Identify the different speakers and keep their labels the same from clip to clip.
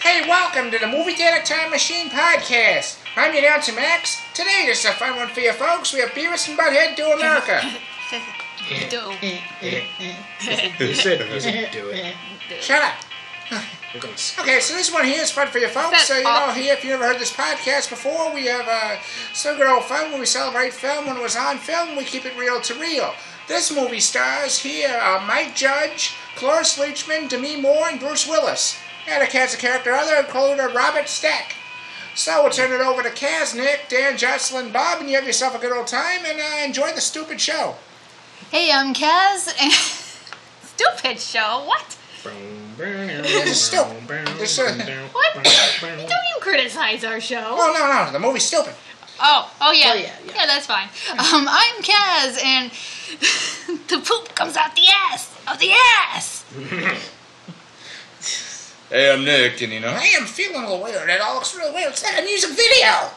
Speaker 1: Hey, welcome to the Movie Theater Time Machine Podcast. I'm your announcer, Max. Today, this is a fun one for you folks. We have Beavis and Butthead Do America.
Speaker 2: Do.
Speaker 3: You said you said do it.
Speaker 1: Shut up.
Speaker 3: We're gonna s-
Speaker 1: Okay, so this one here is fun for you folks.
Speaker 2: That's
Speaker 1: So, you know,
Speaker 2: awful.
Speaker 1: here, if you never heard this podcast before, we have uh, some good old fun where we celebrate film when it was on film. We keep it real to real. This movie stars here uh, Mike Judge, Cloris Leachman, Demi Moore, and Bruce Willis. And a cast of character other included Robert Stack. So we'll turn it over to Kaz, Nick, Dan, Jocelyn, Bob, and you have yourself a good old time and uh, enjoy the stupid show.
Speaker 2: Hey, I'm Kaz. Stupid show. What?
Speaker 3: This
Speaker 1: is stupid. This is-
Speaker 2: What? Don't you criticize our show?
Speaker 1: Oh, no, no, the movie's stupid.
Speaker 2: Oh, oh yeah.
Speaker 4: Oh, yeah, yeah.
Speaker 2: that's fine. Um, I'm Kaz, and the poop comes out the ass of the ass.
Speaker 1: Hey, I'm Nick, and you know, hey, I'm feeling a little weird. It all looks really weird. It's like a music video.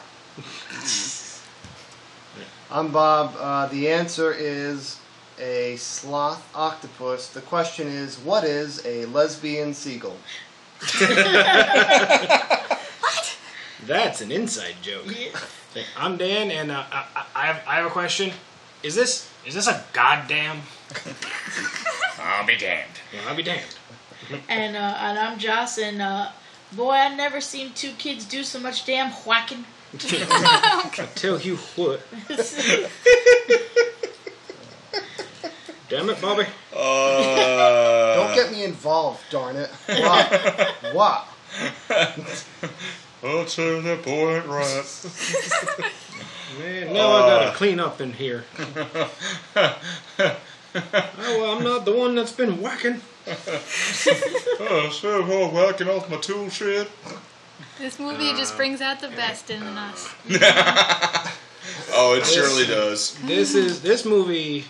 Speaker 4: I'm Bob. Uh, the answer is a sloth octopus. The question is, what is a lesbian seagull?
Speaker 3: That's an inside joke. Hey, I'm Dan, and uh, I, I- I, have, I have a question. Is this is this a goddamn?
Speaker 1: I'll be damned.
Speaker 3: Well, I'll be damned.
Speaker 5: And uh, and I'm Joss, and uh, boy, I never seen two kids do so much damn whacking.
Speaker 3: Tell you what. Damn it, Bobby.
Speaker 4: Don't get me involved, darn it. Why? Why?
Speaker 1: I'll turn that boy right.
Speaker 3: Man, now I gotta clean up in here. oh, well, I'm not the one that's been whacking.
Speaker 1: oh, so I'm whacking off my tool shed.
Speaker 2: This movie just brings out the best in us.
Speaker 6: Oh, it surely does.
Speaker 3: This is this movie.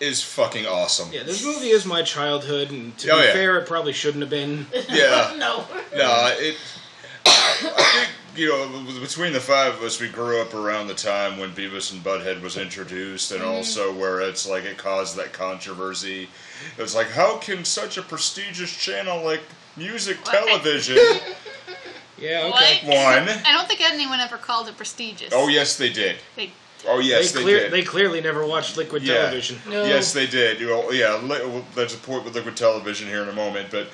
Speaker 6: Is fucking awesome.
Speaker 3: Yeah, this movie is my childhood, and to
Speaker 6: Oh,
Speaker 3: be
Speaker 6: yeah.
Speaker 3: fair, it probably shouldn't have been.
Speaker 6: Yeah.
Speaker 5: No.
Speaker 6: No, it. I think you know between the five of us, we grew up around the time when Beavis and Butthead was introduced,
Speaker 3: Mm-hmm.
Speaker 6: and also where it's like it caused that controversy. It was like, how can such a prestigious channel like music television?
Speaker 3: Yeah, okay.
Speaker 2: What?
Speaker 6: One.
Speaker 2: I don't think anyone ever called it prestigious.
Speaker 6: Oh yes, they did.
Speaker 2: They,
Speaker 6: Oh yes,
Speaker 3: they,
Speaker 6: they,
Speaker 3: clear,
Speaker 6: did.
Speaker 3: they clearly never watched Liquid
Speaker 6: Yeah.
Speaker 3: Television.
Speaker 6: Yes, they did. You know, yeah, li- well, there's a point with liquid television here in a moment, but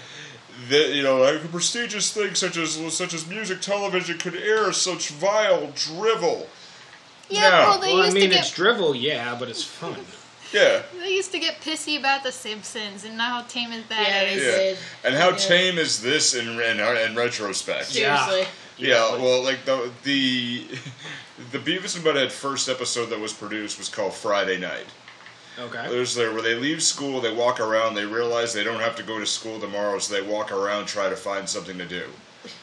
Speaker 6: the, you know, like a prestigious thing such as such as music television could air such vile drivel.
Speaker 2: yeah,
Speaker 6: Yeah.
Speaker 2: well, they
Speaker 3: well, I
Speaker 2: used
Speaker 3: mean,
Speaker 2: to
Speaker 3: it's
Speaker 2: get
Speaker 3: drivel, yeah, but it's fun.
Speaker 6: Yeah,
Speaker 2: they used to get pissy about the Simpsons and how tame is that
Speaker 5: Yeah, they
Speaker 2: is.
Speaker 6: yeah.
Speaker 5: did.
Speaker 6: And how
Speaker 5: Yeah.
Speaker 6: tame is this in in, in retrospect?
Speaker 3: Yeah.
Speaker 5: Seriously.
Speaker 6: Yeah, well, like the the the Beavis and Butthead first episode that was produced was called Friday Night.
Speaker 3: Okay.
Speaker 6: There's there where they leave school, they walk around, they realize they don't have to go to school tomorrow, so they walk around try to find something to do.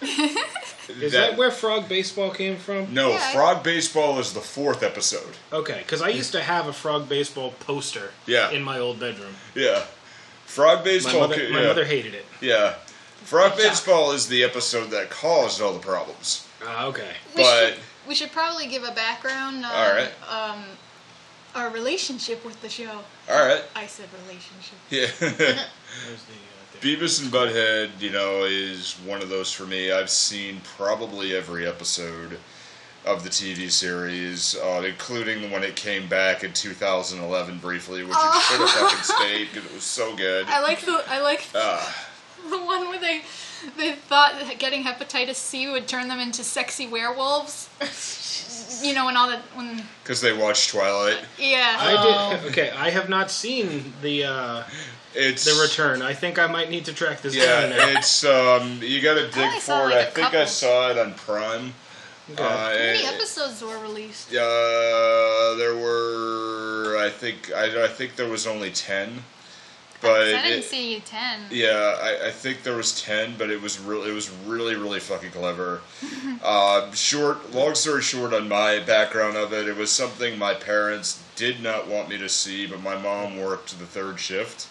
Speaker 3: Is that, where frog baseball came from?
Speaker 6: No,
Speaker 2: Yeah.
Speaker 6: Frog Baseball is the fourth episode.
Speaker 3: Okay, because I used to have a frog baseball poster
Speaker 6: Yeah.
Speaker 3: in my old bedroom.
Speaker 6: Yeah. Frog
Speaker 3: My,
Speaker 6: Baseball.
Speaker 3: mother,
Speaker 6: ca-
Speaker 3: my
Speaker 6: yeah.
Speaker 3: mother hated it.
Speaker 6: yeah. Frog Baseball is the episode that caused all the problems.
Speaker 3: Ah, okay.
Speaker 2: We
Speaker 6: But-
Speaker 2: should, we should probably give a background on
Speaker 6: All right.
Speaker 2: um, our relationship with the show.
Speaker 6: All right.
Speaker 2: I said relationship.
Speaker 6: Yeah.
Speaker 3: There's the, uh,
Speaker 6: Beavis and Butthead, you know, is one of those for me. I've seen probably every episode of the TV series, uh, including when it came back in 2011 briefly, which it
Speaker 2: Oh.
Speaker 6: should have fucking stayed because it was so good.
Speaker 2: I like the I like
Speaker 6: Uh,
Speaker 2: the one where they they thought that getting hepatitis C would turn them into sexy werewolves. you know, when all the when
Speaker 6: Because they watched Twilight.
Speaker 2: yeah.
Speaker 3: I
Speaker 2: Oh.
Speaker 3: did. Okay, I have not seen the uh,
Speaker 6: It's
Speaker 3: the return. I think I might need to track this down now.
Speaker 6: Yeah, it's um, you gotta dig
Speaker 2: only saw,
Speaker 6: for it.
Speaker 2: like,
Speaker 6: I
Speaker 2: a
Speaker 6: think I
Speaker 2: couple.
Speaker 6: saw it on Prime.
Speaker 3: Okay.
Speaker 6: Uh,
Speaker 2: How many
Speaker 6: it-
Speaker 2: episodes were released?
Speaker 6: uh, there were. I think I, I think there was only ten, but
Speaker 2: 'Cause I didn't
Speaker 6: it-
Speaker 2: see ten.
Speaker 6: yeah, I, I think there was ten, but it was really it was really really fucking clever. uh, short, long story short, on my background of it, it was something my parents did not want me to see, but my mom worked the third shift.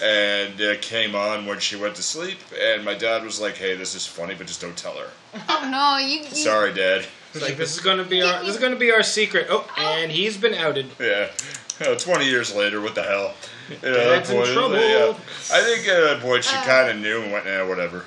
Speaker 6: And it came on when she went to sleep, and my dad was like, "Hey, this is funny, but just don't tell her."
Speaker 2: Oh no, you. you
Speaker 6: Sorry, Dad.
Speaker 3: It's like this is gonna be our this is gonna be our secret. Oh, and he's been outed.
Speaker 6: Yeah. Uh, 20 years later, what the hell? You know,
Speaker 3: Dad's
Speaker 6: that
Speaker 3: in
Speaker 6: yeah. uh,
Speaker 3: trouble.
Speaker 6: I think at that point she kind of knew and went, eh, whatever.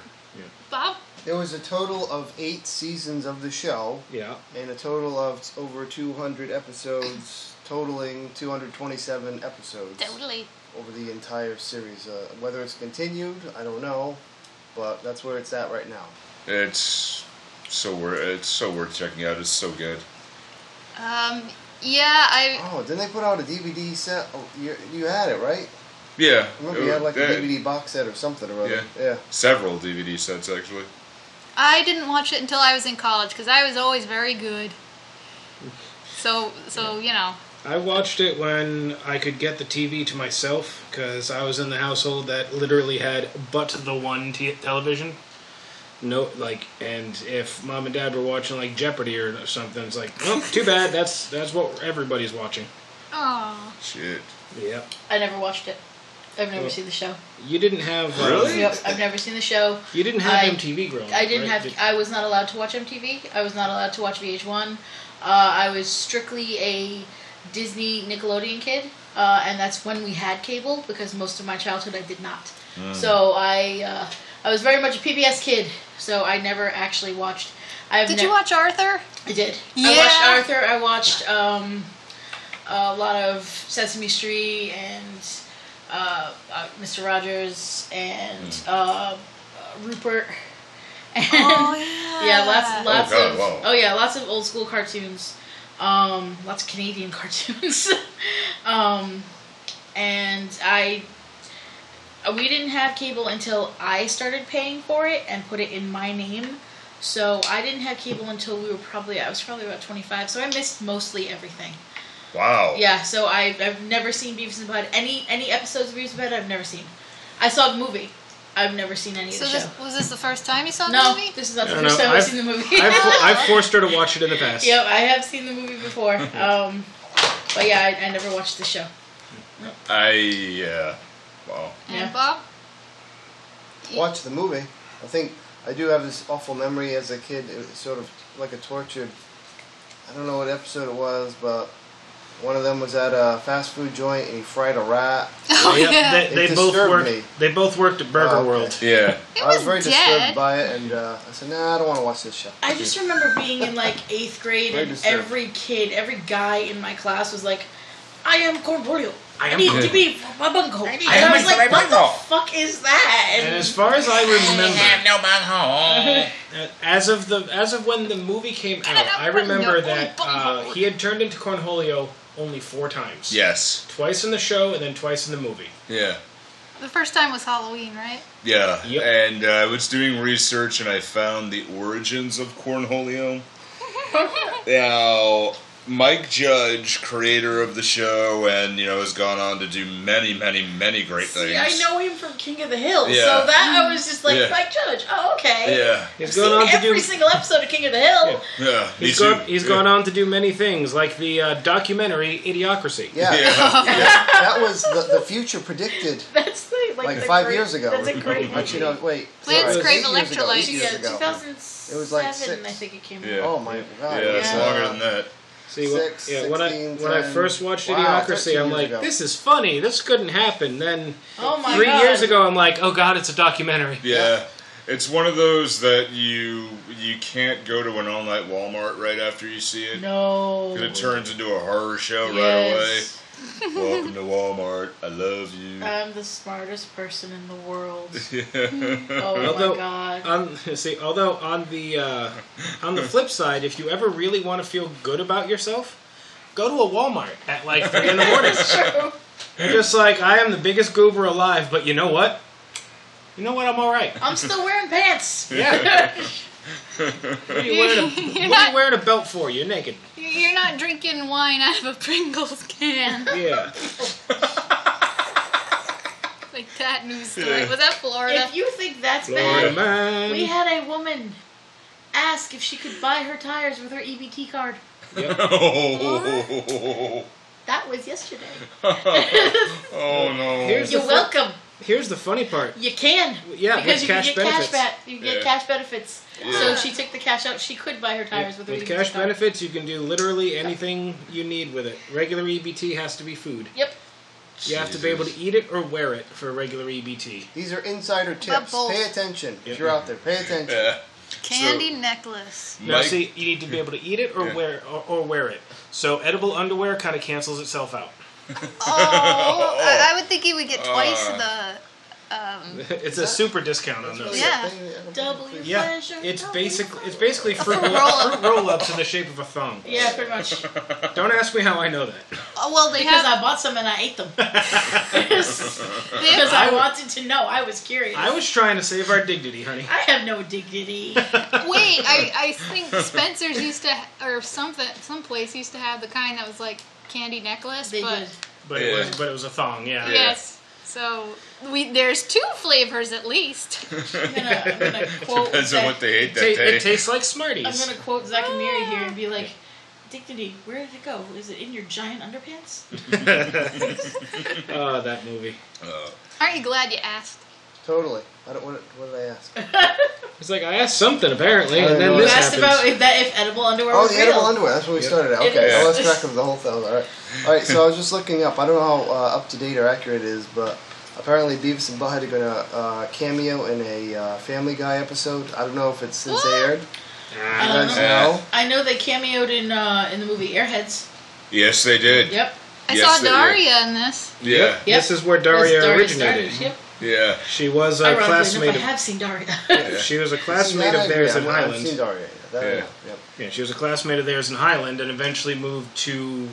Speaker 2: Bob
Speaker 4: There was a total of eight seasons of the show,
Speaker 3: Yeah.
Speaker 4: and a total of over 200 episodes, totaling 227 episodes
Speaker 2: Totally.
Speaker 4: over the entire series. Uh, whether it's continued, I don't know, but that's where it's at right now.
Speaker 6: It's so worth it's so worth checking out. It's so good.
Speaker 2: Um, yeah, I.
Speaker 4: Oh, didn't they put out a DVD set? Oh, you, you had it right.
Speaker 6: Yeah,
Speaker 4: I remember
Speaker 6: it
Speaker 4: you had like
Speaker 6: was-
Speaker 4: a
Speaker 6: that-
Speaker 4: DVD box set or something or other.
Speaker 6: Yeah.
Speaker 4: yeah.
Speaker 6: Several DVD sets actually.
Speaker 2: I didn't watch it until I was in college because I was always very good. So, so you know,
Speaker 3: I watched it when I could get the TV to myself because I was in the household that literally had but the one t- television. No, like, and if mom and dad were watching like Jeopardy or something, it's like, oh, too bad. That's that's what everybody's watching.
Speaker 2: oh,
Speaker 6: Shit.
Speaker 3: Yeah,
Speaker 5: I never watched it. I've never
Speaker 3: Oh.
Speaker 5: seen the show.
Speaker 3: you didn't have uh,
Speaker 6: Really?
Speaker 5: Yep, I've never seen the show.
Speaker 3: You didn't have
Speaker 5: I-
Speaker 3: MTV growing up.
Speaker 5: I didn't
Speaker 3: right?
Speaker 5: have.
Speaker 3: Did-
Speaker 5: I was not allowed to watch MTV. I was not allowed to watch VH1. Uh, I was strictly a Disney Nickelodeon kid, uh, and that's when we had cable because most of my childhood I did not.
Speaker 6: Mm.
Speaker 5: So I uh, I was very much a PBS kid. So I never actually watched. I've
Speaker 2: did
Speaker 5: ne-
Speaker 2: you watch Arthur?
Speaker 5: I did. I
Speaker 2: Yeah.
Speaker 5: watched Arthur. I watched um, a lot of Sesame Street and uh, uh, Mr. Rogers and uh, uh, Rupert. And
Speaker 2: Oh, yeah.
Speaker 5: Oh, yeah,
Speaker 2: Ah.
Speaker 5: lots, lots
Speaker 6: God,
Speaker 5: of
Speaker 6: wow.
Speaker 5: oh yeah, lots of old school cartoons, um, lots of Canadian cartoons, um, and I. We didn't have cable until I started paying for it and put it in my name. So I didn't have cable until we were probably I was probably about 25. So I missed mostly everything.
Speaker 6: Wow.
Speaker 5: Yeah, so I I've never seen Beavis and Bud. Any any episodes of Beavis and Bud I've never seen. I saw the movie. I've never seen any of
Speaker 2: So
Speaker 5: the
Speaker 2: this
Speaker 5: show.
Speaker 2: was this the first time you saw the
Speaker 5: No,
Speaker 2: movie?
Speaker 5: this is not the
Speaker 3: I don't
Speaker 5: first
Speaker 3: know.
Speaker 5: time I've,
Speaker 3: I've-
Speaker 5: seen the movie.
Speaker 3: I've, fo- I've forced her to watch it in the past.
Speaker 5: Yep, I have seen the movie before. Um, but yeah, I, I never watched the show.
Speaker 6: I yeah. Wow.
Speaker 5: Yeah.
Speaker 2: And Bob,
Speaker 4: watch the movie. I think I do have this awful memory as a kid. It was sort of like a tortured. I don't know what episode it was, but one of them was at a fast food joint and he fried a rat.
Speaker 2: oh
Speaker 3: Yep,
Speaker 2: yeah,
Speaker 3: They, they
Speaker 4: It
Speaker 3: both
Speaker 4: disturbed
Speaker 3: worked.
Speaker 4: me.
Speaker 3: They both worked at Burger
Speaker 4: Oh, okay.
Speaker 3: World.
Speaker 6: Yeah.
Speaker 2: it
Speaker 4: I was, very
Speaker 2: dead.
Speaker 4: disturbed by it, and uh, I said, "Nah, I don't want to watch this show."
Speaker 5: I just remember being in like eighth grade,
Speaker 4: Very
Speaker 5: and
Speaker 4: disturbed.
Speaker 5: every kid, every guy in my class was like, "I am corporeal.
Speaker 3: I
Speaker 5: I
Speaker 3: am
Speaker 5: need to
Speaker 3: corporeal.
Speaker 5: be my bunghole."
Speaker 1: I
Speaker 5: And
Speaker 1: need
Speaker 5: I,
Speaker 1: to be
Speaker 5: was
Speaker 1: my
Speaker 5: like, "What the
Speaker 1: bunghole."
Speaker 5: fuck is that?"
Speaker 3: And as far as I remember,
Speaker 1: no bunghole.
Speaker 3: uh, as of the as of when the movie came out, I remember that uh, he had turned into Cornholio only four times.
Speaker 6: Yes.
Speaker 3: Twice in the show and then twice in the movie.
Speaker 6: Yeah.
Speaker 2: the first time was Halloween, right?
Speaker 6: Yeah,
Speaker 3: Yep.
Speaker 6: and uh, I was doing research and I found the origins of Cornholio. now, Mike Judge, creator of the show, and you know, has gone on to do many, many, many great
Speaker 5: See,
Speaker 6: things.
Speaker 5: I know him from King of the Hill,
Speaker 6: Yeah.
Speaker 5: so that I was just like,
Speaker 6: Yeah.
Speaker 5: "Mike Judge, oh okay."
Speaker 6: Yeah,
Speaker 3: He's
Speaker 5: Seen
Speaker 3: gone on to
Speaker 5: every
Speaker 3: do.
Speaker 5: single episode of King of the Hill.
Speaker 3: Yeah.
Speaker 6: yeah. me
Speaker 3: He's
Speaker 6: too.
Speaker 3: gone, he's
Speaker 6: yeah.
Speaker 3: gone on to do many things, like the uh, documentary Idiocracy.
Speaker 4: Yeah,
Speaker 6: Yeah,
Speaker 4: that was the, the future predicted
Speaker 5: That's the like,
Speaker 4: like
Speaker 5: the
Speaker 4: five
Speaker 5: great-
Speaker 4: years ago.
Speaker 5: That's a great movie.
Speaker 4: Actually, no, wait.
Speaker 2: Plants
Speaker 4: sorry,
Speaker 2: crave
Speaker 4: eight years ago, eight
Speaker 2: electrolytes.
Speaker 4: years
Speaker 5: Yeah,
Speaker 4: ago.
Speaker 5: 2007,
Speaker 4: It was like
Speaker 5: I
Speaker 4: six.
Speaker 5: think it came
Speaker 6: Yeah.
Speaker 5: out.
Speaker 4: Oh my god.
Speaker 6: yeah. It's
Speaker 5: Yeah.
Speaker 6: longer than that.
Speaker 3: See, what,
Speaker 4: Six,
Speaker 3: yeah, when I
Speaker 4: 16,
Speaker 3: when I
Speaker 4: 10.
Speaker 3: first watched
Speaker 4: Wow,
Speaker 3: Idiocracy,
Speaker 4: 13
Speaker 3: I'm
Speaker 4: years
Speaker 3: like,
Speaker 4: ago.
Speaker 3: this is funny. This couldn't happen. Then
Speaker 5: Oh my
Speaker 3: three
Speaker 5: God.
Speaker 3: years ago, I'm like, oh god, it's a documentary.
Speaker 6: Yeah. It's one of those that you you can't go to an all night Walmart right after you see it.
Speaker 5: No.
Speaker 6: 'cause It turns into a horror show
Speaker 5: Yes.
Speaker 6: right away. Welcome to Walmart. I love you.
Speaker 5: I'm the smartest person in the world.
Speaker 6: yeah.
Speaker 5: Oh
Speaker 3: Although-
Speaker 5: my god.
Speaker 3: On see, although on the uh, on the flip side, if you ever really want to feel good about yourself, go to a Walmart at like three in the morning.
Speaker 6: uh,
Speaker 3: You're just like I am the biggest goober alive, but you know what? You know what? I'm all right.
Speaker 5: I'm still wearing pants.
Speaker 3: Yeah. what are you wearing a, what
Speaker 2: You're
Speaker 3: are you
Speaker 2: not,
Speaker 3: wearing a belt for? You're naked.
Speaker 2: you're not drinking wine out of a Pringles can
Speaker 3: Yeah.
Speaker 2: like that news story.
Speaker 6: Yeah.
Speaker 2: Was that Florida?
Speaker 5: If you think that's
Speaker 3: Florida
Speaker 5: bad,
Speaker 3: man.
Speaker 5: we had a woman ask if she could buy her tires with her EBT card.
Speaker 6: oh.
Speaker 5: That was yesterday.
Speaker 6: oh no.
Speaker 3: Here's- It's
Speaker 5: You're
Speaker 3: the fir-
Speaker 5: welcome.
Speaker 3: Here's the funny part.
Speaker 5: You can.
Speaker 3: Yeah, with
Speaker 5: because you
Speaker 3: cash
Speaker 5: can get
Speaker 3: benefits.
Speaker 5: cash back. You can get
Speaker 6: Yeah.
Speaker 5: cash benefits.
Speaker 6: Yeah.
Speaker 5: So she took the cash out. She could buy her tires with her
Speaker 3: With
Speaker 5: EBT
Speaker 3: cash
Speaker 5: card.
Speaker 3: benefits, you can do literally anything you need with it. Regular EBT has to be food.
Speaker 5: Yep.
Speaker 3: You have to be able to eat it or wear it for regular E EBT.
Speaker 4: These are insider tips.
Speaker 2: both.
Speaker 4: Pay attention if you're out there. Pay attention.
Speaker 6: Yeah.
Speaker 2: Candy necklace.
Speaker 3: Now,
Speaker 6: Mike-
Speaker 3: see, you need to be able to eat it or
Speaker 6: Yeah.
Speaker 3: wear or, or wear it. So edible underwear kind of cancels itself out.
Speaker 2: Oh, I, I would think he would get twice
Speaker 6: Uh.
Speaker 2: the. Um,
Speaker 3: it's a super discount on those.
Speaker 2: really- Yeah.
Speaker 5: Double your
Speaker 3: Yeah,
Speaker 5: pleasure.
Speaker 3: it's
Speaker 5: double your
Speaker 3: basically it's
Speaker 5: pleasure.
Speaker 3: basically fruit, roll,
Speaker 2: roll-up.
Speaker 3: fruit roll-ups in the shape of a thumb.
Speaker 5: Yeah, pretty much.
Speaker 3: Don't ask me how I know that.
Speaker 4: Uh,
Speaker 2: oh well, they
Speaker 5: Because
Speaker 2: have.
Speaker 5: I bought some and I ate them.
Speaker 2: they have-
Speaker 5: Because I wanted to know. I was curious.
Speaker 3: I was trying to save our dignity, honey.
Speaker 5: I have no dignity.
Speaker 2: Wait, I, I think Spencer's used to, or something, some place used to have the kind that was like candy necklace,
Speaker 5: They
Speaker 2: but
Speaker 5: did.
Speaker 3: But it
Speaker 6: Yeah.
Speaker 3: was but it was a thong. Yeah.
Speaker 6: Yeah.
Speaker 2: yes. So we there's two flavors at least.
Speaker 5: I'm gonna, I'm gonna quote
Speaker 6: Depends on
Speaker 5: Zach-
Speaker 6: what they ate
Speaker 3: It,
Speaker 6: that
Speaker 3: ta- it
Speaker 6: day.
Speaker 3: tastes like
Speaker 5: I'm
Speaker 3: Smarties.
Speaker 5: gonna quote Zach and Mary here and be
Speaker 4: Ah.
Speaker 5: like, "Dignity, where did it go? Is it in your giant underpants?"
Speaker 3: oh, that movie.
Speaker 6: Uh,
Speaker 2: Aren't you glad you asked?
Speaker 4: Totally. I don't. What, what did I ask?
Speaker 3: It's like I asked something apparently,
Speaker 4: I
Speaker 3: and then
Speaker 4: know.
Speaker 5: You
Speaker 3: this
Speaker 5: asked
Speaker 3: happens.
Speaker 5: about if that if edible underwear
Speaker 4: Oh,
Speaker 5: was
Speaker 4: the
Speaker 5: real.
Speaker 4: edible underwear. That's where we
Speaker 3: Yep.
Speaker 4: started.
Speaker 5: It
Speaker 4: Okay, I
Speaker 6: is.
Speaker 4: lost track of the whole thing. All right, all right. So I was just looking up. I don't know how uh, up to date or accurate it is, but apparently Beavis and Butthead are gonna uh, cameo in a uh, Family Guy episode. I don't know if it's since
Speaker 2: What?
Speaker 4: aired. You
Speaker 5: Um,
Speaker 3: Ah,
Speaker 4: guys
Speaker 6: Uh,
Speaker 4: know?
Speaker 5: I know they cameoed in uh, in the movie Airheads.
Speaker 6: yes, they did.
Speaker 5: Yep.
Speaker 2: I
Speaker 6: Yes,
Speaker 2: saw
Speaker 6: they did.
Speaker 2: Daria in this.
Speaker 6: Yeah,
Speaker 5: Yep.
Speaker 3: This is where
Speaker 5: That's
Speaker 3: Daria
Speaker 5: Daria
Speaker 3: originated.
Speaker 5: Starkers, Yep.
Speaker 6: yeah.
Speaker 3: She was a
Speaker 5: Ironically
Speaker 3: classmate
Speaker 5: enough, I
Speaker 3: of
Speaker 5: have seen Daria.
Speaker 3: she was a
Speaker 4: See,
Speaker 3: classmate
Speaker 4: that I
Speaker 3: of theirs
Speaker 4: agree.
Speaker 3: in
Speaker 4: I've- I've
Speaker 3: Highland.
Speaker 4: seen Daria. That I
Speaker 6: Yeah.
Speaker 4: know. Yep.
Speaker 3: Yeah, she was a classmate of theirs in Highland, and eventually moved to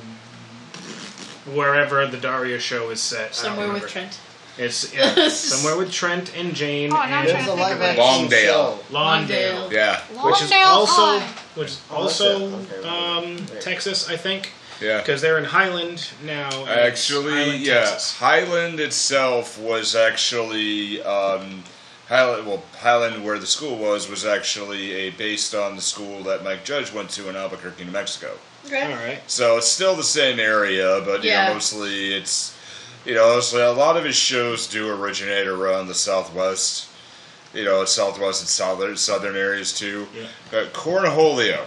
Speaker 3: wherever the Daria show is set. I don't
Speaker 5: Somewhere
Speaker 3: remember.
Speaker 5: with Trent.
Speaker 3: It's yeah, somewhere with Trent and Jane
Speaker 2: Oh, now I'm trying
Speaker 3: and
Speaker 4: There's a
Speaker 2: to think
Speaker 4: live
Speaker 2: of it.
Speaker 4: action
Speaker 6: Longdale.
Speaker 4: show.
Speaker 3: Lawndale,
Speaker 6: Yeah,
Speaker 3: which is
Speaker 2: Longdale's
Speaker 3: also
Speaker 2: High.
Speaker 3: which is
Speaker 4: Oh, that's
Speaker 3: also
Speaker 4: it. Okay, right,
Speaker 3: um,
Speaker 4: right.
Speaker 3: Texas, I think,
Speaker 6: yeah.
Speaker 3: because they're in Highland now. and it's
Speaker 6: Actually,
Speaker 3: Highland,
Speaker 6: yeah.
Speaker 3: Texas.
Speaker 6: Highland itself was actually um, Highland. Well, Highland, where the school was, was actually a based on the school that Mike Judge went to in Albuquerque, New Mexico.
Speaker 3: All
Speaker 5: Okay.
Speaker 3: right.
Speaker 6: So it's still the same area, but you
Speaker 5: Yeah.
Speaker 6: know, mostly it's you know, mostly a lot of his shows do originate around the Southwest. You know, Southwest and southern southern areas too.
Speaker 3: Yeah.
Speaker 6: But Cornholio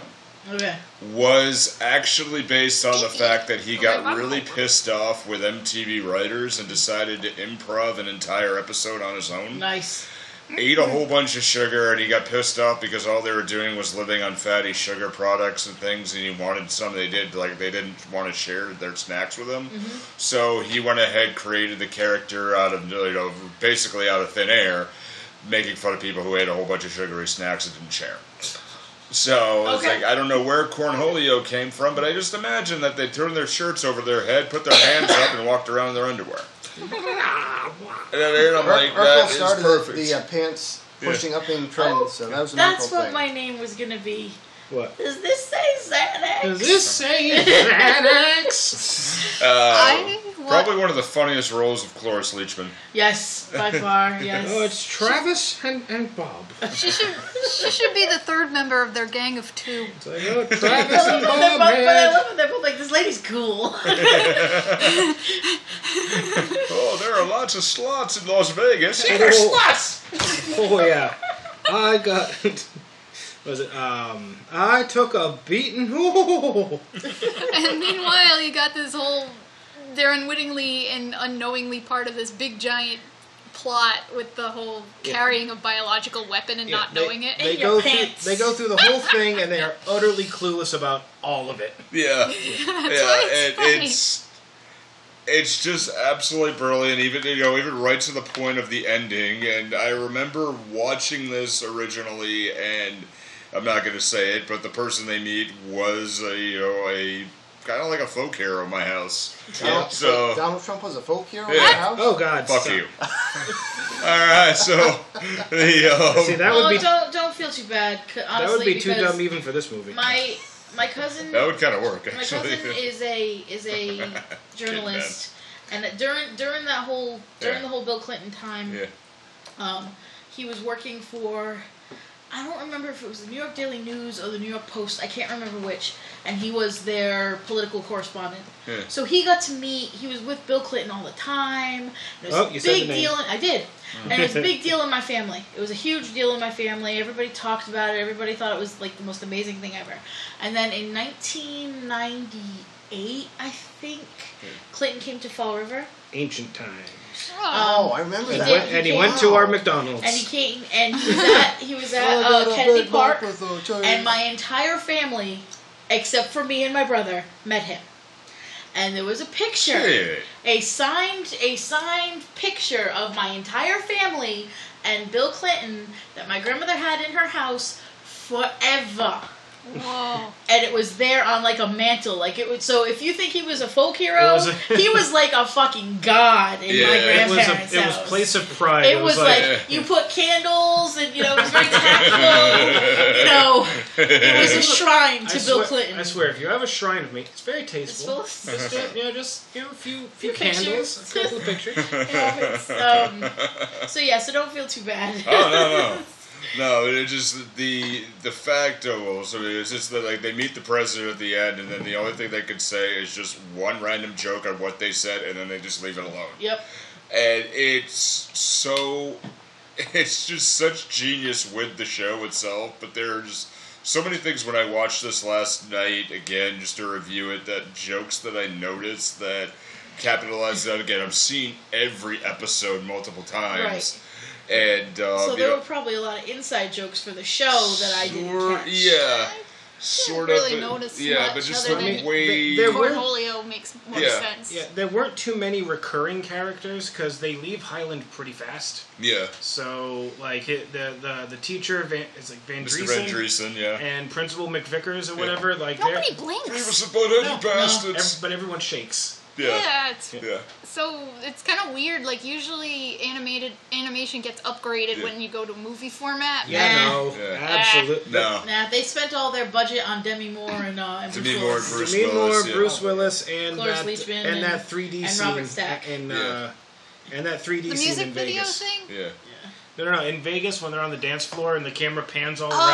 Speaker 5: Okay.
Speaker 6: was actually based on the fact that he got
Speaker 5: Oh,
Speaker 2: Remember?
Speaker 6: really pissed off with MTV writers and decided to improv an entire episode on his own.
Speaker 5: Nice.
Speaker 6: Ate a whole bunch of sugar and he got pissed off because all they were doing was living on fatty sugar products and things and he wanted some they did like they didn't want to share their snacks with him. So he went ahead created the character out of you know basically out of thin air making fun of people who ate a whole bunch of sugary snacks and didn't share. So it's
Speaker 5: Okay.
Speaker 6: like I don't know where Cornholio came from, but I just imagine that they turned their shirts over their head, put their hands up, and walked around in their underwear. And then I'm
Speaker 4: Ur-
Speaker 6: like,
Speaker 4: Urkel
Speaker 6: that is
Speaker 4: started
Speaker 6: perfect.
Speaker 4: the uh, pants
Speaker 6: Yeah.
Speaker 4: pushing up in trend,
Speaker 5: Oh,
Speaker 4: so that was an
Speaker 5: That's
Speaker 4: Urkel
Speaker 5: what
Speaker 4: thing.
Speaker 5: my name was gonna be.
Speaker 3: What
Speaker 5: Does this say Xanax?
Speaker 3: is this saying? Xanax.
Speaker 6: Uh,
Speaker 2: I want-
Speaker 6: probably one of the funniest roles of Cloris Leachman.
Speaker 5: Yes, by far. Yes.
Speaker 3: Oh, it's Travis and, and Bob. It's
Speaker 2: She should she should be the third member of their gang of two.
Speaker 3: like, oh, Travis
Speaker 5: I
Speaker 3: and Bob.
Speaker 5: love when they're both- but I
Speaker 3: had-
Speaker 5: love when they're both like, this lady's cool.
Speaker 6: Oh, there are lots of slots in Las Vegas.
Speaker 3: Oh yeah, I got. Was it? Um, I took a beating. Oh,
Speaker 2: And meanwhile, you got this whole they're unwittingly and unknowingly part of this big giant plot with the whole carrying a biological weapon and not knowing it.
Speaker 3: They
Speaker 5: In your
Speaker 3: go through.
Speaker 5: pants.
Speaker 3: They go through the whole thing, and they are utterly clueless about all of it.
Speaker 6: Yeah,
Speaker 2: why it's
Speaker 6: yeah,
Speaker 2: funny.
Speaker 6: and it's it's just absolutely brilliant. Even you know, even right to the point of the ending. And I remember watching this originally, and I'm not going to say it, but the person they meet was a you know a kind of like a folk hero in my house.
Speaker 4: Donald,
Speaker 6: So
Speaker 4: Donald Trump was a folk hero.
Speaker 6: Yeah.
Speaker 4: In the house?
Speaker 3: Oh God,
Speaker 6: fuck
Speaker 3: so-
Speaker 6: you. All right, so the, um,
Speaker 3: See, that
Speaker 5: oh,
Speaker 3: would be that
Speaker 5: don't don't feel too bad. c- Honestly,
Speaker 3: would be too
Speaker 5: because
Speaker 3: dumb even for this movie.
Speaker 5: My my cousin
Speaker 6: that would kind of work
Speaker 5: my
Speaker 6: actually.
Speaker 5: cousin is a is a journalist, and during during that whole during
Speaker 6: Yeah.
Speaker 5: the whole Bill Clinton time,
Speaker 6: yeah.
Speaker 5: um, he was working for. I don't remember if it was the New York Daily News or the New York Post. I can't remember which. And he was their political correspondent.
Speaker 6: Yeah.
Speaker 5: So he got to meet. He was with Bill Clinton all the time. It was
Speaker 3: Oh,
Speaker 5: a
Speaker 3: you
Speaker 5: big
Speaker 3: said the name. Mm.
Speaker 5: deal. I did. And it was a big deal in my family. It was a huge deal in my family. Everybody talked about it. Everybody thought it was like the most amazing thing ever. And then in 1998, eight, I think. Clinton came to Fall River.
Speaker 3: Ancient times.
Speaker 4: Oh, I remember
Speaker 5: he
Speaker 4: that.
Speaker 5: did.
Speaker 3: Went- and he went to
Speaker 4: Wow.
Speaker 3: our McDonald's.
Speaker 5: And he came, and he was at, he was
Speaker 4: Oh,
Speaker 5: at uh, Kennedy Park, and my entire family, except for me and my brother, met him. And there was a picture,
Speaker 6: Shit.
Speaker 5: a signed, a signed picture of my entire family and Bill Clinton that my grandmother had in her house forever.
Speaker 2: Whoa.
Speaker 5: And it was there on like a mantle, like it was. So if you think he was a folk hero,
Speaker 3: It was a-
Speaker 5: he was like a fucking god in
Speaker 6: Yeah,
Speaker 5: my
Speaker 6: it
Speaker 3: it was
Speaker 5: grandparents'
Speaker 3: a it was
Speaker 5: house.
Speaker 3: place of pride.
Speaker 5: It was like,
Speaker 6: like-
Speaker 5: you put candles and you know it was very tactful. you know, it was a shrine to
Speaker 3: I swear-
Speaker 5: Bill Clinton.
Speaker 3: I swear, if you have a shrine of me, it's very
Speaker 5: It's
Speaker 3: tasteful.
Speaker 5: full of
Speaker 3: Just, you know, just you know, a few few
Speaker 5: Few pictures.
Speaker 3: candles, a couple of pictures.
Speaker 5: habits. Um, so yeah, so don't feel too bad.
Speaker 6: Oh no no. No, it just the the fact of also it's just that like they meet the president at the end, and then the only thing they could say is just one random joke on what they said, and then they just leave it alone.
Speaker 5: yep.
Speaker 6: And it's so, it's just such genius with the show itself. But there's so many things when I watched this last night again, just to review it, that jokes that I noticed that capitalized on. Again, I've seen every episode multiple times. And um,
Speaker 5: So
Speaker 6: you
Speaker 5: there
Speaker 6: know-
Speaker 5: were probably a lot of inside jokes for the show that I didn't
Speaker 6: Sort-
Speaker 5: catch.
Speaker 6: Yeah, sort of.
Speaker 2: really
Speaker 6: but-
Speaker 2: notice
Speaker 6: yeah,
Speaker 2: much
Speaker 6: but just
Speaker 2: other
Speaker 6: the
Speaker 2: than-
Speaker 6: way.
Speaker 3: There were-
Speaker 2: Portfolio makes more
Speaker 6: Yeah.
Speaker 2: sense.
Speaker 3: Yeah, there weren't too many recurring characters because they leave Highland pretty fast.
Speaker 6: yeah,
Speaker 3: So like it, the the the teacher Van, it's like Van
Speaker 6: Mr.
Speaker 3: Driesen,
Speaker 6: Van Driesen, yeah.
Speaker 3: and Principal McVickers or whatever. Like they're-
Speaker 2: Nobody
Speaker 6: Leave
Speaker 2: blinks.
Speaker 6: us alone, you
Speaker 3: No, no,
Speaker 6: bastards.
Speaker 3: ev- but everyone shakes.
Speaker 6: yeah,
Speaker 2: Yeah, it's
Speaker 6: yeah.
Speaker 2: so it's kind of weird. Like usually, animated animation gets upgraded
Speaker 6: Yeah.
Speaker 2: when you go to movie format.
Speaker 3: Yeah, no,
Speaker 6: Yeah.
Speaker 3: absolutely.
Speaker 6: No,
Speaker 5: Nah, they spent all their budget on Demi Moore and uh, and
Speaker 6: Demi
Speaker 5: Bruce
Speaker 6: Moore
Speaker 5: Willis.
Speaker 6: and Bruce
Speaker 3: Demi Moore,
Speaker 6: Willis. yeah.
Speaker 3: Bruce Willis, and
Speaker 5: Cloris
Speaker 3: that
Speaker 5: Leachman
Speaker 3: and, that
Speaker 5: and-
Speaker 3: 3D
Speaker 5: and
Speaker 3: scene
Speaker 5: Robert
Speaker 3: in-
Speaker 5: Stack.
Speaker 3: in
Speaker 6: Yeah.
Speaker 3: uh, and that 3D
Speaker 2: The
Speaker 3: scene
Speaker 2: music
Speaker 3: in
Speaker 2: video
Speaker 3: Vegas.
Speaker 2: thing.
Speaker 6: Yeah,
Speaker 3: No, no, no, in Vegas when they're on the dance floor and the camera pans all around them.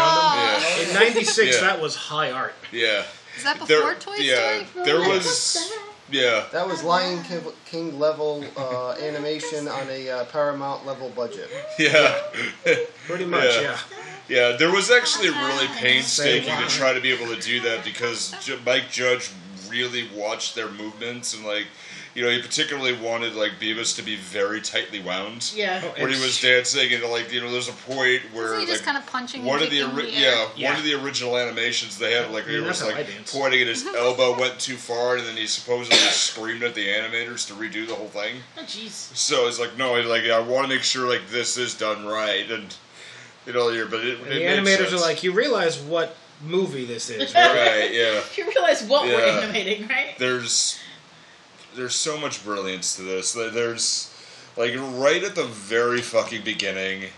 Speaker 2: Oh,
Speaker 6: yeah,
Speaker 3: In '96,
Speaker 6: Yeah.
Speaker 3: that was high art.
Speaker 6: yeah.
Speaker 2: is that before
Speaker 6: There,
Speaker 2: Toy
Speaker 6: yeah,
Speaker 2: Story?
Speaker 6: there
Speaker 5: Like,
Speaker 6: was, yeah,
Speaker 4: That was Lion King, King level uh, animation on a uh, Paramount level budget.
Speaker 6: yeah,
Speaker 3: Pretty much,
Speaker 6: Yeah.
Speaker 3: yeah.
Speaker 6: yeah. There was actually really painstaking to try to be able to do that because Ju- Mike Judge really watched their movements and like, you know, he particularly wanted like Beavis to be very tightly wound.
Speaker 5: Yeah.
Speaker 6: when he was dancing and like you know there's a point where
Speaker 2: Isn't he just
Speaker 6: like,
Speaker 2: kind of punching
Speaker 6: one
Speaker 2: and
Speaker 6: of the,
Speaker 2: kicking
Speaker 6: ori-
Speaker 2: in the air?
Speaker 6: yeah,
Speaker 3: Yeah.
Speaker 6: one of the original animations they had like
Speaker 3: I mean,
Speaker 6: it
Speaker 3: that's
Speaker 6: was
Speaker 3: how I
Speaker 6: like
Speaker 3: dance.
Speaker 6: pointing at his elbow went too far and then he supposedly screamed at the animators to redo the whole thing
Speaker 5: Oh, Jeez.
Speaker 6: so it's like no I- like I want to make sure like this is done right and you know here but it,
Speaker 3: And
Speaker 6: it
Speaker 3: the
Speaker 6: made
Speaker 3: animators
Speaker 6: sense.
Speaker 3: are like, you realize what movie this is, right?
Speaker 6: right yeah
Speaker 5: You realize what we're
Speaker 6: Yeah.
Speaker 5: animating, right?
Speaker 6: there's there's so much brilliance to this. There- There's like right at the very fucking beginning,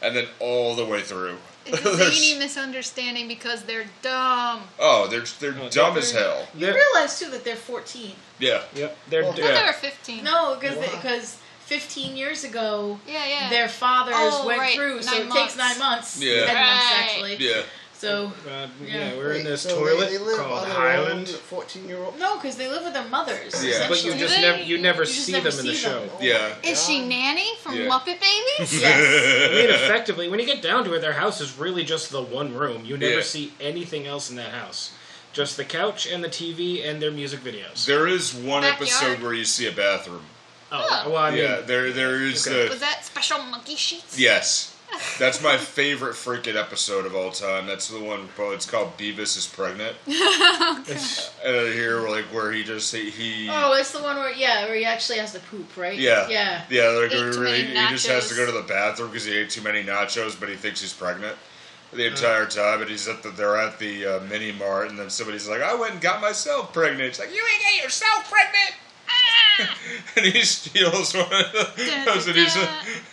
Speaker 6: and then all the way through.
Speaker 2: It's a
Speaker 6: There's-
Speaker 2: zany misunderstanding because they're dumb.
Speaker 6: Oh, they're they're dumb as hell.
Speaker 5: You
Speaker 3: They're,
Speaker 5: realize too that they're 14.
Speaker 6: Yeah,
Speaker 3: yep, they're,
Speaker 4: Well,
Speaker 2: I
Speaker 6: Yeah.
Speaker 2: thought they were 15.
Speaker 5: No, because because 15 years ago,
Speaker 2: Yeah, yeah.
Speaker 5: their fathers
Speaker 2: Oh,
Speaker 5: went
Speaker 2: right,
Speaker 5: through, so
Speaker 2: nine
Speaker 5: it
Speaker 2: months.
Speaker 5: takes nine months.
Speaker 6: Yeah.
Speaker 5: Ten months
Speaker 2: Right.
Speaker 5: actually.
Speaker 6: yeah,
Speaker 5: So
Speaker 3: uh, yeah,
Speaker 5: Yeah.
Speaker 3: we're in this
Speaker 4: So they-
Speaker 3: toilet
Speaker 4: they live
Speaker 3: called
Speaker 4: on their
Speaker 3: Highland,
Speaker 4: own 14 year old.
Speaker 5: no, because they live with their mothers.
Speaker 6: Yeah.
Speaker 3: but you
Speaker 5: essentially.
Speaker 3: just
Speaker 2: they?
Speaker 3: never you never
Speaker 5: just
Speaker 3: see
Speaker 5: never
Speaker 3: them in the
Speaker 5: see
Speaker 3: show.
Speaker 5: them.
Speaker 6: yeah.
Speaker 2: Is she Nanny from
Speaker 6: Yeah.
Speaker 2: Muppet Babies?
Speaker 5: yes.
Speaker 3: I mean, effectively, when you get down to it, their house is really just the one room. You never
Speaker 6: Yeah.
Speaker 3: see anything else in that house. Just the couch and the TV and their music videos.
Speaker 6: There is one
Speaker 2: Backyard.
Speaker 6: episode where you see a bathroom.
Speaker 3: Oh, well, I mean,
Speaker 6: yeah, there there is
Speaker 3: Okay.
Speaker 2: Was
Speaker 6: the
Speaker 2: that Special Monkey Sheets?
Speaker 6: yes. That's my favorite freaking episode of all time. That's the one. well, It's called Beavis is pregnant.
Speaker 3: it's-
Speaker 6: And here, like where he just he, he
Speaker 5: Oh, it's the one where yeah, where he actually has to poop, right?
Speaker 6: Yeah.
Speaker 5: Yeah.
Speaker 6: Yeah, like
Speaker 2: Ate too many
Speaker 6: he, he just has to
Speaker 2: nachos.
Speaker 6: go to the bathroom because he ate too many nachos, but he thinks he's pregnant the entire time. And he's at the they're at the uh, mini mart, and then somebody's like, "I went and got myself pregnant." It's like you ain't get yourself pregnant. Ah! and he steals one of those, and he's,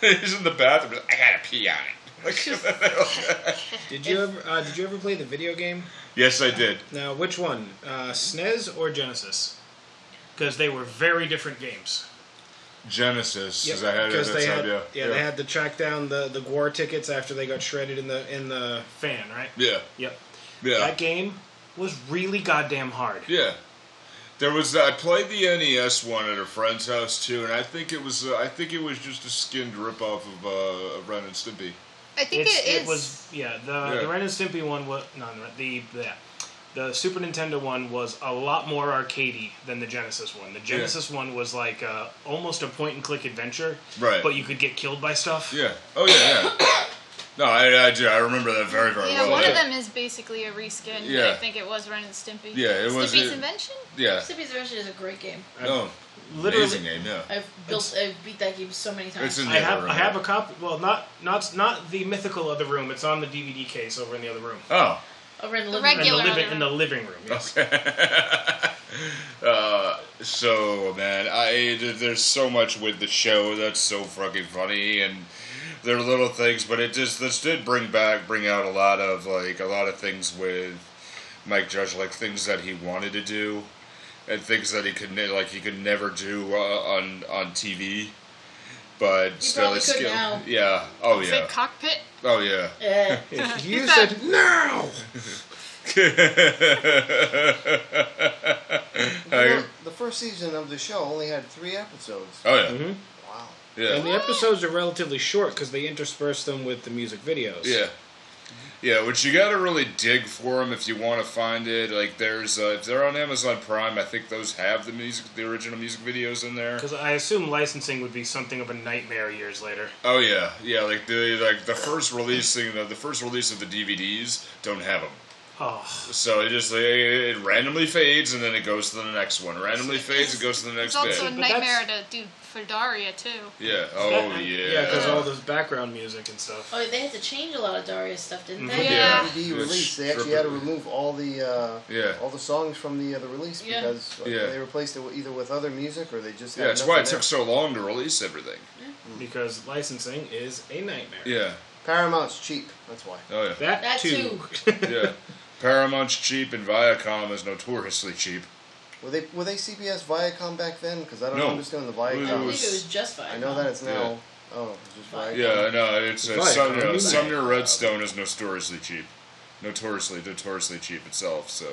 Speaker 6: he's in the bathroom. he's like, I gotta pee on it. Like,
Speaker 3: did you ever uh, did you ever play the video game?
Speaker 6: yes, I did.
Speaker 3: Now, which one, uh, SNES or Genesis? Because they were very different games.
Speaker 6: Genesis,
Speaker 3: Yep,
Speaker 6: because I had it at that
Speaker 3: they
Speaker 6: time.
Speaker 3: had
Speaker 6: yeah,
Speaker 3: they had to track down the the war tickets after they got shredded in the in the fan, right?
Speaker 6: yeah,
Speaker 3: Yep.
Speaker 6: yeah.
Speaker 3: That game was really goddamn hard.
Speaker 6: Yeah. There was I played the NES one at a friend's house too, and I think it was uh, I think it was just a skinned ripoff of uh, of Ren and Stimpy.
Speaker 2: I think
Speaker 3: It's,
Speaker 2: it is.
Speaker 3: it was yeah the
Speaker 6: Yeah.
Speaker 3: the Ren and Stimpy one was no the the yeah. The Super Nintendo one was a lot more arcadey than the Genesis one. The Genesis one was like uh, almost a point and click adventure,
Speaker 6: Right.
Speaker 3: But you could get killed by stuff.
Speaker 6: Yeah. Oh yeah. yeah. no, I, I do. I remember that very very
Speaker 2: Yeah,
Speaker 6: well.
Speaker 2: one of them is basically a reskin. but
Speaker 6: Yeah.
Speaker 2: I think it was Ren and Stimpy.
Speaker 6: Yeah, it was-
Speaker 2: Stimpy's
Speaker 6: it-
Speaker 2: invention.
Speaker 6: Yeah.
Speaker 5: Mississippi's Adventure is a great game.
Speaker 6: No.
Speaker 3: Literally,
Speaker 6: Amazing game. Yeah.
Speaker 5: I've built, I've beat that game so many times.
Speaker 6: It's in
Speaker 3: I
Speaker 6: the
Speaker 3: have
Speaker 6: other room.
Speaker 3: I have a copy. Well, not not not the mythical other room. It's on the DVD case over in the other room.
Speaker 6: Oh.
Speaker 5: Over in the
Speaker 2: The
Speaker 5: living
Speaker 3: In the
Speaker 2: regular-
Speaker 5: room.
Speaker 2: other
Speaker 3: living in the
Speaker 2: room.
Speaker 3: living room. Yes.
Speaker 6: Uh, so man, I there's so much with the show that's so fucking funny, and there are little things, but it just this did bring back, bring out a lot of like a lot of things with Mike Judge, like things that he wanted to do, and things that he could ne- like he could never do uh, on on TV, but still
Speaker 5: probably
Speaker 6: it's
Speaker 5: could
Speaker 6: skill.
Speaker 5: now.
Speaker 6: Yeah. Oh
Speaker 2: Is
Speaker 6: yeah.
Speaker 2: it cockpit?
Speaker 6: Oh yeah.
Speaker 5: Eh.
Speaker 7: If you said now,
Speaker 6: I-
Speaker 4: the first season of the show only had three episodes.
Speaker 6: oh yeah.
Speaker 4: Wow.
Speaker 6: Yeah.
Speaker 7: and the episodes are relatively short because they intersperse them with the music videos.
Speaker 6: Yeah. Yeah, which you got to really dig for them if you want to find it. Like, there's uh, if they're on Amazon Prime, I think those have the music, the original music videos in there.
Speaker 3: Because I assume licensing would be something of a nightmare years later.
Speaker 6: Oh yeah, yeah. Like the like the first releasing the, the first release of the DVDs don't have them,
Speaker 3: Oh,
Speaker 6: so it just like, it randomly fades and then it goes to the next one. Randomly fades, it goes to the next
Speaker 2: It's also a
Speaker 6: bit.
Speaker 3: But that's-
Speaker 2: nightmare to do for Daria too.
Speaker 6: Yeah. Oh
Speaker 3: yeah, because all
Speaker 6: yeah.
Speaker 3: this background music and stuff.
Speaker 5: Oh, they had to change a lot of Darius stuff, didn't they?
Speaker 6: Mm-hmm.
Speaker 2: Yeah.
Speaker 4: DVD
Speaker 6: Yeah,
Speaker 4: release. They
Speaker 6: strip
Speaker 4: actually had to
Speaker 6: it.
Speaker 4: remove all the uh,
Speaker 6: Yeah.
Speaker 4: all the songs from the uh, the release
Speaker 5: Yeah.
Speaker 4: because uh,
Speaker 6: Yeah.
Speaker 4: they replaced it with- either with other music or they just
Speaker 6: Yeah,
Speaker 4: had
Speaker 6: it's why it
Speaker 4: nothing
Speaker 6: took so long to release everything.
Speaker 3: Because licensing is a nightmare.
Speaker 6: Yeah.
Speaker 4: there. Paramount's cheap. That's why.
Speaker 6: Oh yeah.
Speaker 7: That,
Speaker 5: That
Speaker 7: too.
Speaker 5: too.
Speaker 6: Yeah. Paramount's cheap and Viacom is notoriously cheap.
Speaker 4: Were they were they CBS Viacom back then? Because I don't
Speaker 6: No.
Speaker 4: understand the
Speaker 5: I don't
Speaker 6: It
Speaker 4: Viacom.
Speaker 5: believe
Speaker 6: was-
Speaker 5: it was just fine.
Speaker 4: I know that it's now.
Speaker 6: Yeah.
Speaker 4: Oh, it's just Viacom.
Speaker 6: Yeah, no, it's, it's
Speaker 7: Viacom,
Speaker 6: Sumner,
Speaker 7: isn't it?
Speaker 6: Sumner Redstone is notoriously cheap, notoriously notoriously cheap itself. So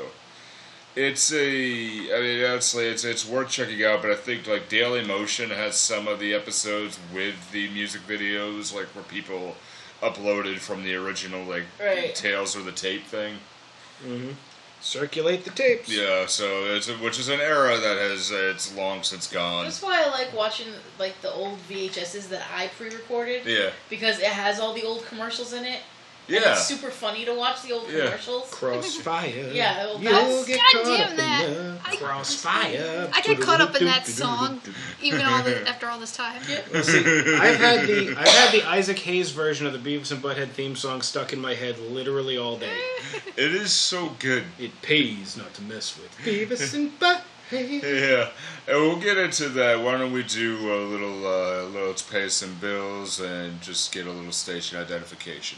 Speaker 6: it's a, I mean, honestly, it's it's worth checking out. But I think like Daily Motion has some of the episodes with the music videos, like where people uploaded from the original like
Speaker 5: Right.
Speaker 6: Tales or the Tape thing.
Speaker 7: Circulate the tapes.
Speaker 6: Yeah, so it's a, which is an era that has uh, it's long since gone.
Speaker 5: That's why I like watching like the old VHSs that I pre-recorded
Speaker 6: Yeah,
Speaker 5: because it has all the old commercials in it. And
Speaker 6: yeah.
Speaker 5: it's super funny to watch the old
Speaker 6: Yeah.
Speaker 5: commercials.
Speaker 7: Crossfire.
Speaker 5: Yeah, well,
Speaker 7: You'll
Speaker 5: that's-
Speaker 7: get
Speaker 2: God
Speaker 7: caught
Speaker 2: damn
Speaker 7: up
Speaker 2: that.
Speaker 7: in the
Speaker 2: I-
Speaker 7: crossfire.
Speaker 2: I get caught up in that song, even all the, after all this time.
Speaker 7: I've had the I've had the Isaac Hayes version of the Beavis and Butthead theme song stuck in my head literally all day.
Speaker 6: It is so good.
Speaker 7: It pays not to mess with Beavis and Butthead.
Speaker 6: Yeah, and we'll get into that. Why don't we do a little, uh, little let's pay some bills and just get a little station identification.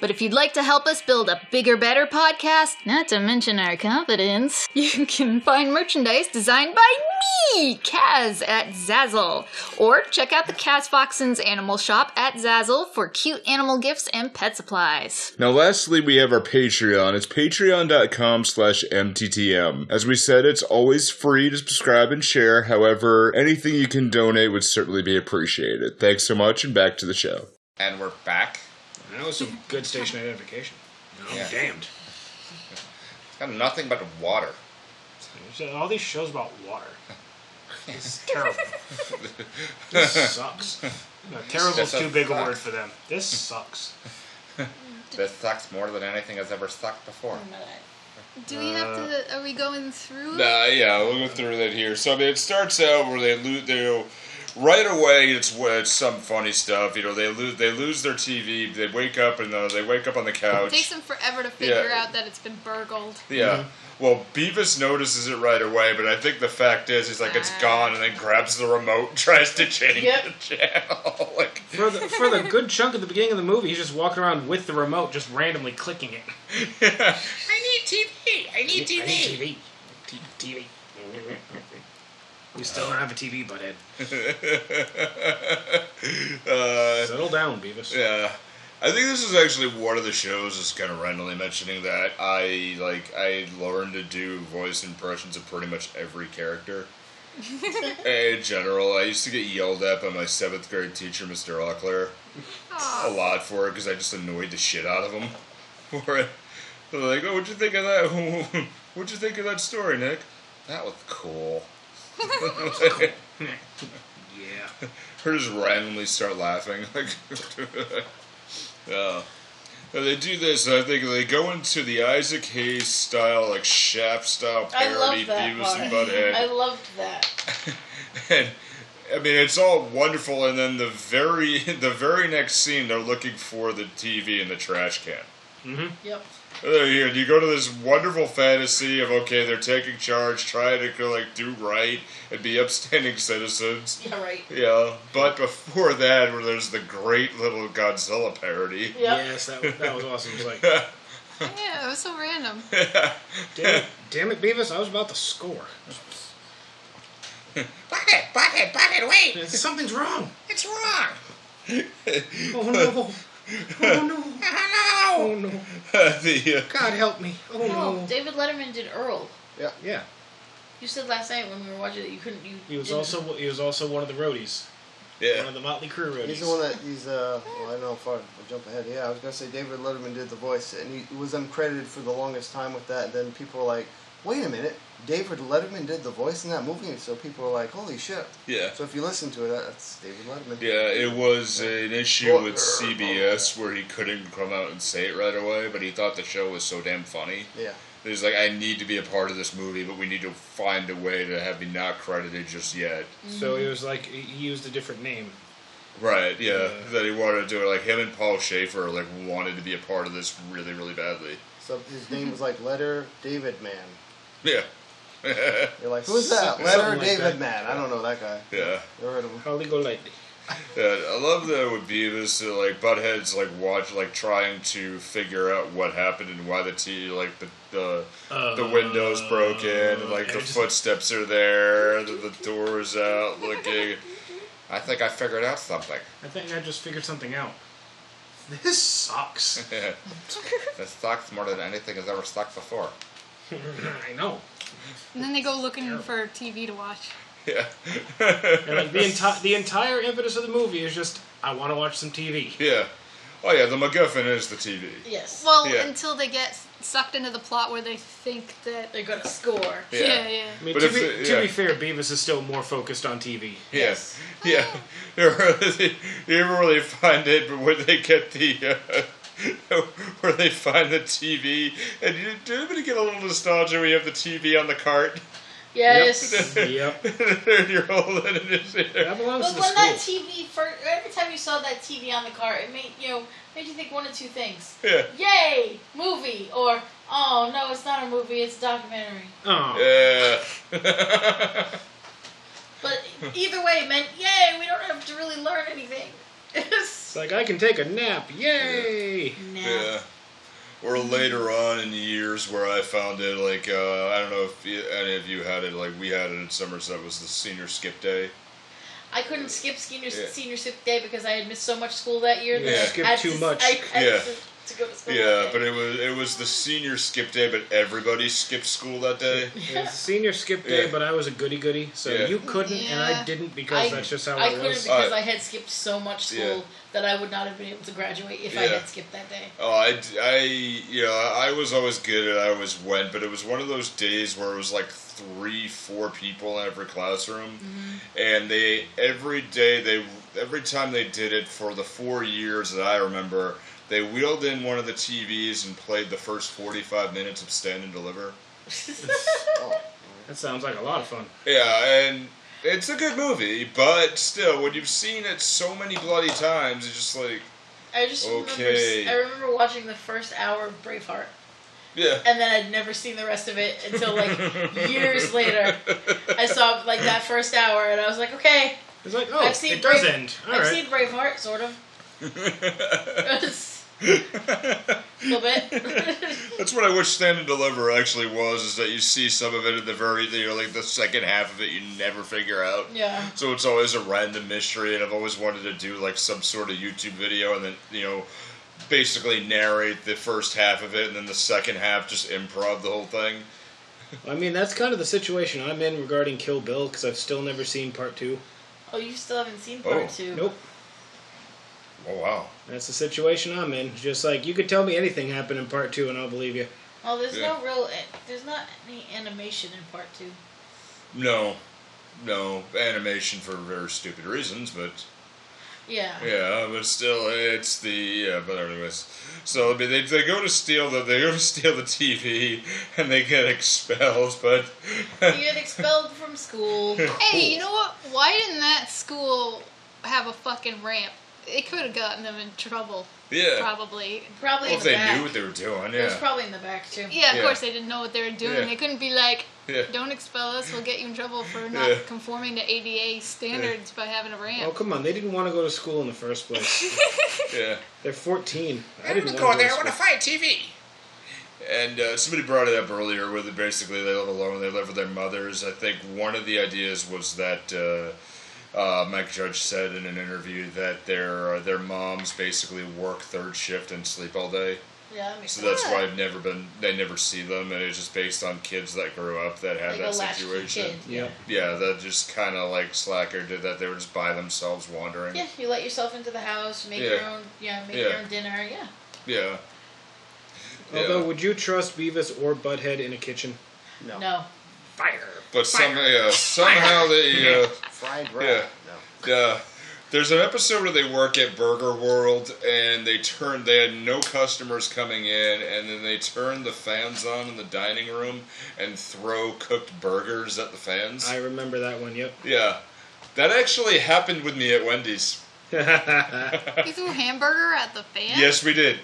Speaker 8: But if you'd like to help us build a bigger, better podcast, not to mention our confidence, you can find merchandise designed by me, Kaz, at Zazzle. Or check out the Kaz Foxen's Animal Shop at Zazzle for cute animal gifts and pet supplies.
Speaker 6: Now, lastly, we have our Patreon. It's patreon.com slash MTTM. As we said, it's always free to subscribe and share. However, anything you can donate would certainly be appreciated. Thanks so much, and back to the show. And we're back.
Speaker 7: That was some good station identification. I'm
Speaker 6: Yeah.
Speaker 7: damned.
Speaker 6: Got nothing but water.
Speaker 7: uh,
Speaker 3: So All these shows about water. It's terrible. this sucks. No, terrible's
Speaker 6: That's a
Speaker 3: too big a
Speaker 6: fuck.
Speaker 3: word for them. This sucks.
Speaker 6: This sucks more than anything has ever sucked before.
Speaker 2: Do we have to? Are we going through?
Speaker 6: Nah, yeah, we'll go through that here. So I mean, it starts out where they lose. They right away. It's where it's some funny stuff. You know, they lose. They lose their TV. They wake up and uh, they wake up on the
Speaker 2: It takes
Speaker 6: couch.
Speaker 2: them forever to figure
Speaker 6: Yeah.
Speaker 2: out that it's been burgled.
Speaker 6: Yeah. Well, Beavis notices it right away, but I think the fact is, he's like, it's gone, and then grabs the remote, and tries to change
Speaker 5: Yep.
Speaker 6: the channel. like,
Speaker 7: For the, for the good chunk of the beginning of the movie, he's just walking around with the remote, just randomly clicking it.
Speaker 6: yeah.
Speaker 5: I need TV. I
Speaker 1: I need TV.
Speaker 7: TV. T- TV. You still don't have a TV, butthead.
Speaker 6: uh,
Speaker 7: Settle down, Beavis.
Speaker 6: Yeah. I think this is actually one of the shows is kind of randomly mentioning that I like I learned to do voice impressions of pretty much every character. In general, I used to get yelled at by my seventh grade teacher, Mr. Ockler, a lot for it because I just annoyed the shit out of him for it. They're like, "Oh, what'd you think of that? what'd you think of that story, Nick? That was cool."
Speaker 7: Yeah.
Speaker 6: or just randomly start laughing. Like, yeah. And they do this, and I think they go into the Isaac Hayes style, like Shaft style
Speaker 5: I
Speaker 6: parody,
Speaker 5: love that
Speaker 6: Beavis and
Speaker 5: part. I
Speaker 6: Butthead.
Speaker 5: loved that.
Speaker 6: and, I mean, it's all wonderful, and then the very, the very next scene, they're looking for the TV in the trash can.
Speaker 5: Yep.
Speaker 6: Uh, You you go to this wonderful fantasy of okay, they're taking charge, trying to like do right and be upstanding citizens,
Speaker 5: Yeah, right.
Speaker 6: yeah, but before that, where there's the great little Godzilla parody.
Speaker 5: Yep.
Speaker 7: Yes, that, that was awesome. It's like,
Speaker 2: Yeah, it was so random.
Speaker 7: damn it, damn it, Beavis, I was about to score.
Speaker 1: Butthead, butthead, butthead, wait.
Speaker 7: Something's wrong.
Speaker 1: It's wrong.
Speaker 7: Oh no. Oh no.
Speaker 1: Oh,
Speaker 7: Oh no.
Speaker 6: the, uh,
Speaker 7: God help me. Oh
Speaker 5: No,
Speaker 7: no.
Speaker 5: David Letterman did Earl.
Speaker 7: Yeah.
Speaker 5: You said last night when we were watching it, you couldn't. You
Speaker 7: He was
Speaker 5: didn't-
Speaker 7: also he was also one of the roadies. One
Speaker 6: yeah.
Speaker 7: of the Motley Crew roadies.
Speaker 4: He's the one that he's uh well I know if I I jump ahead. Yeah, I was gonna say David Letterman did the voice and he was uncredited for the longest time with that and then people were like, Wait a minute, David Letterman did the voice in that movie and so people were like, Holy shit.
Speaker 6: Yeah.
Speaker 4: So if you listen to it that- that's David Letterman.
Speaker 6: Yeah, it was an issue with CBS where he couldn't come out and say it right away, but he thought the show was so damn funny.
Speaker 4: Yeah.
Speaker 6: He's like, I need to be a part of this movie, but we need to find a way to have me not credited just yet.
Speaker 7: So it was like he used a different name.
Speaker 6: Right, yeah.
Speaker 7: Yeah.
Speaker 6: That he wanted to do it. Like, him and Paul Schaefer, like, wanted to be a part of this really, really badly.
Speaker 4: So his name was like Letter David Man.
Speaker 6: Yeah.
Speaker 4: You're like, Who's that?
Speaker 7: Something
Speaker 4: Letter
Speaker 7: like
Speaker 4: David
Speaker 7: that.
Speaker 4: Man. I don't know that guy.
Speaker 6: Yeah.
Speaker 4: Never heard of him.
Speaker 7: Holly Golightly.
Speaker 6: Yeah, I love that with Beavis, uh, like Butthead's like watch, like trying to figure out what happened and why the t like the the, the windows broken, and like
Speaker 7: yeah,
Speaker 6: the
Speaker 7: just-
Speaker 6: footsteps are there, and the doors out looking. I think I figured out something.
Speaker 7: I think I just figured something out. This sucks.
Speaker 6: It sucks more than anything has ever stuck before.
Speaker 7: I know.
Speaker 2: And then they go looking for TV to watch.
Speaker 6: Yeah,
Speaker 7: And like the entire the entire impetus of the movie is just I want to watch some TV.
Speaker 6: yeah. Oh yeah, the MacGuffin is the TV.
Speaker 5: Yes.
Speaker 2: Well,
Speaker 6: Yeah.
Speaker 2: until they get sucked into the plot where they think that.
Speaker 5: They're gonna score.
Speaker 6: Yeah.
Speaker 2: yeah. yeah.
Speaker 7: I mean,
Speaker 6: But
Speaker 7: to,
Speaker 6: if
Speaker 7: be,
Speaker 6: it-
Speaker 7: to be
Speaker 6: yeah.
Speaker 7: fair, Beavis is still more focused on TV.
Speaker 6: Yes. Yeah. You really, you really find it, but where they get the, uh, where they find the TV, and you do but you get a little nostalgia when you have the TV on the cart,
Speaker 5: Yes.
Speaker 7: yep.
Speaker 6: and you're holding it. in there.
Speaker 7: That belongs
Speaker 5: But
Speaker 7: to the
Speaker 5: when that
Speaker 7: school.
Speaker 5: TV first, every time you saw that TV on the car, it made you know made you think one of two things:
Speaker 6: Yeah.
Speaker 5: yay, movie, or oh no, it's not a movie, it's a documentary.
Speaker 7: Oh.
Speaker 6: Yeah.
Speaker 5: But either way, it meant yay, we don't have to really learn anything.
Speaker 7: It's like I can take a nap. Yay!
Speaker 5: nah.
Speaker 6: Yeah. Or later on in years where I found it, like, uh, I don't know if you, any of you had it, like, we had it in Somerset, it was the senior skip day.
Speaker 5: I couldn't skip senior
Speaker 6: Yeah.
Speaker 5: senior skip day because I had missed so much school that year.
Speaker 7: Yeah,
Speaker 5: that I
Speaker 7: skip
Speaker 5: had
Speaker 7: too
Speaker 5: to-
Speaker 7: much.
Speaker 5: I had
Speaker 6: Yeah.
Speaker 5: to, to go to school.
Speaker 6: Yeah,
Speaker 5: that
Speaker 6: but
Speaker 5: day.
Speaker 6: it was, it was the senior skip day, but everybody skipped school that day.
Speaker 7: It was senior skip day,
Speaker 6: Yeah.
Speaker 7: but I was a goody goody, so
Speaker 6: Yeah.
Speaker 7: you couldn't and
Speaker 2: Yeah.
Speaker 7: I didn't because that's just how
Speaker 5: I
Speaker 7: it
Speaker 5: couldn't
Speaker 7: was.
Speaker 5: because
Speaker 6: Uh,
Speaker 5: I had skipped so much school
Speaker 6: yeah.
Speaker 5: that I would not have been able to graduate if I
Speaker 6: Yeah.
Speaker 5: had skipped that day.
Speaker 6: Oh, I, I, you know, I was always good and I always went, but it was one of those days where it was like three, four people in every classroom, and they every day they every time they did it for the four years that I remember, they wheeled in one of the TVs and played the first forty-five minutes of Stand and Deliver. Uh,
Speaker 7: That sounds like a lot of fun.
Speaker 6: Yeah, and it's a good movie, but still, when you've seen it so many bloody times, it's just like,
Speaker 5: I just
Speaker 6: Okay.
Speaker 5: remember I remember watching the first hour of Braveheart,
Speaker 6: yeah,
Speaker 5: and then I'd never seen the rest of it until like years later. I saw like that first hour, and I was like, okay,
Speaker 7: It's like, oh,
Speaker 5: I've seen
Speaker 7: it does
Speaker 5: Brave-
Speaker 7: end. All
Speaker 5: I've
Speaker 7: right.
Speaker 5: seen Braveheart, sort of. a little bit.
Speaker 6: That's what I wish Stand and Deliver actually was, is that you see some of it at the very, you know, like the second half of it you never figure out.
Speaker 5: yeah.
Speaker 6: So it's always a random mystery, and I've always wanted to do like some sort of YouTube video and then, you know, basically narrate the first half of it and then the second half just improv the whole thing.
Speaker 3: I mean, that's kind of the situation I'm in regarding Kill Bill because I've still never seen part two.
Speaker 5: Oh, you still haven't seen part
Speaker 6: Oh,
Speaker 5: two.
Speaker 3: Nope.
Speaker 6: Oh, wow.
Speaker 3: That's the situation I'm in. Just like you could tell me anything happened in part two and I'll believe you.
Speaker 5: Well, Oh, there's
Speaker 6: Yeah.
Speaker 5: no real. There's not any animation in part two.
Speaker 6: No. No. Animation for very stupid reasons, but.
Speaker 5: Yeah.
Speaker 6: Yeah, but still, it's the yeah. But anyways, so I mean, they, they go to steal the they go to steal the TV and they get expelled. But
Speaker 5: You get expelled from school.
Speaker 2: Hey, you know what? Why didn't that school have a fucking ramp? It could have gotten them in trouble,
Speaker 6: yeah,
Speaker 2: probably.
Speaker 5: Probably
Speaker 6: well,
Speaker 5: in
Speaker 6: if
Speaker 5: the
Speaker 6: they
Speaker 5: back.
Speaker 6: knew what they were doing,
Speaker 5: It was
Speaker 6: yeah,
Speaker 5: probably in the back too.
Speaker 2: Yeah, of
Speaker 6: Yeah.
Speaker 2: course they didn't know what they were doing.
Speaker 6: Yeah.
Speaker 2: They couldn't be like,
Speaker 6: yeah.
Speaker 2: "Don't expel us. We'll get you in trouble for not
Speaker 6: Yeah.
Speaker 2: conforming to ADA standards by having a
Speaker 3: Oh
Speaker 2: ramp."
Speaker 3: come on, they didn't want to go to school in the first place.
Speaker 6: yeah.
Speaker 3: They're 14. I
Speaker 1: I'm
Speaker 3: didn't
Speaker 1: gonna
Speaker 3: want
Speaker 1: go
Speaker 3: to
Speaker 1: there. I
Speaker 3: go
Speaker 1: want
Speaker 3: to
Speaker 1: to
Speaker 3: school.
Speaker 1: fight TV.
Speaker 6: And uh, somebody brought it up earlier where they basically they live alone, they live with their mothers. I think one of the ideas was that uh, uh, Mike Judge said in an interview that their uh, their moms basically work third shift and sleep all day.
Speaker 5: Yeah, that makes
Speaker 6: So
Speaker 5: sense.
Speaker 6: that's why I've never been. They never see them, and it's just based on kids that grew up that had
Speaker 5: Like
Speaker 6: that
Speaker 5: a latchkey
Speaker 6: situation.
Speaker 5: kid.
Speaker 3: Yeah.
Speaker 6: Yeah, that just kind of like slacker did that. They were just by themselves wandering.
Speaker 5: Yeah, you let yourself into the house, make your
Speaker 6: Yeah.
Speaker 5: own, yeah, make
Speaker 6: Yeah.
Speaker 5: your own dinner, yeah.
Speaker 6: Yeah.
Speaker 3: Although,
Speaker 6: Yeah.
Speaker 3: would you trust Beavis or Butthead in a kitchen?
Speaker 5: No,
Speaker 6: But some, yeah, somehow they. Uh,
Speaker 4: Fried rat.
Speaker 6: Yeah.
Speaker 4: No.
Speaker 6: Yeah. There's an episode where they work at Burger World and they turned they had no customers coming in and then they turn the fans on in the dining room and throw cooked burgers at the fans.
Speaker 3: I remember that one. Yep.
Speaker 6: yeah. That actually happened with me at Wendy's.
Speaker 2: you threw hamburger at the fan.
Speaker 6: Yes, we did.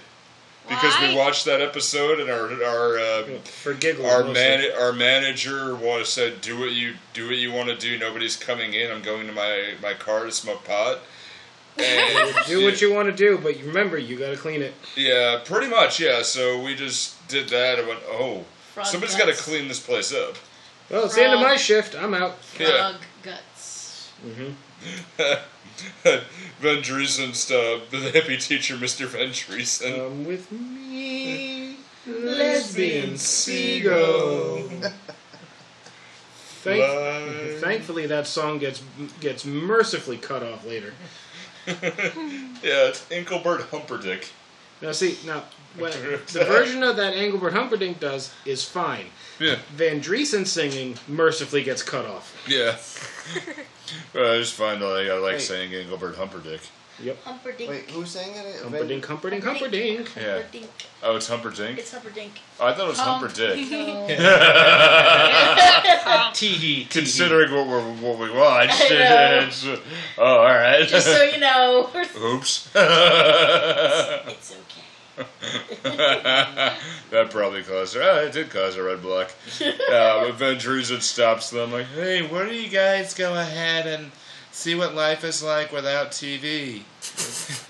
Speaker 6: Because
Speaker 2: Why?
Speaker 6: we watched that episode and our our uh,
Speaker 3: For giggles.
Speaker 6: our
Speaker 3: mostly.
Speaker 6: man our manager was said do what you do what you want to do. Nobody's coming in. I'm going to my my car to smoke pot. And
Speaker 3: Do what you want to do, but you remember you got to clean it.
Speaker 6: Yeah, pretty much. Yeah. So we just did that and went, oh,
Speaker 5: Frog
Speaker 6: somebody's
Speaker 5: guts.
Speaker 6: got to clean this place up.
Speaker 3: Well, it's the end of
Speaker 5: Frog.
Speaker 3: my shift. I'm out.
Speaker 6: Yeah.
Speaker 5: frog guts.
Speaker 6: Vendreessen stuff. The hippie teacher, Mr. Vendreessen.
Speaker 3: Come with me,
Speaker 5: Lesbian
Speaker 3: lesbian seagull. Thank,
Speaker 6: Bye.
Speaker 3: thankfully, that song gets gets mercifully cut off later.
Speaker 6: yeah, it's Engelbert Humperdick.
Speaker 3: Now, see, now what, the version of that Engelbert Humperdinck does is fine.
Speaker 6: Yeah.
Speaker 3: Van Driesen singing mercifully gets cut off.
Speaker 6: Yeah. well, I just find that I, I like
Speaker 3: Wait.
Speaker 6: saying Engelbert Humperdick.
Speaker 5: Humperdink.
Speaker 4: Wait, who sang it?
Speaker 3: Humperdinck, Humperdinck, Humperdinck.
Speaker 6: Yeah.
Speaker 5: Humperdink.
Speaker 6: Oh, it's Humperdink?
Speaker 5: It's Humperdink.
Speaker 6: I thought it was Humperdick.
Speaker 5: No.
Speaker 3: Teehee.
Speaker 6: Considering what, we're, what we watched.
Speaker 5: I know.
Speaker 6: it's- oh, alright.
Speaker 5: Just so you know,
Speaker 6: Oops.
Speaker 5: it's okay.
Speaker 6: that probably caused her. Oh, it did cause a red block. Uh, Avengers it stops them. Like, hey, why don't you guys go ahead and see what life is like without TV?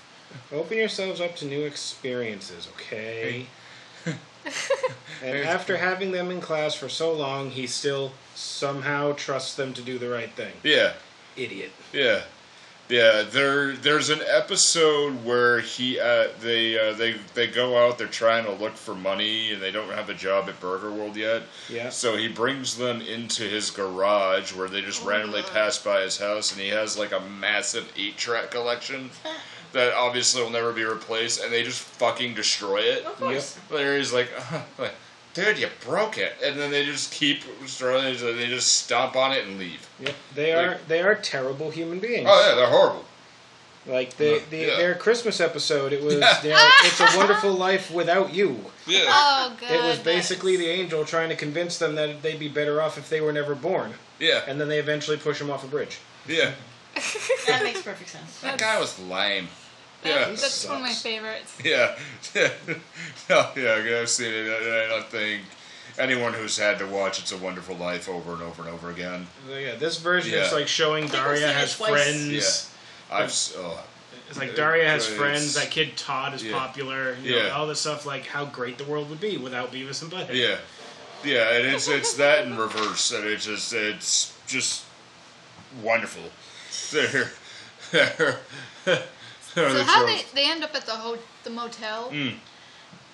Speaker 3: Open yourselves up to new experiences, okay? and after having them in class for so long, he still somehow trusts them to do the right thing.
Speaker 6: Yeah,
Speaker 3: Idiot.
Speaker 6: yeah, yeah. There, there's an episode where he, uh, they, uh, they, they go out. They're trying to look for money, and they don't have a job at Burger World yet.
Speaker 3: Yeah.
Speaker 6: So he brings them into his garage where they just
Speaker 5: Oh,
Speaker 6: randomly pass by his house, and he has like a massive eight track collection that obviously will never be replaced, and they just fucking destroy it.
Speaker 5: Of course.
Speaker 6: Larry's like, like, dude, you broke it. And then they just keep destroying it, and they just stomp on it and leave.
Speaker 3: Yep. They are they are terrible human beings.
Speaker 6: Oh, yeah, they're horrible.
Speaker 3: Like the, the
Speaker 6: Yeah.
Speaker 3: their Christmas episode, it was their It's a Wonderful Life Without You.
Speaker 6: Yeah.
Speaker 2: Oh god.
Speaker 3: It was
Speaker 2: that's-
Speaker 3: basically the angel trying to convince them that they'd be better off if they were never born.
Speaker 6: Yeah.
Speaker 3: And then they eventually push him off a bridge.
Speaker 6: Yeah.
Speaker 5: That makes perfect sense.
Speaker 6: That guy was lame. Yeah.
Speaker 2: That's one of my favorites.
Speaker 6: Yeah, yeah, No, yeah. I've seen it. and I don't think anyone who's had to watch "It's a Wonderful Life" over and over and over again.
Speaker 3: So yeah, this version
Speaker 6: Yeah.
Speaker 3: is like showing
Speaker 5: think I've
Speaker 3: Daria
Speaker 5: seen it
Speaker 3: has
Speaker 5: twice.
Speaker 3: friends.
Speaker 6: Yeah, I've s- oh,
Speaker 3: It's like Daria has
Speaker 6: Right.
Speaker 3: friends. That kid Todd is
Speaker 6: Yeah.
Speaker 3: popular. You know,
Speaker 6: Yeah.
Speaker 3: all this stuff like how great the world would be without Beavis and Butthead.
Speaker 6: Yeah, yeah, and it's it's that in reverse, and it's just it's just wonderful. Oh, They're, they're,
Speaker 2: So how they they end up at the ho- the motel?
Speaker 6: Mm.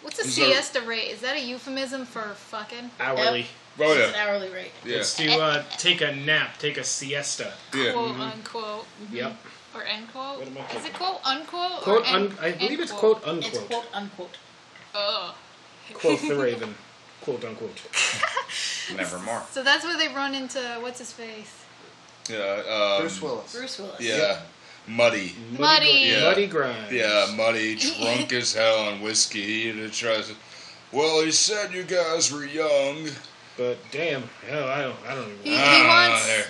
Speaker 2: What's a
Speaker 6: So-
Speaker 2: siesta rate? Is that a euphemism for fucking?
Speaker 3: Hourly.
Speaker 5: Yep.
Speaker 6: oh
Speaker 5: It's an
Speaker 6: yeah,
Speaker 5: hourly rate.
Speaker 6: yeah,
Speaker 3: It's to uh, take a nap, take a siesta.
Speaker 6: yeah. Mm-hmm.
Speaker 2: Quote unquote
Speaker 3: Yep.
Speaker 2: or end quote?
Speaker 3: Mm-hmm. What am I
Speaker 2: Is it quote unquote?
Speaker 3: Quote.
Speaker 2: or end,
Speaker 3: Un- I
Speaker 2: end
Speaker 3: believe it's quote unquote.
Speaker 5: It's quote unquote.
Speaker 2: Ugh.
Speaker 3: Quoth the Raven. Quote unquote.
Speaker 6: Nevermore.
Speaker 2: So that's where they run into what's his face,
Speaker 6: Yeah, um,
Speaker 4: Bruce Willis.
Speaker 5: Bruce Willis.
Speaker 6: yeah, muddy.
Speaker 2: Muddy.
Speaker 6: Yeah.
Speaker 3: Muddy grind.
Speaker 6: Yeah, um, muddy, drunk as hell on whiskey, and it tries. To, well, he said you guys were young.
Speaker 3: But damn, hell, I don't, I don't even.
Speaker 2: He, he
Speaker 6: Ah,
Speaker 2: wants
Speaker 6: there.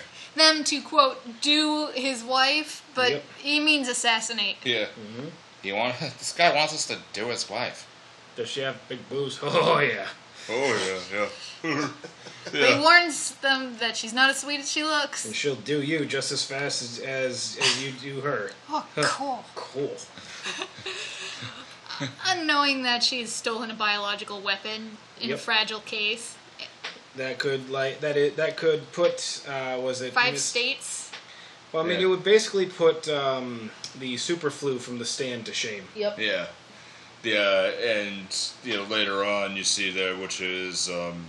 Speaker 2: them to quote do his wife, but
Speaker 3: Yep.
Speaker 2: he means assassinate.
Speaker 6: Yeah. He want this guy wants us to do his wife.
Speaker 3: Does she have big boobs? Oh yeah.
Speaker 6: Oh yeah, yeah.
Speaker 2: But he warns them that she's not as sweet as she
Speaker 3: And
Speaker 2: looks.
Speaker 3: she'll do you just as fast as as, as you do her.
Speaker 2: Oh, cool.
Speaker 3: Cool.
Speaker 2: Unknowing that she's stolen a biological weapon in a
Speaker 3: Yep.
Speaker 2: fragile case,
Speaker 3: That could like that it that could put uh, was it
Speaker 2: five
Speaker 3: Miss-
Speaker 2: states.
Speaker 3: Well, I mean,
Speaker 6: Yeah.
Speaker 3: it would basically put um, the super flu from the stand to shame.
Speaker 5: Yep.
Speaker 6: Yeah. Yeah, and you know later on you see there, which is um,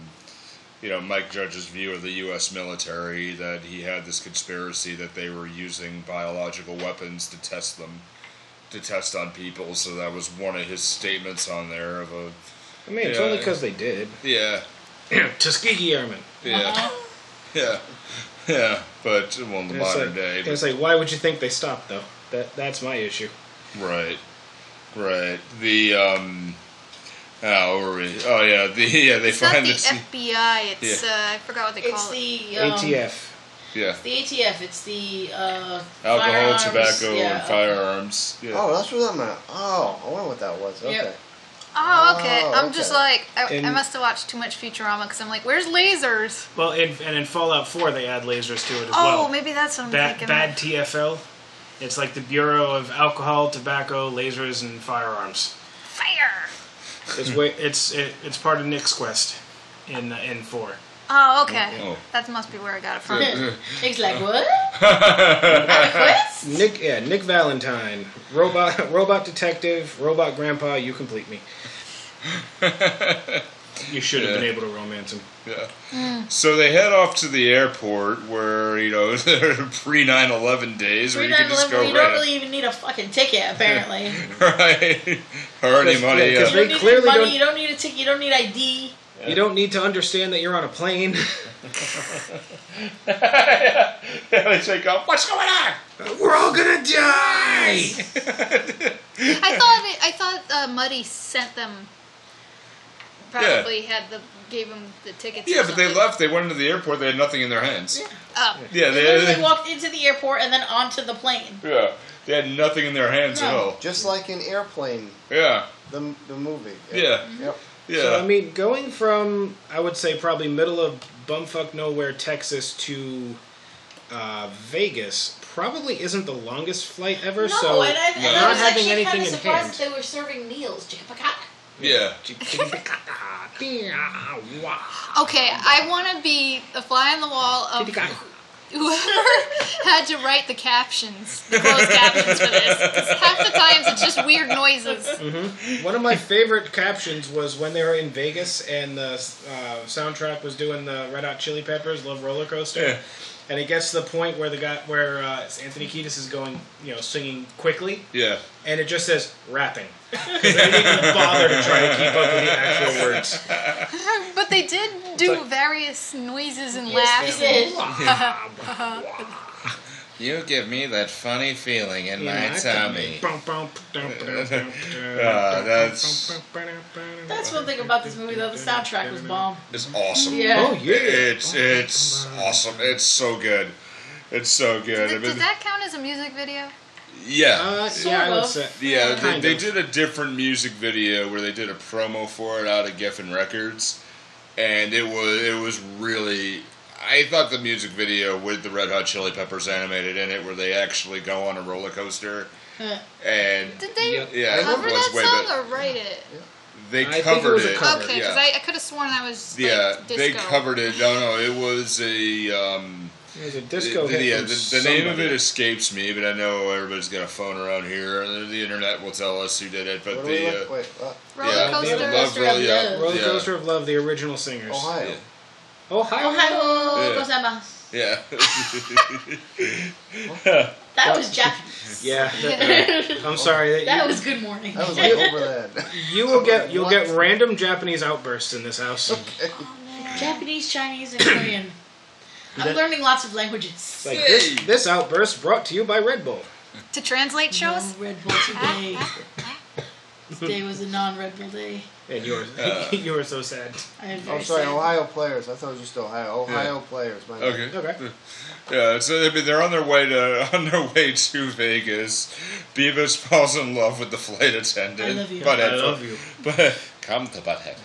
Speaker 6: you know Mike Judge's view of the U.S. military that he had this conspiracy that they were using biological weapons to test them, to test on people. So that was one of his statements on there of a
Speaker 3: I mean, it's
Speaker 6: Yeah.
Speaker 3: only because they did.
Speaker 6: yeah,
Speaker 3: Tuskegee Airmen.
Speaker 6: yeah, yeah, yeah. But well, in the
Speaker 3: And it's
Speaker 6: modern
Speaker 3: like,
Speaker 6: day,
Speaker 3: and it's like, why would you think they stopped though? That that's my issue.
Speaker 6: Right, right. The um, oh, where were we? Oh yeah, the yeah they
Speaker 2: It's not
Speaker 6: find
Speaker 2: the
Speaker 6: this.
Speaker 2: FBI. It's uh, I forgot what they
Speaker 5: It's
Speaker 2: call it.
Speaker 5: the um,
Speaker 3: ATF.
Speaker 6: yeah,
Speaker 5: The ATF. It's the uh,
Speaker 6: alcohol,
Speaker 5: firearms,
Speaker 6: tobacco,
Speaker 5: yeah.
Speaker 6: and firearms. Yeah.
Speaker 4: Oh, that's what I'm gonna. Oh, I wonder what that was. Okay.
Speaker 5: Yep.
Speaker 2: Oh, okay.
Speaker 4: Oh,
Speaker 2: I'm just
Speaker 4: okay.
Speaker 2: like I, I
Speaker 3: And-
Speaker 2: must have watched too much Futurama because I'm like, where's lasers?
Speaker 3: Well, in, and in Fallout 4, they add lasers to it as
Speaker 2: Oh,
Speaker 3: well.
Speaker 2: maybe that's what I'm
Speaker 3: Bad,
Speaker 2: thinking.
Speaker 3: bad TFL. It's like the Bureau of Alcohol, Tobacco, Lasers, and Firearms.
Speaker 2: Fire.
Speaker 3: It's way, it's it, it's part of Nick's quest in uh, in four.
Speaker 2: Oh, okay.
Speaker 6: Oh.
Speaker 2: That must be where I got it from.
Speaker 5: Nick's like, what? Adequate?
Speaker 3: Nick, yeah, Nick Valentine, robot robot detective, robot grandpa. You complete me. you should have
Speaker 6: Yeah.
Speaker 3: been able to romance him.
Speaker 6: Yeah. So they head off to the airport where, you know, pre 9 11 days where
Speaker 5: Free
Speaker 6: you can
Speaker 5: night
Speaker 6: just go
Speaker 5: delivery.
Speaker 6: right,
Speaker 5: You don't really even need a fucking ticket, apparently.
Speaker 6: right? or any
Speaker 3: Cause-
Speaker 6: money. uh,
Speaker 3: yeah,
Speaker 6: Yeah,
Speaker 3: cause
Speaker 5: you don't
Speaker 3: They
Speaker 5: need
Speaker 3: clearly
Speaker 5: money.
Speaker 3: don't-
Speaker 5: You don't need a ticket. You don't need ID.
Speaker 3: You don't need to understand that you're on a plane.
Speaker 6: they take off. What's going on?
Speaker 3: We're all gonna die.
Speaker 2: I thought it, I thought uh, Muddy sent them. Probably had the gave them the tickets. or
Speaker 6: Yeah, but they
Speaker 2: something.
Speaker 6: left. They went into the airport. They had nothing in their hands.
Speaker 2: Oh,
Speaker 6: Yeah,
Speaker 5: They
Speaker 6: they,
Speaker 5: literally walked into the airport and then onto the plane.
Speaker 6: yeah, they had nothing in their hands at
Speaker 5: No.
Speaker 6: all.
Speaker 4: Just like in Airplane,
Speaker 6: Yeah,
Speaker 4: the the movie.
Speaker 6: yeah,
Speaker 4: Yep.
Speaker 6: yeah.
Speaker 3: So, I mean, going from I would say probably middle of bumfuck nowhere Texas to uh, Vegas probably isn't the longest flight ever.
Speaker 5: No,
Speaker 3: so
Speaker 5: and I, and I
Speaker 3: not
Speaker 5: was
Speaker 3: having
Speaker 5: actually
Speaker 3: anything
Speaker 5: kind of
Speaker 3: in
Speaker 5: surprised
Speaker 3: hand.
Speaker 5: that they were serving meals. Chickapacata.
Speaker 6: yeah.
Speaker 2: okay. I want to be a fly on the wall of whoever had to write the captions, the closed captions for this. 'cause half the times it's just weird noises.
Speaker 3: One of my favorite captions was when they were in Vegas and the uh, soundtrack was doing the Red Hot Chili Peppers "Love Roller Coaster,"
Speaker 6: Yeah.
Speaker 3: and it gets to the point where the guy where uh, Anthony Kiedis is going, you know, singing quickly,
Speaker 6: Yeah.
Speaker 3: and it just says rapping. 'Cause they didn't even bother to try to keep up with the actual words.
Speaker 2: But they did do various noises and laughs.
Speaker 5: did.
Speaker 6: You give me that funny feeling in Uh, that's-
Speaker 5: That's one thing about this movie, though. The soundtrack was bomb.
Speaker 6: It's awesome.
Speaker 5: Yeah.
Speaker 3: Oh yeah.
Speaker 6: It's it's awesome. It's so good. It's so good. I
Speaker 2: Th- Does
Speaker 6: mean,
Speaker 2: that count as a music video?
Speaker 6: yeah.
Speaker 3: Uh,
Speaker 5: Sort
Speaker 3: yeah, I would
Speaker 5: of.
Speaker 3: say.
Speaker 6: yeah, they,
Speaker 3: kind
Speaker 6: they
Speaker 3: of.
Speaker 6: did a different music video where they did a promo for it out of Geffen Records, and it was it was really I thought the music video with the Red Hot Chili Peppers animated in it, where they actually go on a roller coaster, and
Speaker 2: Did they
Speaker 3: Yep.
Speaker 6: yeah, it
Speaker 2: cover
Speaker 6: was
Speaker 2: that
Speaker 6: way
Speaker 2: song
Speaker 6: better.
Speaker 2: or write it?
Speaker 6: They
Speaker 3: I think it
Speaker 6: covered
Speaker 3: was a
Speaker 6: it.
Speaker 3: cover.
Speaker 2: Okay, because
Speaker 6: yeah.
Speaker 2: I, I could have sworn that was like,
Speaker 6: yeah,
Speaker 2: disco.
Speaker 6: they covered it. No, no, it was a um,
Speaker 3: There's a disco
Speaker 6: the,
Speaker 3: hit.
Speaker 6: yeah,
Speaker 3: from
Speaker 6: the, the name of
Speaker 3: somebody.
Speaker 6: it escapes me, but I know everybody's got a phone around here, and the internet will tell us who did it. But
Speaker 4: What do we
Speaker 6: the
Speaker 4: look?
Speaker 6: uh,
Speaker 4: Wait, what?
Speaker 2: Roller
Speaker 6: yeah,
Speaker 2: coaster.
Speaker 6: Love
Speaker 5: Coaster
Speaker 6: Roll-
Speaker 5: of
Speaker 6: yeah,
Speaker 5: Love.
Speaker 3: Roller
Speaker 6: yeah,
Speaker 3: Coaster of Love, the original singers.
Speaker 4: Ohio.
Speaker 6: Yeah.
Speaker 3: Ohio.
Speaker 5: Ohio,
Speaker 6: Yeah.
Speaker 5: gozaimasu.
Speaker 6: Yeah.
Speaker 5: That was Japanese.
Speaker 3: Yeah. that- I'm sorry.
Speaker 5: That
Speaker 3: That
Speaker 5: was good morning.
Speaker 4: That was like overland.
Speaker 3: you, you will get you'll get
Speaker 4: What?
Speaker 3: random Japanese outbursts in this house.
Speaker 5: Japanese, Chinese, and Korean. I'm learning lots of languages.
Speaker 3: Like this, this outburst brought to you by Red Bull.
Speaker 2: To translate shows?
Speaker 5: No Red Bull today. today was a non-Red Bull day.
Speaker 3: And you are
Speaker 6: Uh.
Speaker 3: you are so sad.
Speaker 5: I am very
Speaker 4: I'm sorry,
Speaker 5: sad.
Speaker 4: Ohio players. I thought it was just Ohio. Ohio players. My bad.
Speaker 6: okay.
Speaker 3: Okay.
Speaker 6: Yeah, so I mean, they're on their way to on their way to Vegas. Beavis falls in love with the flight attendant.
Speaker 5: I love you.
Speaker 6: Butthead.
Speaker 3: I love you.
Speaker 6: But come to butthead.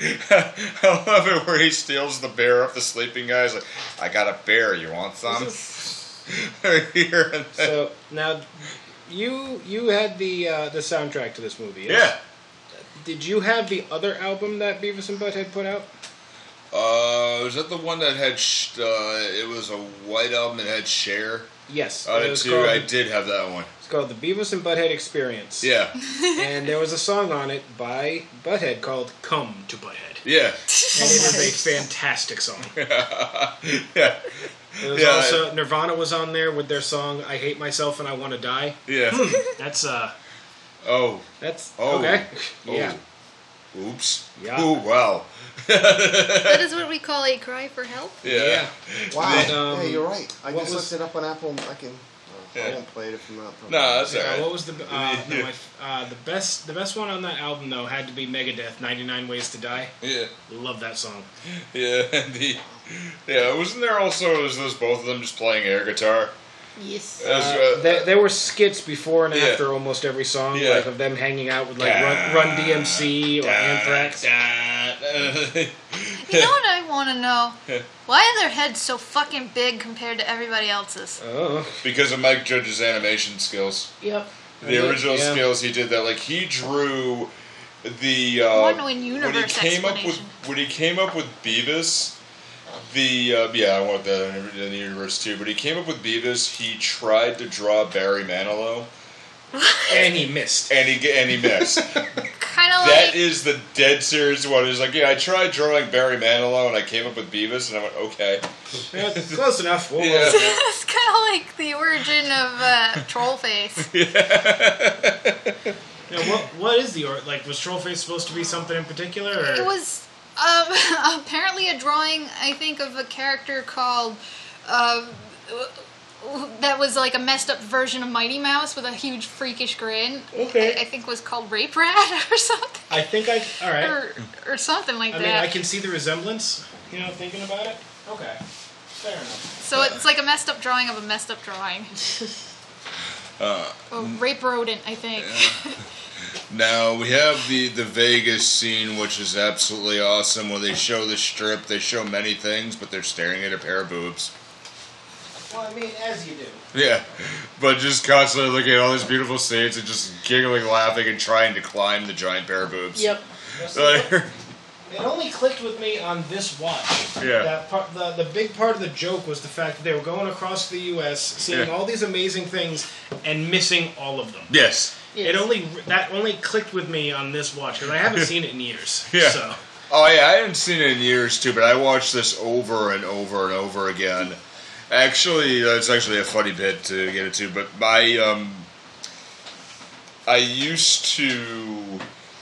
Speaker 6: I love it where he steals the bear off the sleeping guy. He's like, I got a bear. You want some? Here and then.
Speaker 3: So now, you you had the uh, the soundtrack to this movie.
Speaker 6: Yeah.
Speaker 3: Did you have the other album that Beavis and Butthead put out?
Speaker 6: Uh, was that the one that had? Sh- uh, it was a white album. It had share
Speaker 3: Yes.
Speaker 6: on
Speaker 3: it
Speaker 6: it
Speaker 3: was
Speaker 6: too.
Speaker 3: called,
Speaker 6: I did have that one.
Speaker 3: It's called the Beavis and Butthead Experience.
Speaker 6: Yeah.
Speaker 3: And there was a song on it by Butthead called "Come to Butthead,"
Speaker 6: Yeah.
Speaker 3: and it was a fantastic song.
Speaker 6: yeah.
Speaker 3: It was
Speaker 6: Yeah,
Speaker 3: also Nirvana was on there with their song "I Hate Myself and I Want to Die."
Speaker 6: Yeah.
Speaker 3: That's uh,
Speaker 6: Oh.
Speaker 3: that's
Speaker 6: Oh.
Speaker 3: okay.
Speaker 6: Oh.
Speaker 3: Yeah,
Speaker 6: Oops.
Speaker 3: Yeah.
Speaker 6: Oh wow.
Speaker 2: That is what we call a cry for help.
Speaker 6: Yeah.
Speaker 4: Wow.
Speaker 3: And, um,
Speaker 4: yeah, you're right. I
Speaker 3: what
Speaker 4: just
Speaker 3: was-
Speaker 4: looked it up on Apple. I can. oh, I
Speaker 6: Yeah.
Speaker 4: won't play it if I'm not.
Speaker 6: No, that's
Speaker 3: Uh,
Speaker 6: alright.
Speaker 3: what was the uh, no, my, uh, the best the best one on that album though had to be Megadeth "99 Ways to Die."
Speaker 6: Yeah.
Speaker 3: Love that song.
Speaker 6: Yeah. and the- yeah. Wasn't there also was those both of them just playing air guitar?
Speaker 5: Yes.
Speaker 6: As,
Speaker 3: Uh,
Speaker 6: uh,
Speaker 3: there, there were skits before and
Speaker 6: Yeah.
Speaker 3: after almost every song,
Speaker 6: Yeah.
Speaker 3: like of them hanging out with like
Speaker 6: Da-
Speaker 3: Run, Run DMC or
Speaker 6: da-
Speaker 3: Anthrax.
Speaker 6: da-
Speaker 2: You know what I want to know? Why are their heads so fucking big compared to everybody else's?
Speaker 6: Uh,
Speaker 3: Oh,
Speaker 6: because of Mike Judge's animation skills.
Speaker 5: Yep.
Speaker 6: The original
Speaker 3: yeah.
Speaker 6: skills he did that like he drew the uh,
Speaker 2: One in universe
Speaker 6: when he came up with
Speaker 2: explanation.
Speaker 6: when he came up with Beavis. The uh, yeah, I want that in in the universe too. But he came up with Beavis. He tried to draw Barry Manilow,
Speaker 3: and he missed.
Speaker 6: and he ge- and he missed.
Speaker 2: Kind of
Speaker 6: That
Speaker 2: like
Speaker 6: is the dead serious one. He's like, yeah, I tried drawing Barry Manilow and I came up with Beavis, and I went, okay.
Speaker 3: Yeah, close enough. We'll-
Speaker 6: Yeah.
Speaker 2: it's kind of like the origin of uh, Trollface.
Speaker 3: Now, what what is the art? Like, was Trollface supposed to be something in particular? Or?
Speaker 2: It was um, apparently a drawing, I think, of a character called. Uh, that was like a messed up version of Mighty Mouse with a huge freakish grin.
Speaker 3: Okay.
Speaker 2: I, I think was called Rape Rat or something.
Speaker 3: I think I. All right.
Speaker 2: Or, or something like
Speaker 3: I
Speaker 2: that.
Speaker 3: mean, I can see the resemblance. You know, thinking about it. Okay. Fair enough.
Speaker 2: So it's like a messed up drawing of a messed up drawing.
Speaker 3: Uh,
Speaker 2: a rape rodent, I think.
Speaker 6: Now we have the the Vegas scene, which is absolutely awesome. Where they show the strip, they show many things, but they're staring at a pair of boobs.
Speaker 3: Well, I mean, as you do.
Speaker 6: Yeah, but just constantly looking at all these beautiful scenes and just giggling, laughing, and trying to climb the giant pair of boobs.
Speaker 5: Yep.
Speaker 6: Like,
Speaker 3: It only clicked with me on this watch.
Speaker 6: Yeah.
Speaker 3: That part, the, the big part of the joke was the fact that they were going across the U.S., seeing
Speaker 6: Yeah.
Speaker 3: all these amazing things, and missing all of them.
Speaker 6: yes.
Speaker 3: It only that only clicked with me on this watch because I haven't seen it in years.
Speaker 6: Yeah.
Speaker 3: So
Speaker 6: Oh yeah, I haven't seen it in years too, but I watched this over and over and over again. Actually, that's actually a funny bit to get into, but my um, I used to.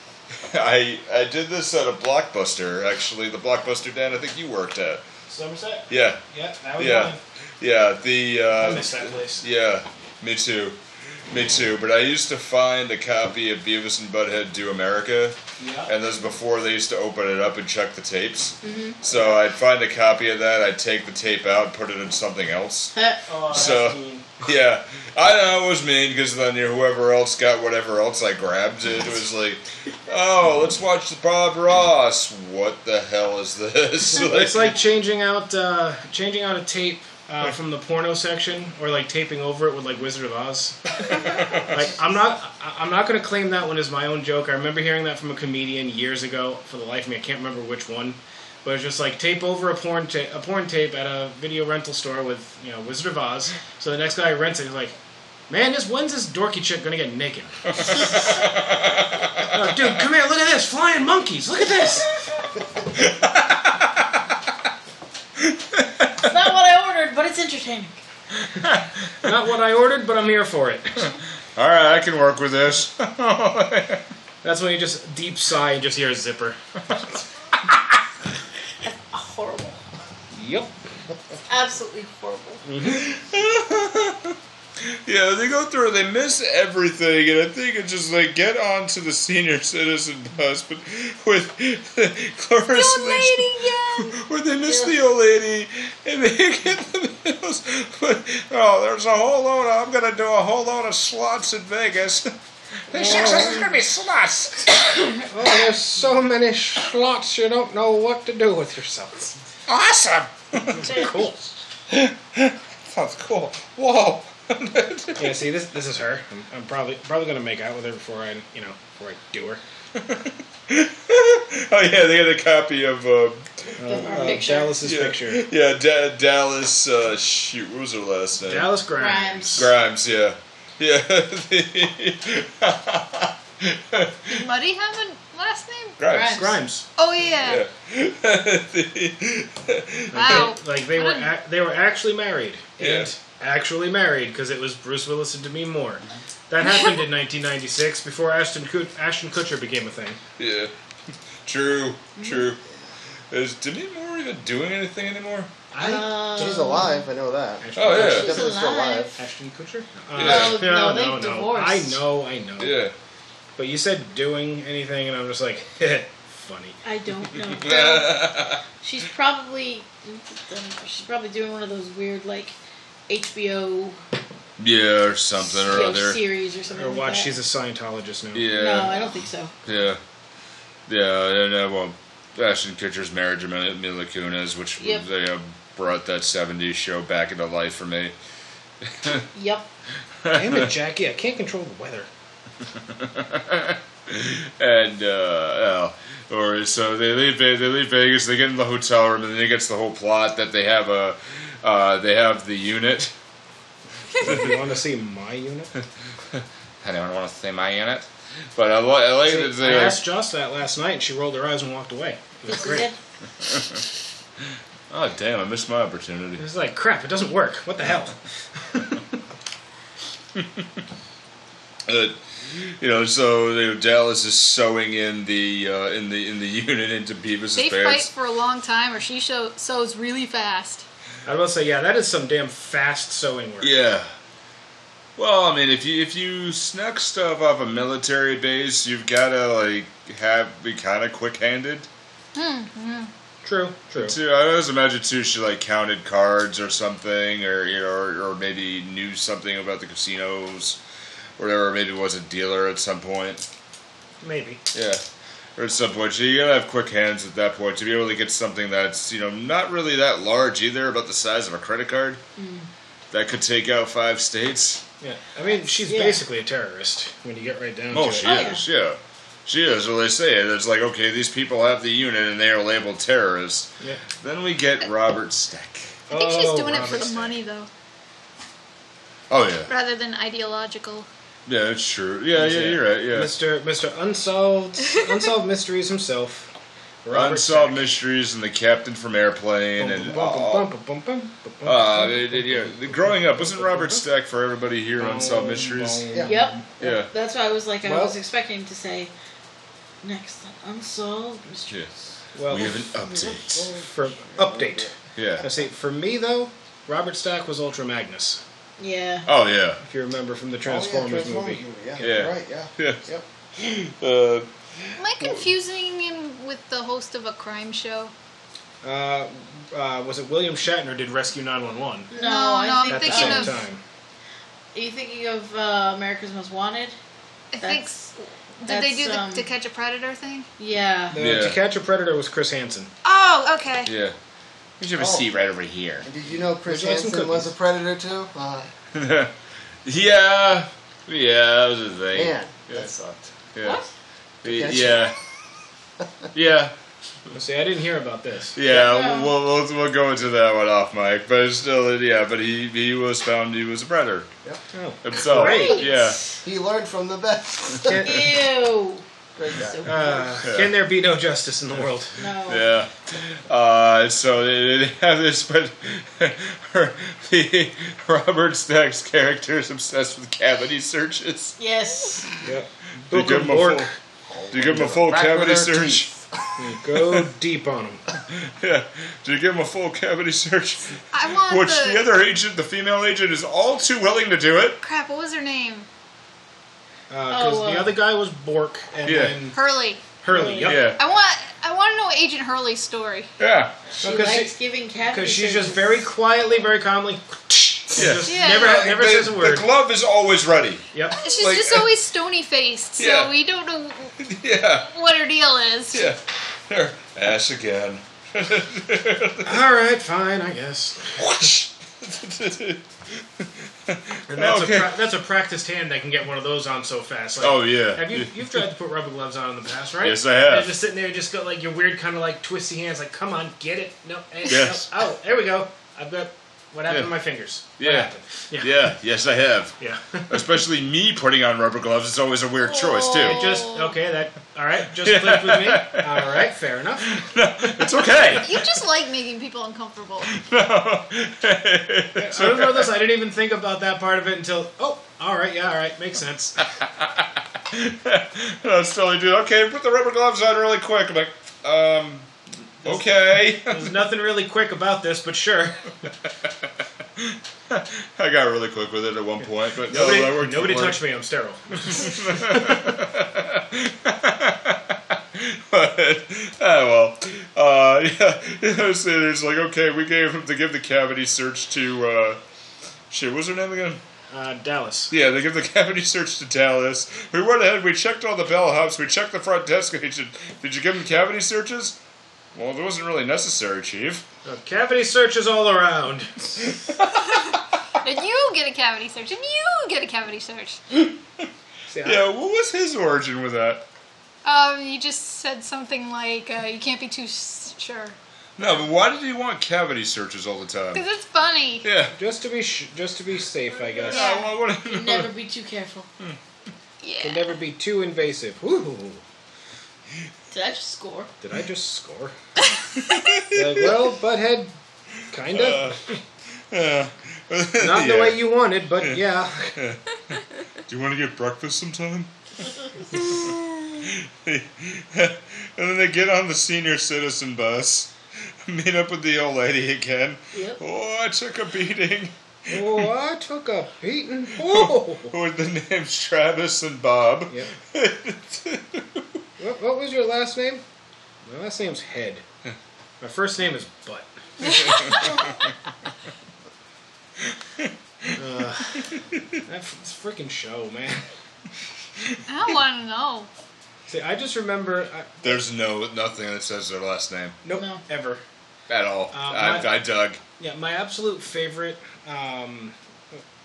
Speaker 6: I I did this at a blockbuster. Actually, the blockbuster Dan I think you worked at.
Speaker 3: Somerset.
Speaker 6: Yeah,
Speaker 3: Yeah. That was
Speaker 6: yeah, yeah. The uh,
Speaker 3: mine. I missed that place.
Speaker 6: yeah, me too. Me too. But I used to find a copy of Beavis and Butthead Do America.
Speaker 3: Yeah.
Speaker 6: And this is before they used to open it up and check the tapes.
Speaker 3: Mm-hmm.
Speaker 6: So I'd find a copy of that, I'd take the tape out and put it in something else.
Speaker 5: Uh,
Speaker 3: Oh, that's
Speaker 6: So-
Speaker 3: mean.
Speaker 6: yeah. I know it was mean because then you know, whoever else got whatever else I grabbed, it was like, oh, let's watch the Bob Ross. What the hell is this?
Speaker 3: It's like changing out uh, changing out a tape uh, from the porno section, or like taping over it with like Wizard of Oz. like I'm not I- I'm not gonna claim that one as my own joke. I remember hearing that from a comedian years ago. For the life of me, I can't remember which one. But it's just like tape over a porn ta- a porn tape at a video rental store with you know Wizard of Oz. So the next guy who rents it is like, man, this when's this dorky chick gonna get naked? Oh, dude, come here! Look at this flying monkeys! Look at this!
Speaker 5: It's not what I ordered, but it's entertaining.
Speaker 3: Not what I ordered, but I'm here for it.
Speaker 6: All right, I can work with this.
Speaker 3: That's when you just deep sigh and just hear a zipper.
Speaker 5: Ah, Horrible.
Speaker 3: Yep.
Speaker 5: Absolutely horrible.
Speaker 6: Yeah, they go through, they miss everything, and I think it's just like get on to the senior citizen bus, but with Cloris
Speaker 2: Old
Speaker 6: Leach-
Speaker 2: lady, yeah.
Speaker 6: where they miss the old lady, and they get the meals. But, oh, there's a whole load. Of, I'm gonna do a whole load of slots in Vegas.
Speaker 1: This looks like it's gonna be sluts.
Speaker 7: Oh, there's so many slots you don't know what to do with yourself.
Speaker 1: Awesome.
Speaker 7: Cool.
Speaker 6: Sounds cool. Whoa.
Speaker 3: Yeah, see, this this is her. I'm, I'm probably probably gonna make out with her before I you know before I do her.
Speaker 6: Oh yeah, they had a copy of uh,
Speaker 3: Uh, Dallas's
Speaker 6: yeah,
Speaker 3: picture.
Speaker 6: Yeah, da- Dallas. Uh, shoot, what was her last name?
Speaker 3: Dallas Grimes.
Speaker 5: Rhymes.
Speaker 6: Grimes. Yeah, yeah.
Speaker 2: Muddy have a last name?
Speaker 6: Grimes.
Speaker 3: Grimes.
Speaker 2: Oh yeah. Wow.
Speaker 3: Like they were ac they were actually married. And actually married because it was Bruce Willis and Demi Moore. That happened in 1996 before Ashton Kut- Ashton Kutcher became a thing.
Speaker 6: Yeah. True. True. Is Demi Moore even doing anything anymore?
Speaker 3: I
Speaker 4: She's alive. I know that.
Speaker 3: Ashton,
Speaker 6: Oh yeah.
Speaker 5: She's
Speaker 4: Definitely still
Speaker 5: alive.
Speaker 3: Ashton Kutcher.
Speaker 2: Uh,
Speaker 6: Yeah.
Speaker 5: No, no, they divorced.
Speaker 3: I know, I know.
Speaker 6: Yeah.
Speaker 3: But you said doing anything, and I'm just like, funny.
Speaker 5: I don't know. Well, she's probably she's probably doing one of those weird like HBO
Speaker 6: Yeah, or something or
Speaker 5: you know,
Speaker 6: other.
Speaker 5: series or something.
Speaker 3: Or
Speaker 5: like
Speaker 3: watch,
Speaker 5: that.
Speaker 3: she's a Scientologist now.
Speaker 6: Yeah.
Speaker 5: No, I don't think so.
Speaker 6: Yeah. Yeah, and uh, well, Ashton Kutcher's marriage of Mila Mila Kunis, which
Speaker 5: Yep.
Speaker 6: they uh, brought that 70s show back into life for me.
Speaker 5: Yep.
Speaker 3: Damn it, Jackie, I can't control the weather.
Speaker 6: And, uh, oh, or so they leave, Ve- they leave Vegas, they get in the hotel room, and then it gets the whole plot that they have a, uh, they have the unit.
Speaker 3: you want to see my unit?
Speaker 6: I don't want to say my unit, but I, li- I like that
Speaker 3: I
Speaker 6: they,
Speaker 3: asked Joss that last night, and she rolled her eyes and walked away. It was
Speaker 5: This
Speaker 3: great.
Speaker 5: is it.
Speaker 3: It
Speaker 6: oh, damn, I missed my opportunity.
Speaker 3: was like, crap, it doesn't work. What the hell?
Speaker 6: Uh, you know, so you know, Dallas is sewing in the uh, in the in the unit into Beavis'
Speaker 2: They fight
Speaker 6: pants.
Speaker 2: for a long time, or she show, sews really fast.
Speaker 3: I will say, yeah, that is some damn fast sewing work.
Speaker 6: Yeah. Well, I mean, if you if you snuck stuff off a military base, you've got to like have be kind of quick handed.
Speaker 3: True, true.
Speaker 6: Too, I always imagine too. She like counted cards or something, or you know, or, or maybe knew something about the casinos, or whatever. Maybe was a dealer at some point.
Speaker 3: Maybe.
Speaker 6: Yeah. Or at some point, so you gotta have quick hands at that point to be able to get something that's you know not really that large either, about the size of a credit card. That could take out five states.
Speaker 3: Yeah. I mean, she's basically a terrorist when you get right down
Speaker 6: Oh,
Speaker 3: to
Speaker 6: she
Speaker 3: it.
Speaker 5: yeah.
Speaker 6: is. Yeah. She is. Well, they say it. It's like, okay, these people have the unit and they are labeled terrorists.
Speaker 3: Yeah.
Speaker 6: Then we get Robert Stack.
Speaker 2: I think she's
Speaker 3: Oh,
Speaker 2: doing it for
Speaker 3: Robert
Speaker 2: the
Speaker 3: Stack.
Speaker 2: money though,
Speaker 6: Oh, yeah.
Speaker 2: rather than ideological.
Speaker 6: Yeah, that's true. Yeah, yeah, you're right. Yeah.
Speaker 3: Mr. Mr. Unsolved Unsolved Mysteries himself. Robert
Speaker 6: Unsolved
Speaker 3: Stack.
Speaker 6: Mysteries and the Captain from Airplane and. all-
Speaker 3: Bum, bum, bum, bum, bum, bum, bum,
Speaker 6: Uh,
Speaker 3: bum,
Speaker 6: it- it-
Speaker 3: bum,
Speaker 6: yeah.
Speaker 3: bum,
Speaker 6: the-
Speaker 3: bum,
Speaker 6: Growing
Speaker 3: bum,
Speaker 6: up, wasn't
Speaker 3: bum,
Speaker 6: Robert
Speaker 3: bum,
Speaker 6: Stack for everybody here
Speaker 3: bum,
Speaker 6: on Unsolved
Speaker 3: bum,
Speaker 6: Mysteries?
Speaker 3: bum.
Speaker 4: Yeah.
Speaker 5: Yep.
Speaker 6: Yeah.
Speaker 5: That's why I was like, I
Speaker 3: Well-
Speaker 5: was expecting to say next on unsolved mystery.
Speaker 6: Yeah.
Speaker 3: Well,
Speaker 6: We have an update.
Speaker 3: for update. I
Speaker 6: Oh, Yeah.
Speaker 3: see. For me though, Robert Stack was Ultra Magnus.
Speaker 5: Yeah.
Speaker 6: Oh, yeah.
Speaker 3: If you remember from the
Speaker 4: Oh, yeah,
Speaker 3: Transformers,
Speaker 4: Transformers
Speaker 3: movie.
Speaker 4: Yeah.
Speaker 6: Yeah.
Speaker 4: Right. Yeah.
Speaker 6: Yeah.
Speaker 4: Yep.
Speaker 6: Uh,
Speaker 2: Am I confusing him with the host of a crime show?
Speaker 3: Uh, uh, was it William Shatner did Rescue 911
Speaker 5: No,
Speaker 2: no,
Speaker 5: I
Speaker 2: I'm
Speaker 5: think
Speaker 3: at the
Speaker 2: thinking
Speaker 3: same
Speaker 2: of-
Speaker 3: time?
Speaker 5: Are you thinking of uh, America's Most Wanted?
Speaker 2: I think. s- Did they do
Speaker 5: that's,
Speaker 2: the
Speaker 5: um,
Speaker 2: To Catch a Predator thing?
Speaker 5: Yeah.
Speaker 3: The
Speaker 6: Yeah.
Speaker 3: To Catch a Predator was Chris Hansen.
Speaker 2: Oh, okay.
Speaker 6: Yeah. Oh.
Speaker 1: There's a seat right over here.
Speaker 4: And did you know Chris
Speaker 3: Would you like some
Speaker 4: Hansen was a
Speaker 3: cookies?
Speaker 4: predator too? Uh,
Speaker 6: Yeah. Yeah, that was a thing.
Speaker 4: man,
Speaker 6: Yeah.
Speaker 4: that sucked.
Speaker 6: Yeah.
Speaker 5: What?
Speaker 6: Yeah.
Speaker 4: Gotcha.
Speaker 6: Yeah. yeah.
Speaker 3: See, I didn't hear about this.
Speaker 6: Yeah, we'll, we'll, we'll go into that one off mic, but it's still, yeah, but he, he was found he was a predator
Speaker 3: Oh.
Speaker 6: himself.
Speaker 3: Great.
Speaker 6: Yeah.
Speaker 4: He learned from the best.
Speaker 3: Can,
Speaker 5: Ew.
Speaker 4: Great guy.
Speaker 5: So
Speaker 3: uh, can there be no justice in the world?
Speaker 5: no.
Speaker 6: Yeah. Uh, so they, they have this, but her, the Robert Stack's character is obsessed with cavity searches.
Speaker 5: Yes.
Speaker 3: Yep.
Speaker 6: Do you
Speaker 3: Book
Speaker 6: give
Speaker 3: of
Speaker 6: him a full,
Speaker 3: Mork.
Speaker 6: do you give him a full
Speaker 4: Back with
Speaker 6: cavity
Speaker 4: her
Speaker 6: search?
Speaker 4: teeth.
Speaker 3: Go deep on Uh, him.
Speaker 6: Yeah. Do you give him a full cavity search?
Speaker 2: I want
Speaker 6: Which
Speaker 2: the,
Speaker 6: the other agent, the female agent, is all too willing to do it.
Speaker 2: crap. What was her name?
Speaker 3: Because
Speaker 5: Oh, uh,
Speaker 3: the other guy was Bork and
Speaker 6: Yeah.
Speaker 3: then
Speaker 2: Hurley.
Speaker 3: Hurley. Yep.
Speaker 6: Yeah.
Speaker 2: I want. I want to know Agent Hurley's story.
Speaker 6: Yeah.
Speaker 5: She
Speaker 3: Because
Speaker 5: likes giving cat
Speaker 3: Because she's just very quietly, very calmly.
Speaker 6: Yeah.
Speaker 3: Just
Speaker 2: Yeah.
Speaker 3: Never, never
Speaker 6: the,
Speaker 3: says a word.
Speaker 6: The glove is always ready.
Speaker 3: Yep.
Speaker 2: She's
Speaker 6: Like- uh,
Speaker 2: just always stony faced, so
Speaker 6: Yeah.
Speaker 2: we don't know
Speaker 6: Yeah.
Speaker 2: what her deal is.
Speaker 6: Yeah. There. Ass again.
Speaker 3: All right, fine, I guess. And that's
Speaker 6: Okay.
Speaker 3: a pra- that's a practiced hand that can get one of those on so fast. Like,
Speaker 6: oh yeah.
Speaker 3: Have you you've tried to put rubber gloves on in the past, right?
Speaker 6: Yes, I have.
Speaker 3: You're just sitting there, just got like your weird kind of like twisty hands, like come on, get it. No, eh,
Speaker 6: Yes.
Speaker 3: no. Oh, there we go. I've got what happened
Speaker 6: Yeah.
Speaker 3: to my fingers. What
Speaker 6: Yeah.
Speaker 3: happened? Yeah.
Speaker 6: Yeah, yes, I have.
Speaker 3: Yeah.
Speaker 6: Especially me putting on rubber gloves is always a weird choice, too.
Speaker 3: just okay. That all right. Just clicked with me. All right. Fair enough.
Speaker 6: It's okay.
Speaker 2: You just like making people uncomfortable.
Speaker 3: I don't know this. I didn't even think about that part of it until oh, all right. Yeah, all right. Makes sense.
Speaker 6: And I was telling dude, okay, put the rubber gloves on really quick. I'm like, um, okay.
Speaker 3: There's nothing really quick about this, but sure.
Speaker 6: I got really quick with it at one point, but no,
Speaker 3: Nobody,
Speaker 6: that worked.
Speaker 3: nobody touched me. I'm sterile.
Speaker 6: but, ah, well. Uh, yeah, you know, so it's like, okay, we gave him, they give the cavity search to, uh, shit, what was her name again?
Speaker 3: Uh, Dallas.
Speaker 6: Yeah, they give the cavity search to Dallas. We went ahead, we checked all the bellhops, we checked the front desk agent. Did you give them cavity searches? Well, that wasn't really necessary, Chief.
Speaker 3: Uh, cavity searches all around.
Speaker 2: And you get a cavity search, and you get a cavity search.
Speaker 3: See, I-
Speaker 6: Yeah, what was his origin with that?
Speaker 2: Um, you just said something like, uh, you can't be too s- sure.
Speaker 6: No, but why did he want cavity searches all the time?
Speaker 2: Because it's funny.
Speaker 6: Yeah.
Speaker 3: Just to be sh- just to be safe, I guess.
Speaker 2: Yeah.
Speaker 6: I wa- wanna know.
Speaker 5: Never be too careful.
Speaker 2: Yeah.
Speaker 3: Can never be too invasive. Woo!
Speaker 5: Did I just score?
Speaker 3: Did I just score? like, well, butthead, kinda. Not the
Speaker 6: Uh, Yeah.
Speaker 3: way you wanted, but yeah.
Speaker 6: Do you want to get breakfast sometime? and then they get on the senior citizen bus, meet up with the old lady again.
Speaker 5: Yep.
Speaker 6: Oh, I took a beating.
Speaker 3: Oh, I took a beating. Whoa!
Speaker 6: With the names Travis and Bob.
Speaker 3: Yep. What, what was your last name? My last name's Head. My first name is Butt. uh, that f- this freaking show, man.
Speaker 2: I don't want to know.
Speaker 3: See, I just remember. I,
Speaker 6: There's no nothing that says their last name
Speaker 3: nope,
Speaker 5: No.
Speaker 3: ever.
Speaker 6: at all. I,
Speaker 3: Uh, my-
Speaker 6: I dug.
Speaker 3: Yeah, my absolute favorite. Um,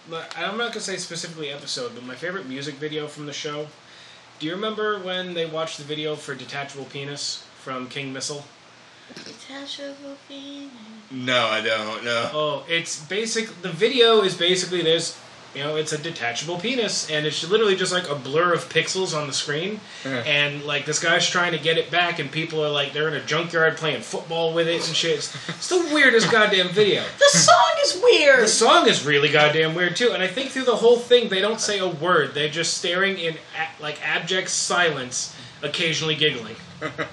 Speaker 3: my- I'm not gonna say specifically episode, but my favorite music video from the show. Do you remember when they watched the video for "Detachable Penis" from King Missile?
Speaker 5: Detachable penis.
Speaker 6: No, I don't. No.
Speaker 3: Oh, it's basic. The video is basically there's, you know, it's a detachable penis, and it's literally just like a blur of pixels on the screen, and like this guy's trying to get it back, and people are like they're in a junkyard playing football with it and shit. It's, it's the weirdest goddamn video.
Speaker 5: The song is weird.
Speaker 3: The song is really goddamn weird too, and I think through the whole thing they don't say a word. They're just staring in a- like abject silence, occasionally giggling.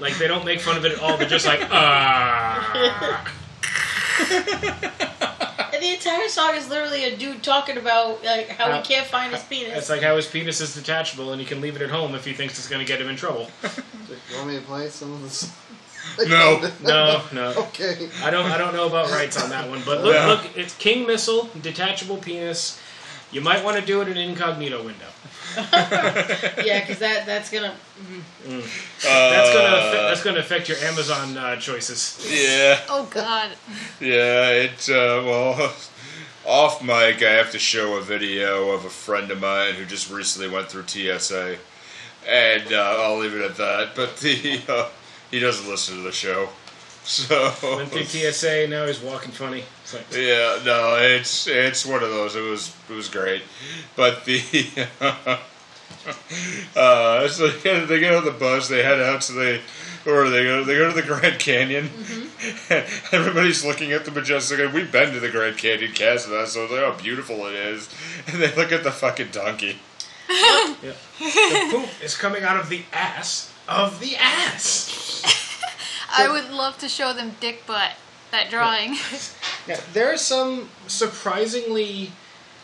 Speaker 3: Like they don't make fun of it at all. They're just like ah.
Speaker 5: And the entire song is literally a dude talking about like how
Speaker 3: How-
Speaker 5: he can't find his
Speaker 3: It's
Speaker 5: penis.
Speaker 3: like how his penis is detachable and he can leave it at home if he thinks it's going to get him in trouble.
Speaker 4: You want me to play some of this?
Speaker 6: No.
Speaker 3: No, no.
Speaker 4: Okay.
Speaker 3: I don't I don't know about rights on that one, but look look it's King Missile, detachable penis. You might want to do it in an incognito window.
Speaker 5: yeah, because that that's gonna. mhm.
Speaker 3: That's gonna
Speaker 6: Uh,
Speaker 3: affect, that's gonna affect your Amazon uh, choices.
Speaker 6: yeah,
Speaker 2: Oh God.
Speaker 6: yeah. It uh, well, off mic, I have to show a video of a friend of mine who just recently went through TSA, and uh, I'll leave it at that. But the uh, he doesn't listen to the show, so
Speaker 3: Went through TSA. Now he's walking funny. It's like,
Speaker 6: Yeah, no, it's it's one of those. It was it was great, but the uh, so they get, they get on the bus, they head out to the or they go they go to the Grand Canyon. Everybody's looking at the majestic. and We've been to the Grand Canyon, Cass and I, so it's like how beautiful it is. And they look at the fucking donkey.
Speaker 3: the poop is coming out of the ass of the ass.
Speaker 2: I would love to show them dick butt. That drawing.
Speaker 3: Yeah, there are some surprisingly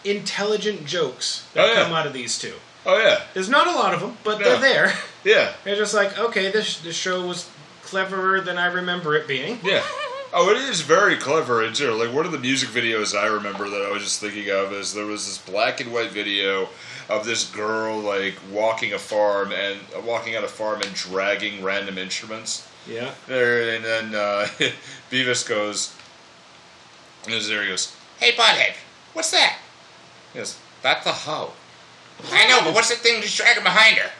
Speaker 3: intelligent jokes
Speaker 6: Oh,
Speaker 3: that
Speaker 6: yeah.
Speaker 3: come out of these two.
Speaker 6: Oh yeah,
Speaker 3: There's not a lot of them, but
Speaker 6: No.
Speaker 3: they're there.
Speaker 6: yeah,
Speaker 3: They're just like, okay, this this show was cleverer than I remember it being.
Speaker 6: yeah. Oh, it is very clever in too. Like one of the music videos I remember that I was just thinking of is there was this black and white video of this girl like walking a farm and uh, walking on a farm and dragging random instruments.
Speaker 3: Yeah.
Speaker 6: There and then uh, Beavis goes, and there he goes,
Speaker 1: Hey, butthead, what's that?
Speaker 6: he goes, that's a hoe.
Speaker 1: I know, but what's that thing just dragging behind her?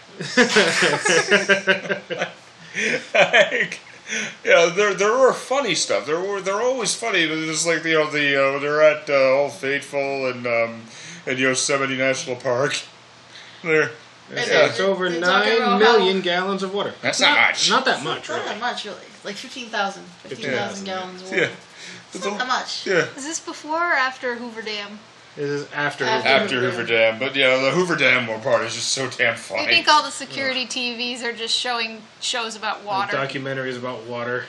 Speaker 6: like, yeah, there there were funny stuff. There were they're always funny. But it's like you know the uh, they're at uh, Old Faithful and um, and Yosemite National Park. There,
Speaker 5: And
Speaker 6: Yeah.
Speaker 5: they're-
Speaker 3: It's over
Speaker 5: they're talking
Speaker 3: nine
Speaker 5: about how-
Speaker 3: million gallons of water.
Speaker 1: That's not much.
Speaker 3: Not that
Speaker 5: It's
Speaker 3: much,
Speaker 5: Not that
Speaker 3: really.
Speaker 5: much, really. Like 15,000. 15,000 gallons of water.
Speaker 6: yeah,
Speaker 5: It's not that much.
Speaker 6: yeah.
Speaker 2: Is this before or after Hoover Dam?
Speaker 3: This is after.
Speaker 5: After.
Speaker 6: After Hoover Dam, but yeah, the Hoover Dam one part is just so damn
Speaker 2: I
Speaker 6: funny.
Speaker 2: think all the security TVs are just showing shows about water.
Speaker 3: Documentaries about water.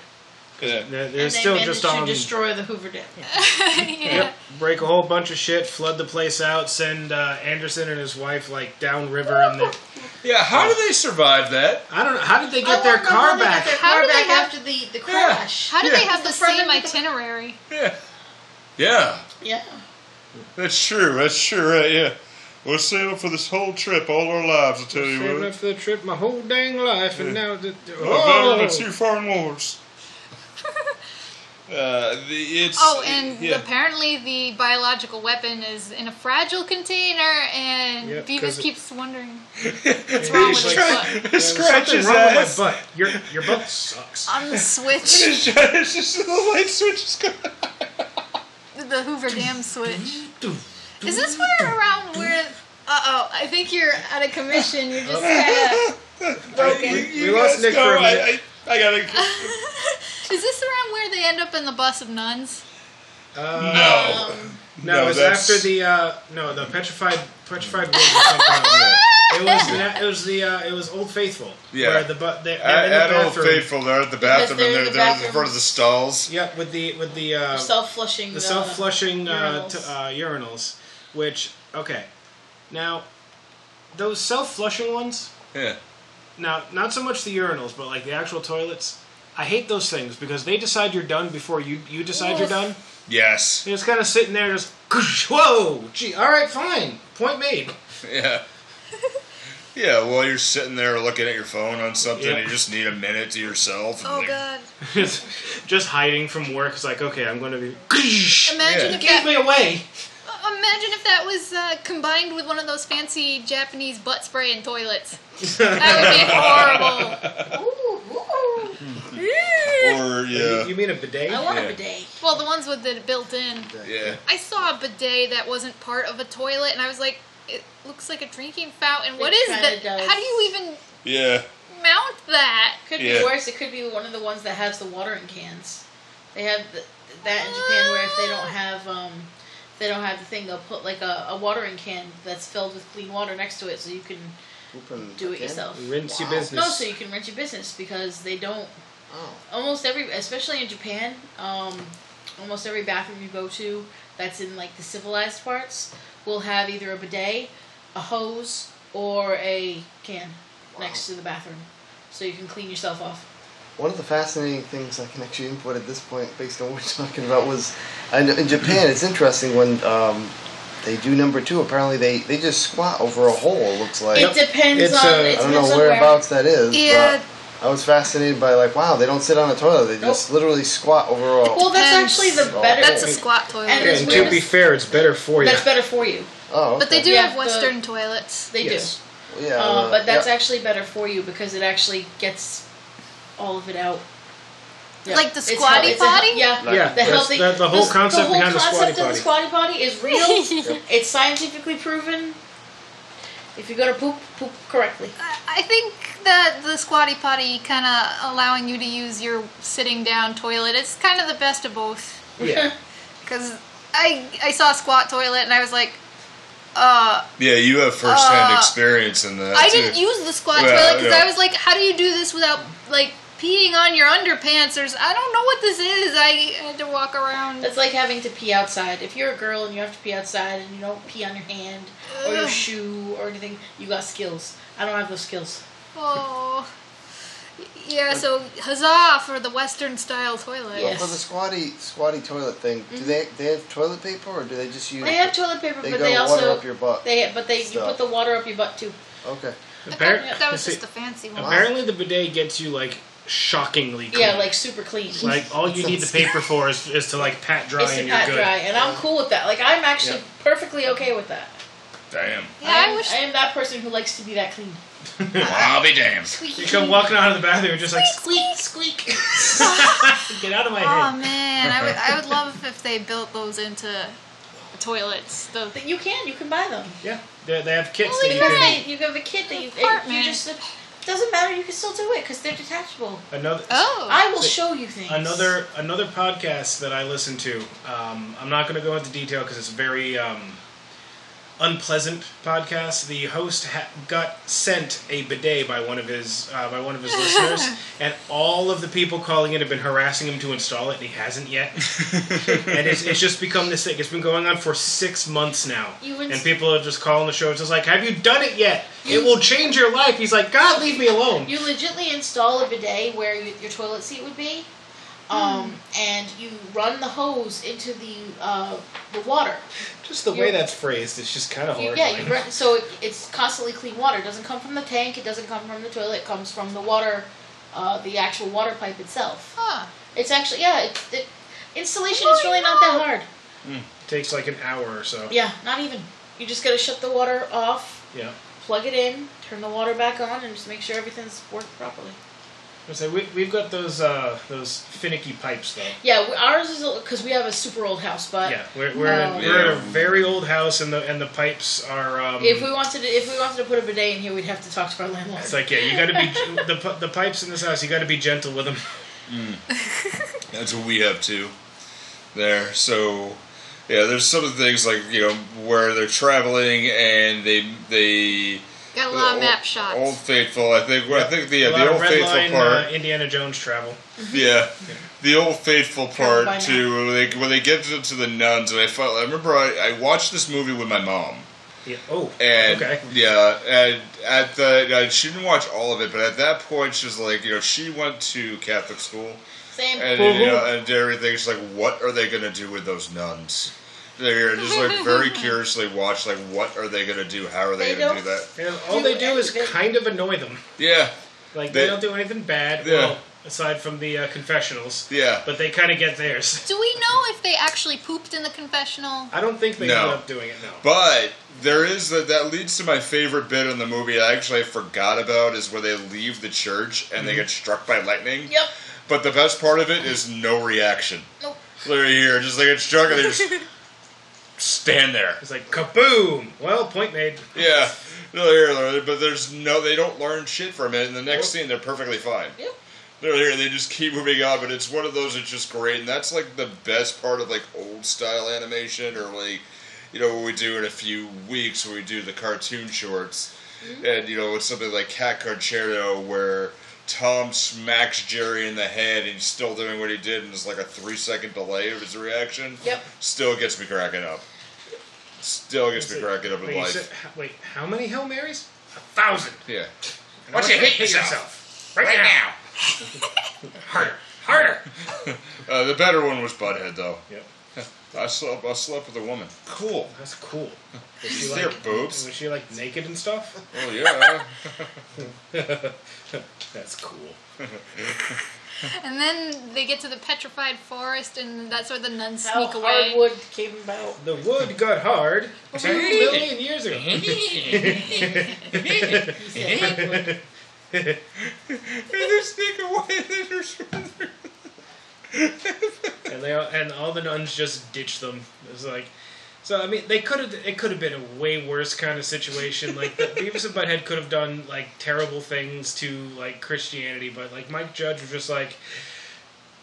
Speaker 6: Yeah.
Speaker 3: They're,
Speaker 5: And
Speaker 3: they're
Speaker 5: they
Speaker 3: still
Speaker 5: managed
Speaker 3: just
Speaker 5: to
Speaker 3: on.
Speaker 5: destroy the Hoover Dam.
Speaker 2: yeah.
Speaker 3: break a whole bunch of shit, flood the place out, send uh, Anderson and his wife like downriver, and they-
Speaker 6: Yeah, how do they survive that?
Speaker 3: I don't know how did they
Speaker 5: I
Speaker 3: get their
Speaker 5: want my
Speaker 3: car
Speaker 5: money, get
Speaker 3: back?
Speaker 5: Their
Speaker 2: How
Speaker 5: car
Speaker 2: do they
Speaker 5: back
Speaker 2: have-
Speaker 5: after the, the crash.
Speaker 2: How do they
Speaker 6: Yeah.
Speaker 2: have the same itinerary?
Speaker 6: Yeah, yeah,
Speaker 5: Yeah.
Speaker 6: that's true. That's true. Right? Yeah, we'll save up for this whole trip, all our lives. I tell you
Speaker 3: Saving up
Speaker 6: what.
Speaker 3: for the trip my whole dang life, and now the,
Speaker 6: Oh, the
Speaker 3: oh,
Speaker 6: two foreign wars. Uh, the, it's
Speaker 2: Oh, and
Speaker 6: yeah.
Speaker 2: apparently the biological weapon is in a fragile container, and
Speaker 3: Yep, 'cause
Speaker 2: Beavis
Speaker 3: it-
Speaker 2: keeps wondering what's wrong with his butt.
Speaker 6: It scratches
Speaker 3: something wrong
Speaker 6: ass.
Speaker 3: with my butt. Your your butt sucks.
Speaker 2: On the switch,
Speaker 6: It's just the light switch is gone.
Speaker 2: the Hoover Dam switch. Is this where around where? Uh oh, I think you're out of commission. You're just kind of.
Speaker 6: You
Speaker 3: we lost
Speaker 6: guys
Speaker 3: Nick
Speaker 6: go,
Speaker 3: for a
Speaker 6: I-
Speaker 3: minute.
Speaker 6: I, I gotta.
Speaker 2: Is this around where they end up in the bus of nuns?
Speaker 6: No.
Speaker 3: No,
Speaker 6: No,
Speaker 3: it was
Speaker 6: that's-
Speaker 3: after the uh, no the petrified petrified wig. or something. it was na- it was the uh, it was Old Faithful.
Speaker 6: Yeah.
Speaker 3: where the but they, they're
Speaker 6: At,
Speaker 3: in the
Speaker 6: at Old
Speaker 3: bathroom.
Speaker 6: Faithful, they're at the bathroom
Speaker 5: they're
Speaker 6: and
Speaker 5: in
Speaker 6: they're,
Speaker 5: the
Speaker 6: they're in
Speaker 5: bathroom.
Speaker 6: front of the stalls.
Speaker 3: Yeah, with the with the uh,
Speaker 5: Self flushing.
Speaker 3: the self-flushing uh,
Speaker 5: urinals.
Speaker 3: t- uh, urinals, which okay, now those self-flushing ones.
Speaker 6: Yeah.
Speaker 3: Now, not so much the urinals, but like the actual toilets. I hate those things because they decide you're done before you you decide you're
Speaker 5: Oof.
Speaker 3: done.
Speaker 6: Yes.
Speaker 3: They're just kind of sitting there, just whoa, gee, all right, fine, point made.
Speaker 6: Yeah. Yeah, while you're sitting there looking at your phone on something,
Speaker 3: Yeah.
Speaker 6: you just need a minute to yourself. and
Speaker 2: Oh
Speaker 6: like-
Speaker 2: god!
Speaker 3: just hiding from work. It's like okay, I'm going to be
Speaker 2: Imagine
Speaker 6: Yeah.
Speaker 2: if
Speaker 3: give
Speaker 2: that.
Speaker 3: me away.
Speaker 2: Imagine if that was uh, combined with one of those fancy Japanese butt spray and toilets. That would be horrible.
Speaker 5: Ooh, ooh.
Speaker 6: Or,
Speaker 3: You
Speaker 6: yeah.
Speaker 3: mean a bidet?
Speaker 5: I want
Speaker 6: Yeah.
Speaker 5: a bidet.
Speaker 2: Well, the ones with the built-in.
Speaker 6: Yeah.
Speaker 2: I saw a bidet that wasn't part of a toilet, and I was like, it looks like a drinking fountain. What is
Speaker 5: kinda
Speaker 2: that?
Speaker 5: does.
Speaker 2: How do you even
Speaker 6: Yeah.
Speaker 2: mount that?
Speaker 5: Could
Speaker 6: Yeah.
Speaker 5: be worse. It could be one of the ones that has the watering cans. They have th that in Japan where if they don't have um, if they don't have the thing, they'll put like a, a watering can that's filled with clean water next to it, so you can
Speaker 4: Open
Speaker 5: do it
Speaker 4: again?
Speaker 5: yourself.
Speaker 3: Rinse your
Speaker 4: Wow.
Speaker 3: business.
Speaker 5: No, so you can rent your business because they don't.
Speaker 4: Oh.
Speaker 5: Almost every, especially in Japan, um, almost every bathroom you go to that's in like the civilized parts will have either a bidet, a hose, or a can next to the bathroom, so you can clean yourself off.
Speaker 4: One of the fascinating things I can actually input at this point, based on what we're talking about, was I know in Japan. It's interesting when um, They do number two. Apparently, they, they just squat over a hole. It looks like
Speaker 5: It depends
Speaker 3: It's,
Speaker 5: on.
Speaker 3: uh,
Speaker 5: it
Speaker 4: I don't know
Speaker 5: depends on
Speaker 4: whereabouts that is.
Speaker 2: Yeah.
Speaker 4: But I was fascinated by like, wow, they don't sit on a toilet. They just literally squat over a.
Speaker 5: Oh. Well, that's
Speaker 2: Depends.
Speaker 5: actually the
Speaker 4: Oh.
Speaker 5: better.
Speaker 2: That's a squat
Speaker 5: And
Speaker 2: toilet.
Speaker 5: it's
Speaker 3: And
Speaker 5: weird
Speaker 3: to be
Speaker 5: as-
Speaker 3: fair, it's better for you.
Speaker 5: that's better for you.
Speaker 4: oh,
Speaker 2: But they
Speaker 4: okay.
Speaker 2: do
Speaker 5: Yeah,
Speaker 2: have
Speaker 5: the-
Speaker 2: Western toilets.
Speaker 5: They
Speaker 3: Yes.
Speaker 4: Yeah,
Speaker 5: do. Uh, but that's
Speaker 4: yeah.
Speaker 5: actually better for you because it actually gets all of it out. Yeah.
Speaker 2: Like the
Speaker 5: It's hel-
Speaker 2: squatty
Speaker 5: it's a hel-
Speaker 2: potty?
Speaker 5: yeah.
Speaker 3: Yeah,
Speaker 5: The
Speaker 3: that's-
Speaker 5: healthy.
Speaker 3: that- the whole
Speaker 5: s-
Speaker 3: concept
Speaker 5: the whole
Speaker 3: behind the
Speaker 5: concept
Speaker 3: squatty
Speaker 5: of
Speaker 3: potty.
Speaker 5: the squatty potty is real. it's scientifically proven. If you're gonna poop, poop correctly.
Speaker 2: I- I think that the squatty potty kind of allowing you to use your sitting down toilet. It's kind of the best of both.
Speaker 3: Yeah.
Speaker 2: Because I I saw a squat toilet and I was like, uh,
Speaker 6: Yeah, you have first hand
Speaker 2: Uh,
Speaker 6: experience in that.
Speaker 2: I
Speaker 6: too.
Speaker 2: didn't use the squat
Speaker 6: Well,
Speaker 2: toilet because
Speaker 6: yeah.
Speaker 2: I was like, how do you do this without like peeing on your underpants or s- I don't know what this is. I had to walk around.
Speaker 5: It's like having to pee outside. If you're a girl and you have to pee outside and you don't pee on your hand or your
Speaker 2: Ugh.
Speaker 5: shoe or anything, you got skills. I don't have those skills.
Speaker 2: Oh. Yeah, so huzzah for the Western style toilet.
Speaker 5: Yeah.
Speaker 4: Well, for the squatty squatty toilet thing, do they they have toilet paper or do they just use?
Speaker 5: Mm-hmm. They have toilet paper,
Speaker 4: They
Speaker 5: but
Speaker 4: go
Speaker 5: they
Speaker 4: water
Speaker 5: also
Speaker 4: up your butt.
Speaker 5: they but they you
Speaker 4: Stuff.
Speaker 5: put the water up your butt too.
Speaker 4: okay.
Speaker 3: Appar-
Speaker 2: That was
Speaker 3: see,
Speaker 2: just a fancy one.
Speaker 3: apparently, the bidet gets you like shockingly clean.
Speaker 5: Yeah, like super clean.
Speaker 3: Like, all you need the paper for is, is to like pat dry
Speaker 5: it's to
Speaker 3: and you're
Speaker 5: pat
Speaker 3: good.
Speaker 5: dry, and I'm cool with that. Like I'm actually perfectly okay with that.
Speaker 6: Damn.
Speaker 2: Yeah,
Speaker 5: am,
Speaker 2: I wish
Speaker 5: am that person who likes to be that clean.
Speaker 6: I'll be damned.
Speaker 3: You come walking out of the bathroom, you're just like squeak, squeak. Get out of my
Speaker 5: Um,
Speaker 2: Oh
Speaker 3: head.
Speaker 2: man, I would, I would love if they built those into toilets. The
Speaker 5: But you can, you can buy them.
Speaker 3: Yeah, they, they have kits
Speaker 5: You
Speaker 3: that you
Speaker 5: can.
Speaker 3: can.
Speaker 5: You have a kid that you, it, you
Speaker 2: Apartment.
Speaker 5: just doesn't matter. You can still do it because they're detachable.
Speaker 3: Another
Speaker 2: oh,
Speaker 5: I will show you things.
Speaker 3: another another podcast that I listen to. Um, I'm not going to go into detail because it's a very um, unpleasant podcast. The host ha- got sent a bidet by one of his uh, by one of his listeners, and all of the people calling it have been harassing him to install it, and he hasn't yet. and it's, it's just become this thing. It's been going on for six months now,
Speaker 5: You
Speaker 3: and
Speaker 5: inst-
Speaker 3: people are just calling the show. It's just like, have you done it yet? It will change your life. He's like, God, leave me alone.
Speaker 5: You legitly install a bidet where you, your toilet seat would be, um, and you run the hose into the uh, the water.
Speaker 3: Just the way that's phrased, it's just kind of
Speaker 5: You,
Speaker 3: horrifying.
Speaker 5: yeah, you run, so it, it's constantly clean water. It doesn't come from the tank. It doesn't come from the toilet. It comes from the water, uh, the actual water pipe itself.
Speaker 2: Huh.
Speaker 5: It's actually yeah. It, it, installation is really not that hard.
Speaker 3: takes like an hour or so.
Speaker 5: Yeah, not even. You just gotta shut the water off,
Speaker 3: Yeah.
Speaker 5: plug it in, turn the water back on, and just make sure everything's worked properly.
Speaker 3: I say we, we've got those uh, those finicky pipes though.
Speaker 5: Yeah, we- ours is because we have a super old house, but
Speaker 3: Yeah, we're we're, in,
Speaker 5: No.
Speaker 3: we're in a very old house and the and the pipes are. Um,
Speaker 5: If we wanted to, if we wanted to put a bidet in here, we'd have to talk to our landlord.
Speaker 3: it's like yeah, you got to be the pi- the pipes in this house. You got to be gentle with them.
Speaker 6: That's what we have too. There, so yeah, there's some of the things like you know where they're traveling and they they uh,
Speaker 2: got a lot of map shots.
Speaker 6: Old Faithful, I think. Well, I think the,
Speaker 3: a
Speaker 6: yeah,
Speaker 3: lot
Speaker 6: the
Speaker 3: of
Speaker 6: Old
Speaker 3: red
Speaker 6: Faithful
Speaker 3: line
Speaker 6: part.
Speaker 3: uh, Indiana Jones travel.
Speaker 6: Yeah. The old faithful
Speaker 5: Travel by
Speaker 6: part too, when they, when they get to, to the nuns, and I felt I remember I, I watched this movie with my mom,
Speaker 3: Yeah. Oh.
Speaker 6: and
Speaker 3: okay.
Speaker 6: yeah, and at the uh, she didn't watch all of it, but at that point she was like, you know, she went to Catholic school,
Speaker 5: Same.
Speaker 3: uh,
Speaker 6: and you know, and everything. She's like, what are they gonna do with those nuns? They're just like very curiously watch, like, what are they gonna do? How are they,
Speaker 5: They
Speaker 6: gonna do
Speaker 5: don't-
Speaker 6: that?
Speaker 3: And all they do is
Speaker 5: activate-
Speaker 3: kind of annoy them.
Speaker 6: Yeah,
Speaker 3: Like they,
Speaker 6: They-
Speaker 3: don't do anything bad.
Speaker 6: Yeah.
Speaker 3: Well, aside from the uh, confessionals.
Speaker 6: yeah.
Speaker 3: But they kind of get theirs.
Speaker 2: Do we know if they actually pooped in the confessional?
Speaker 3: I don't think they
Speaker 6: No.
Speaker 3: end up doing it now.
Speaker 6: But there is that that leads to my favorite bit in the movie. I actually forgot about is where they leave the church and they get struck by lightning.
Speaker 5: Yep.
Speaker 6: But the best part of it is no reaction.
Speaker 5: Nope.
Speaker 6: Literally here, just they get struck and they just stand there.
Speaker 3: It's like kaboom. Well, point made.
Speaker 6: Yeah. Literally here, literally- but there's no, they don't learn shit from it. And the next scene, they're perfectly fine.
Speaker 5: Yep.
Speaker 6: Literally here, they just keep moving on. But it's one of those that's just great, and that's like the best part of like old style animation or like you know, what we do in a few weeks when we do the cartoon shorts. And, you know, it's something like Cat Concerto where Tom smacks Jerry in the head and he's still doing what he did and there's like a three second delay of his reaction.
Speaker 5: Yep.
Speaker 6: Still gets me cracking up. Still gets me cracking up in
Speaker 3: Wait, you
Speaker 6: life.
Speaker 3: said- h- wait, how many Hail Marys? A thousand.
Speaker 6: yeah.
Speaker 3: And I want you to hit yourself? Right, now. harder. Harder.
Speaker 6: Uh, the better one was Butthead, though.
Speaker 3: Yep.
Speaker 6: I slept. I slept with a woman. Cool.
Speaker 3: Oh, That's cool.
Speaker 6: Is there boobs?
Speaker 3: Was she like naked and stuff?
Speaker 6: Well, Oh, yeah.
Speaker 3: That's cool.
Speaker 2: And then they get to the petrified forest, and that's where the nuns
Speaker 5: How
Speaker 2: sneak away.
Speaker 5: hardwood came about.
Speaker 3: The wood got hard two million years ago.
Speaker 5: He said hardwood.
Speaker 6: they sneak away. They just
Speaker 3: and they all, and all the nuns just ditched them. It was like, so I mean, they could have it could have been a way worse kind of situation. Like the Beavis and Butthead could have done like terrible things to like Christianity, but like Mike Judge was just like,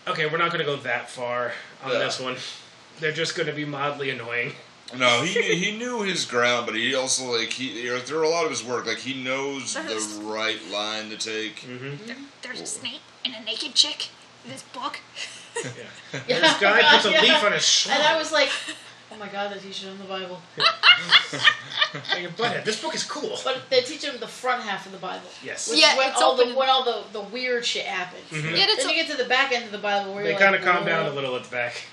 Speaker 3: okay, we're not going to go that far on
Speaker 6: Yeah.
Speaker 3: this one. They're just going to be mildly annoying.
Speaker 6: No, he he knew his ground, but he also like he you know, through a lot of his work, like he knows the right line to take.
Speaker 3: Mm-hmm.
Speaker 2: There, there's a snake and a naked chick in this book.
Speaker 3: This guy puts a
Speaker 5: Yeah.
Speaker 3: leaf on his
Speaker 5: And I
Speaker 3: schlong.
Speaker 5: was like, oh my god, they're teaching him the Bible.
Speaker 3: Like, Butthead, this book is cool.
Speaker 5: But they're teaching him the front half of the Bible.
Speaker 3: Yes. Mm-hmm.
Speaker 5: Which
Speaker 2: Yeah,
Speaker 5: is when
Speaker 2: it's
Speaker 5: all, the,
Speaker 2: open.
Speaker 5: when all the, the weird shit happens.
Speaker 2: Yeah, that's
Speaker 5: Then you get to the back end of the Bible where
Speaker 3: They
Speaker 5: you're
Speaker 3: kind of
Speaker 5: like,
Speaker 3: calm down
Speaker 5: "Whoa."
Speaker 3: a little at the back.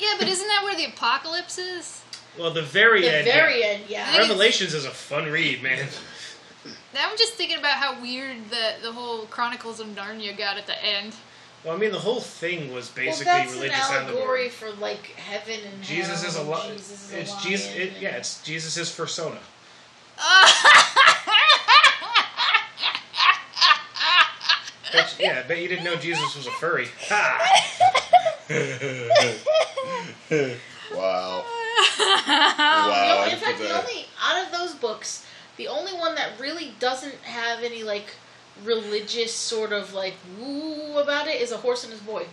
Speaker 2: yeah, but isn't that where the apocalypse is?
Speaker 3: Well, the very
Speaker 5: The
Speaker 3: end. yeah.
Speaker 5: very end, yeah.
Speaker 2: Right.
Speaker 3: Revelations is a fun read, man.
Speaker 2: Now I'm just thinking about how weird the the whole Chronicles of Narnia got at the end.
Speaker 3: Well, I mean, the whole thing was
Speaker 5: Well,
Speaker 3: basically
Speaker 5: that's an
Speaker 3: religious
Speaker 5: allegory
Speaker 3: allegory.
Speaker 5: for like heaven and
Speaker 3: Jesus
Speaker 5: hell,
Speaker 3: is a lion.
Speaker 5: Jesus is a
Speaker 3: It's
Speaker 5: lion,
Speaker 3: Jesus. It,
Speaker 5: and-
Speaker 3: yeah, it's Jesus's persona. But, yeah, I bet you didn't know Jesus was a furry. Ha!
Speaker 6: Wow.
Speaker 5: The
Speaker 6: wow.
Speaker 5: only-
Speaker 6: Uh, I
Speaker 5: in fact,
Speaker 6: put
Speaker 5: the
Speaker 6: that-
Speaker 5: only out of those books, the only one that really doesn't have any like religious sort of like woo about it is a horse and his boy.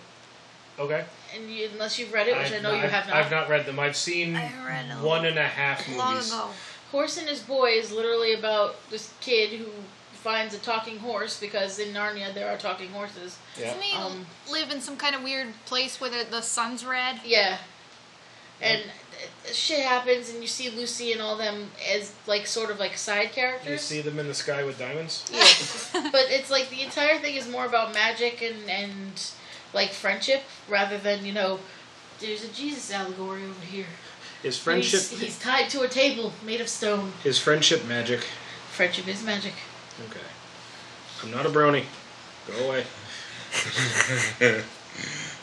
Speaker 3: Okay.
Speaker 5: And you, unless you've read it, which i know you have not,
Speaker 3: I've not read them. I've seen
Speaker 2: I read a
Speaker 3: one and a half
Speaker 2: Long
Speaker 3: movies.
Speaker 2: ago.
Speaker 5: horse and his boy is literally about this kid who finds a talking horse because in Narnia there are talking horses.
Speaker 3: Yeah.
Speaker 2: Doesn't he
Speaker 5: Um,
Speaker 2: live in some kind of weird place where the, the sun's red?
Speaker 5: Yeah. And uh, shit happens, and you see Lucy and all them as like sort of like side characters.
Speaker 3: You see them in the sky with diamonds.
Speaker 5: but it's like the entire thing is more about magic and and like friendship rather than you know there's a jesus allegory over here
Speaker 3: Is
Speaker 5: And
Speaker 3: friendship
Speaker 5: he's, he's tied to a table made of stone
Speaker 3: is friendship magic?
Speaker 5: friendship is magic
Speaker 3: Okay. I'm not a brony. Go away.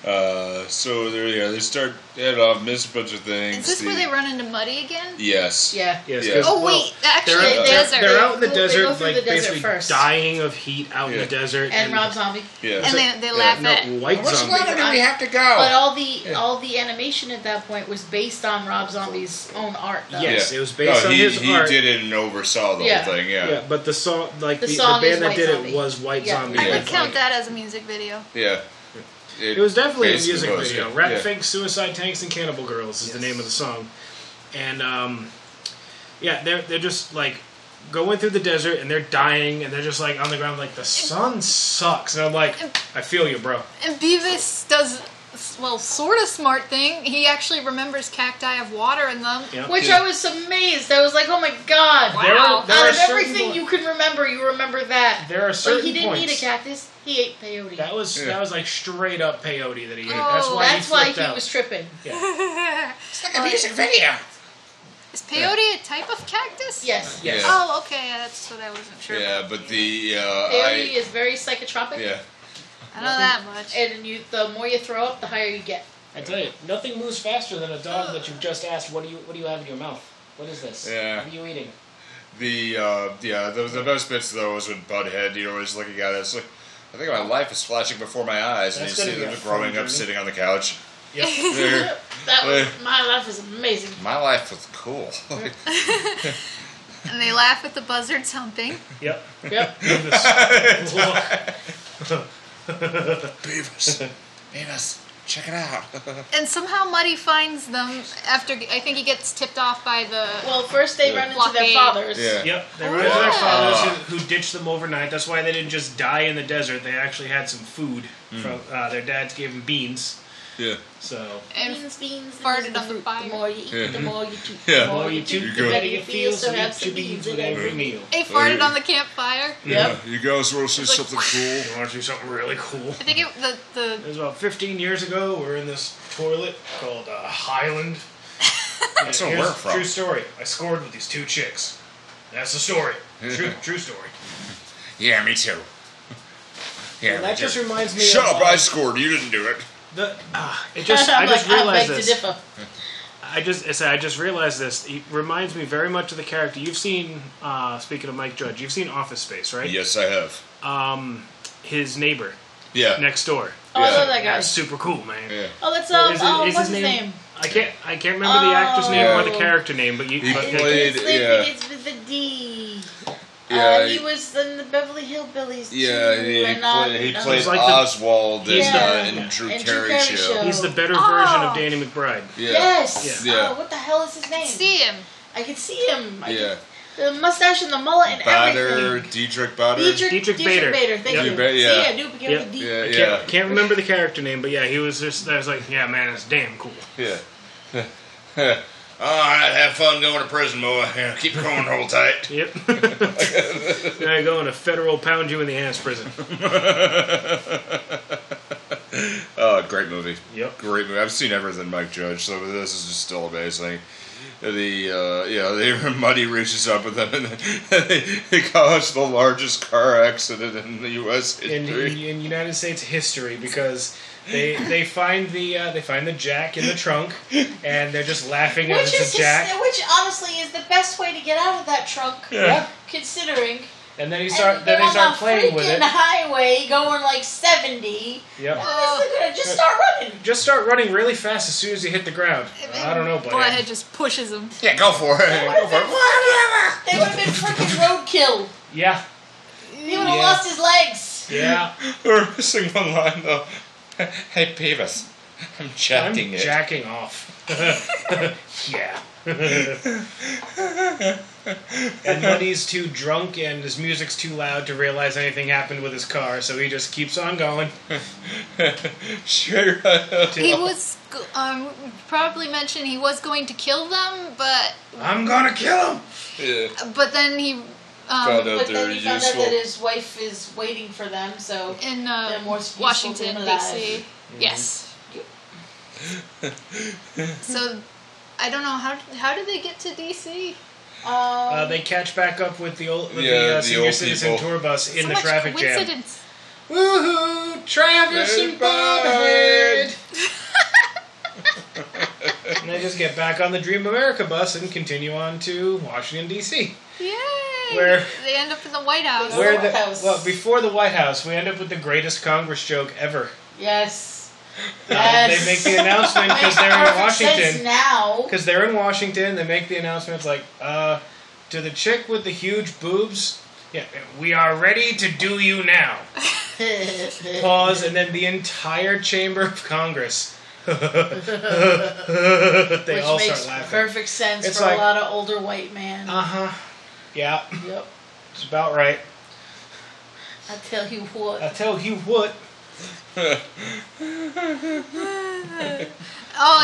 Speaker 6: Uh, so there you go. They start head off, miss a bunch of things.
Speaker 2: Is this where
Speaker 6: The-
Speaker 2: they run into Muddy again?
Speaker 6: Yes.
Speaker 5: yeah
Speaker 3: Yes.
Speaker 6: Yeah.
Speaker 3: 'cause-
Speaker 2: Oh
Speaker 3: well,
Speaker 2: wait, actually
Speaker 3: they're,
Speaker 5: in
Speaker 2: the
Speaker 3: they're-
Speaker 2: desert.
Speaker 3: They're out in the
Speaker 5: They go
Speaker 3: desert,
Speaker 5: through
Speaker 3: like
Speaker 5: the desert
Speaker 3: basically
Speaker 5: first.
Speaker 3: dying of heat out in
Speaker 6: Yeah.
Speaker 3: the desert.
Speaker 5: and rob zombie
Speaker 6: Yeah.
Speaker 2: and they, they laugh
Speaker 3: no,
Speaker 2: at.
Speaker 3: white
Speaker 1: Which
Speaker 3: zombie.
Speaker 1: letter do we have to
Speaker 5: but
Speaker 1: go?
Speaker 5: all the all the animation at that point was based on rob zombie's own art though
Speaker 3: Yes, it was based on
Speaker 6: he,
Speaker 3: his
Speaker 6: he
Speaker 3: art.
Speaker 6: did it and oversaw the
Speaker 5: Yeah.
Speaker 6: whole thing. Yeah.
Speaker 3: Yeah, but the song, like
Speaker 5: The
Speaker 3: the, the,
Speaker 5: song is
Speaker 3: band that
Speaker 5: White
Speaker 3: did
Speaker 5: Zombie.
Speaker 3: it, was White
Speaker 5: Yeah.
Speaker 3: Zombie.
Speaker 2: I would
Speaker 3: Like,
Speaker 2: count that as a music video.
Speaker 6: Yeah.
Speaker 3: It was definitely a
Speaker 6: basically
Speaker 3: music
Speaker 6: was,
Speaker 3: video.
Speaker 6: yeah.
Speaker 3: Rat
Speaker 6: Yeah.
Speaker 3: Fink, Suicide Tanks, and Cannibal Girls is the name of the song, and um, yeah, they're they're just like going through the desert and they're dying and they're just like on the ground like the sun sucks and I'm like I feel you, bro.
Speaker 2: And Beavis does well, sort of smart thing. He actually remembers cacti have water in them.
Speaker 3: Yeah.
Speaker 5: which i was amazed i was like oh my god
Speaker 3: There
Speaker 2: Wow.
Speaker 3: are, there are
Speaker 5: out of
Speaker 3: certain
Speaker 5: everything
Speaker 3: point-
Speaker 5: you can remember you remember that
Speaker 3: there are certain
Speaker 5: like he didn't
Speaker 3: points.
Speaker 5: eat a cactus he ate peyote
Speaker 3: That was
Speaker 6: Yeah.
Speaker 3: that was like straight up peyote that he ate.
Speaker 2: Oh,
Speaker 3: that's why
Speaker 5: that's
Speaker 3: he
Speaker 5: why
Speaker 3: flipped
Speaker 5: he
Speaker 3: out.
Speaker 5: was tripping
Speaker 1: It's like a music video.
Speaker 2: Is peyote a type of cactus?
Speaker 5: yes
Speaker 6: Yeah.
Speaker 2: Oh, okay. yeah, That's what I wasn't sure.
Speaker 6: Yeah,
Speaker 2: about.
Speaker 6: but the uh,
Speaker 5: Peyote
Speaker 6: I
Speaker 5: is very psychotropic.
Speaker 6: yeah.
Speaker 2: I know that much.
Speaker 5: And you, the more you throw up, the higher you get.
Speaker 9: I tell you, nothing moves faster than a dog that you've just asked, "What do you What do you have in your mouth? What is this?
Speaker 6: Yeah.
Speaker 9: What are you eating?"
Speaker 6: The uh, yeah, the, the best bits though was when Butthead, you know, was looking at us like, I think my life is flashing before my eyes, and
Speaker 3: That's
Speaker 6: you
Speaker 3: gonna
Speaker 6: see
Speaker 3: be
Speaker 6: them
Speaker 3: a fun
Speaker 6: growing up,
Speaker 3: journey.
Speaker 6: sitting on the couch.
Speaker 3: Yep.
Speaker 6: There.
Speaker 5: That was,
Speaker 6: Yeah.
Speaker 5: my life is amazing.
Speaker 6: my life was cool.
Speaker 2: And they laugh at the buzzards humping.
Speaker 3: Yep.
Speaker 5: Yep.
Speaker 6: Beavis, Beavis, check it out.
Speaker 2: And somehow Muddy finds them after I think he gets tipped off by the.
Speaker 5: Well, first they run into
Speaker 2: Blockade.
Speaker 5: their fathers.
Speaker 6: yeah.
Speaker 3: Yep, they
Speaker 5: Oh,
Speaker 3: ran into their fathers who, who ditched them overnight. That's why they didn't just die in the desert. They actually had some food. From uh, their dads gave them beans,
Speaker 6: Yeah.
Speaker 3: So
Speaker 2: And
Speaker 5: beans, beans,
Speaker 2: farted
Speaker 5: beans, the
Speaker 2: on the
Speaker 5: fruit.
Speaker 2: fire.
Speaker 5: more you eat,
Speaker 6: Yeah.
Speaker 5: the more you toot.
Speaker 6: Yeah.
Speaker 5: The more Oh, you toot,
Speaker 6: You
Speaker 5: the
Speaker 6: go-
Speaker 5: better you feel. So have some beans in every meal.
Speaker 3: meal.
Speaker 2: They farted on the campfire.
Speaker 5: Yep.
Speaker 6: You guys want to see
Speaker 2: It's like-
Speaker 6: something cool?
Speaker 3: You want to do something really cool?
Speaker 2: I think it, the
Speaker 3: It
Speaker 2: the
Speaker 3: was about 15 years ago. We were in this toilet called uh, Highland.
Speaker 6: That's not where
Speaker 3: Here's a
Speaker 6: I'm from.
Speaker 3: True story. I scored with these two chicks. That's the story. True, true story.
Speaker 6: Yeah, me too. Yeah, me
Speaker 3: That just
Speaker 6: too.
Speaker 3: reminds me.
Speaker 6: Shut
Speaker 3: of,
Speaker 6: up! I scored. You didn't do it.
Speaker 3: The, ah, it just. I
Speaker 5: I'm
Speaker 3: just
Speaker 5: like, I
Speaker 3: realized
Speaker 5: beg
Speaker 3: this.
Speaker 5: to differ.
Speaker 3: I just. I said, I just realized this. It reminds me very much of the character you've seen. Uh, speaking of Mike Judge, you've seen Office Space, right?
Speaker 6: Yes, I have.
Speaker 3: His neighbor
Speaker 6: Yeah.
Speaker 3: next door.
Speaker 5: Oh, I
Speaker 6: Yeah.
Speaker 5: love that guy.
Speaker 3: That's super cool, man.
Speaker 6: Yeah.
Speaker 5: Oh, that's um,
Speaker 3: Is it-
Speaker 5: oh,
Speaker 3: is
Speaker 5: what's
Speaker 3: his
Speaker 5: his
Speaker 3: name-
Speaker 5: name?
Speaker 3: I can't. I can't remember the actor's name or the
Speaker 5: Oh.
Speaker 3: character name, but you.
Speaker 6: He
Speaker 3: but,
Speaker 6: played-
Speaker 5: It's sleeping.
Speaker 6: yeah.
Speaker 5: It's with the D.
Speaker 6: Yeah,
Speaker 5: uh, he
Speaker 6: he-
Speaker 5: was in the Beverly Hillbillies.
Speaker 6: Yeah,
Speaker 5: too,
Speaker 6: he,
Speaker 5: and, um,
Speaker 6: play, he
Speaker 5: um,
Speaker 6: played
Speaker 3: like the-
Speaker 6: Oswald in,
Speaker 3: he's the-
Speaker 6: uh, in Drew
Speaker 5: in Drew
Speaker 6: Carey
Speaker 5: Carey
Speaker 6: show.
Speaker 5: show.
Speaker 3: he's the better version
Speaker 2: Oh.
Speaker 3: of Danny McBride.
Speaker 6: Yeah.
Speaker 5: Yes.
Speaker 6: Yeah.
Speaker 5: Oh, what the hell is his name?
Speaker 2: see him.
Speaker 5: I could see him. I
Speaker 6: Yeah.
Speaker 5: could- the mustache and the mullet and
Speaker 6: Bader,
Speaker 5: everything.
Speaker 6: Dietrich Bader.
Speaker 5: Dietrich,
Speaker 3: Dietrich Bader.
Speaker 5: Thank
Speaker 3: Yeah.
Speaker 5: you.
Speaker 6: Ba- yeah.
Speaker 5: See, I knew it began
Speaker 3: Yep.
Speaker 5: with D.
Speaker 6: Yeah,
Speaker 3: I
Speaker 6: yeah.
Speaker 3: can't, can't remember the character name, but yeah, he was just. I was like, yeah, man, it's damn cool.
Speaker 6: Yeah. All right, have fun going to prison, boy. Yeah, keep your cornhole tight.
Speaker 3: Yep. now you go in a federal pound you in the ass prison.
Speaker 6: Oh, great movie.
Speaker 3: Yep.
Speaker 6: Great movie. I've seen everything Mike Judge, so this is just still amazing. The uh, yeah, they, Muddy reaches up with them, and they, they caused the largest car accident in the U.S.
Speaker 3: In,
Speaker 6: history.
Speaker 3: in, in United States history, because they they find the uh, they find the jack in the trunk, and they're just laughing at
Speaker 5: Which
Speaker 3: it's
Speaker 5: is
Speaker 3: a jack.
Speaker 5: just, which honestly is the best way to get out of that trunk.
Speaker 3: Yeah.
Speaker 5: Considering.
Speaker 3: And then he
Speaker 5: And
Speaker 3: start then
Speaker 5: they're
Speaker 3: they start
Speaker 5: on
Speaker 3: playing
Speaker 5: a
Speaker 3: with
Speaker 5: freaking
Speaker 3: it. Uh,
Speaker 5: highway going like 70.
Speaker 3: Yep.
Speaker 5: Oh, they're gonna just start running.
Speaker 3: Just start running really fast as soon as you hit the ground. I don't know, buddy.
Speaker 2: Boyhead just pushes him.
Speaker 6: yeah, go
Speaker 3: Oh,
Speaker 6: for it. Go for it.
Speaker 5: They would have been freaking roadkill.
Speaker 3: Yeah.
Speaker 5: He would have
Speaker 3: Yeah.
Speaker 5: lost his legs.
Speaker 3: Yeah.
Speaker 6: We're missing one line though. hey, Peavis, I'm
Speaker 3: I'm
Speaker 6: jacking it.
Speaker 3: jacking off. yeah. and Muddy's too drunk and his music's too loud to realize anything happened with his car, so he just keeps on going.
Speaker 6: sure. I
Speaker 2: He was g- um, probably mentioned he was going to kill them, but
Speaker 3: I'm gonna kill him!
Speaker 6: yeah.
Speaker 2: but then he
Speaker 6: Found
Speaker 2: um,
Speaker 6: out
Speaker 5: um, But
Speaker 6: they're
Speaker 5: then he found out
Speaker 6: useful.
Speaker 5: that his wife is waiting for them, so.
Speaker 2: in uh,
Speaker 5: They're more useful
Speaker 2: Washington
Speaker 5: than
Speaker 2: D.C.
Speaker 3: Mm-hmm.
Speaker 2: Yes. so I don't know how how did they get to D.C.
Speaker 5: Um,
Speaker 3: Uh, they catch back up with the old with
Speaker 6: Yeah,
Speaker 3: the, uh,
Speaker 6: the
Speaker 3: senior
Speaker 6: old
Speaker 3: citizen
Speaker 6: people.
Speaker 3: tour bus in
Speaker 2: so
Speaker 3: the
Speaker 2: much
Speaker 3: traffic jam.
Speaker 2: coincidence.
Speaker 3: Woohoo! Travis and Bobhead! and they just get back on the Dream America bus and continue on to Washington, D.C.
Speaker 2: Yay!
Speaker 3: Where-
Speaker 2: they end up in the White House.
Speaker 3: Where
Speaker 5: White
Speaker 3: the,
Speaker 5: House.
Speaker 3: well, before the White House, we end up with the greatest Congress joke ever.
Speaker 5: yes.
Speaker 3: And
Speaker 5: Yes.
Speaker 3: They make the announcement because they're in
Speaker 5: Perfect sense
Speaker 3: Washington.
Speaker 5: now.
Speaker 3: Because they're in Washington, they make the announcement it's like, uh, to the chick with the huge boobs, yeah, we are ready to do you now. Pause, and then the entire chamber of Congress. they
Speaker 5: Which
Speaker 3: all
Speaker 5: makes
Speaker 3: start laughing.
Speaker 5: perfect sense
Speaker 3: It's
Speaker 5: for
Speaker 3: like-
Speaker 5: a lot of older white men.
Speaker 3: Uh huh. Yeah,
Speaker 5: yep.
Speaker 3: it's about right.
Speaker 5: I tell you what.
Speaker 3: I tell you what.
Speaker 2: Oh,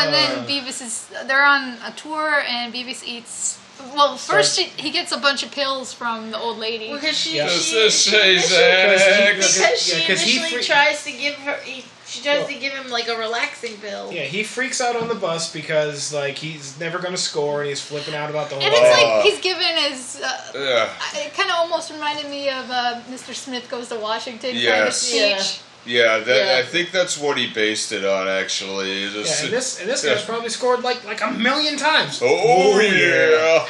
Speaker 2: and
Speaker 3: Uh.
Speaker 2: then Beavis is. They're on a tour, and Beavis eats. Well, first he, he gets a bunch of pills from the old lady.
Speaker 5: Because she,
Speaker 3: Yeah.
Speaker 5: she,
Speaker 6: This
Speaker 5: she
Speaker 6: is
Speaker 3: Xanax.
Speaker 5: because she
Speaker 3: Yeah, 'cause he
Speaker 5: initially
Speaker 3: free-
Speaker 5: tries to give her, he, she tries to give him like a relaxing pill.
Speaker 3: Yeah, he freaks out on the bus because like he's never gonna score and he's flipping out about the whole.
Speaker 2: and it's
Speaker 6: Uh.
Speaker 2: like he's given his. Uh,
Speaker 6: Yeah.
Speaker 2: it kind of almost reminded me of uh, Mr. Smith Goes to Washington kind of
Speaker 6: Yes.
Speaker 2: speech.
Speaker 6: Yeah, that,
Speaker 5: Yeah.
Speaker 6: I think that's what he based it on, actually. Is
Speaker 3: yeah,
Speaker 6: this-
Speaker 3: and this and this
Speaker 6: Yeah.
Speaker 3: guy's probably scored like like a million times.
Speaker 6: Oh, yeah.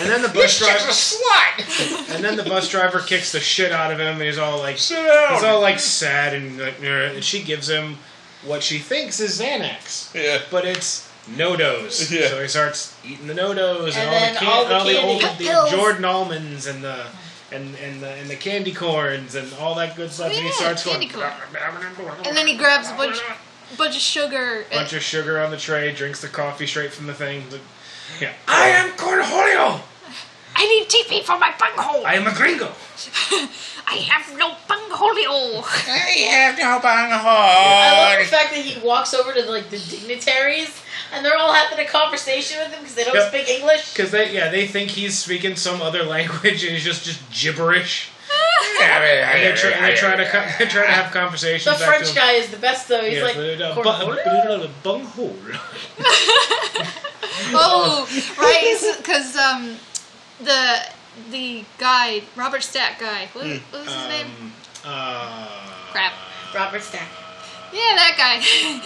Speaker 3: And then the bus driver
Speaker 6: slut.
Speaker 3: and then the bus driver kicks the shit out of him and he's all like
Speaker 6: Sit down.
Speaker 3: he's all like sad and like "Nah," and she gives him what she thinks is Xanax,
Speaker 6: yeah.
Speaker 3: but it's no dos.
Speaker 6: Yeah.
Speaker 3: So he starts eating the no dos and,
Speaker 5: And
Speaker 3: all the,
Speaker 5: then
Speaker 3: can-
Speaker 5: all the
Speaker 3: all the
Speaker 5: candy
Speaker 3: old the
Speaker 5: pills.
Speaker 3: Jordan almonds and the. And, and, the, and the candy corns and all that good stuff. and he
Speaker 2: Yeah,
Speaker 3: starts
Speaker 2: candy
Speaker 3: going.
Speaker 2: corn. And then he grabs a bunch, bunch of sugar.
Speaker 3: bunch of sugar on the tray, drinks the coffee straight from the thing. The- Yeah.
Speaker 7: I am Cornholio.
Speaker 2: I need TP for my bunghole.
Speaker 3: I am a gringo.
Speaker 2: I have no bunghole the old.
Speaker 1: I have no bong
Speaker 3: Oh,
Speaker 5: I love the
Speaker 1: hole.
Speaker 5: fact that he walks over to like the dignitaries, and they're all having a conversation with him because they don't
Speaker 3: Yep.
Speaker 5: speak English.
Speaker 3: Because they, yeah, they think he's speaking some other language and it's just just gibberish. And they're, try, they're trying to co- they're trying to have
Speaker 5: The
Speaker 3: conversations. back to
Speaker 5: French
Speaker 3: him.
Speaker 5: guy is the best though. He's
Speaker 3: Yeah,
Speaker 5: like,
Speaker 3: but, uh,
Speaker 5: "Cornbread?"
Speaker 3: bu- bunghole.
Speaker 2: Oh, right, because um, the the guy Robert Stack guy. What, what was his name?
Speaker 3: Um, uh,
Speaker 2: Crap.
Speaker 5: Robert Stack.
Speaker 2: Yeah, that guy.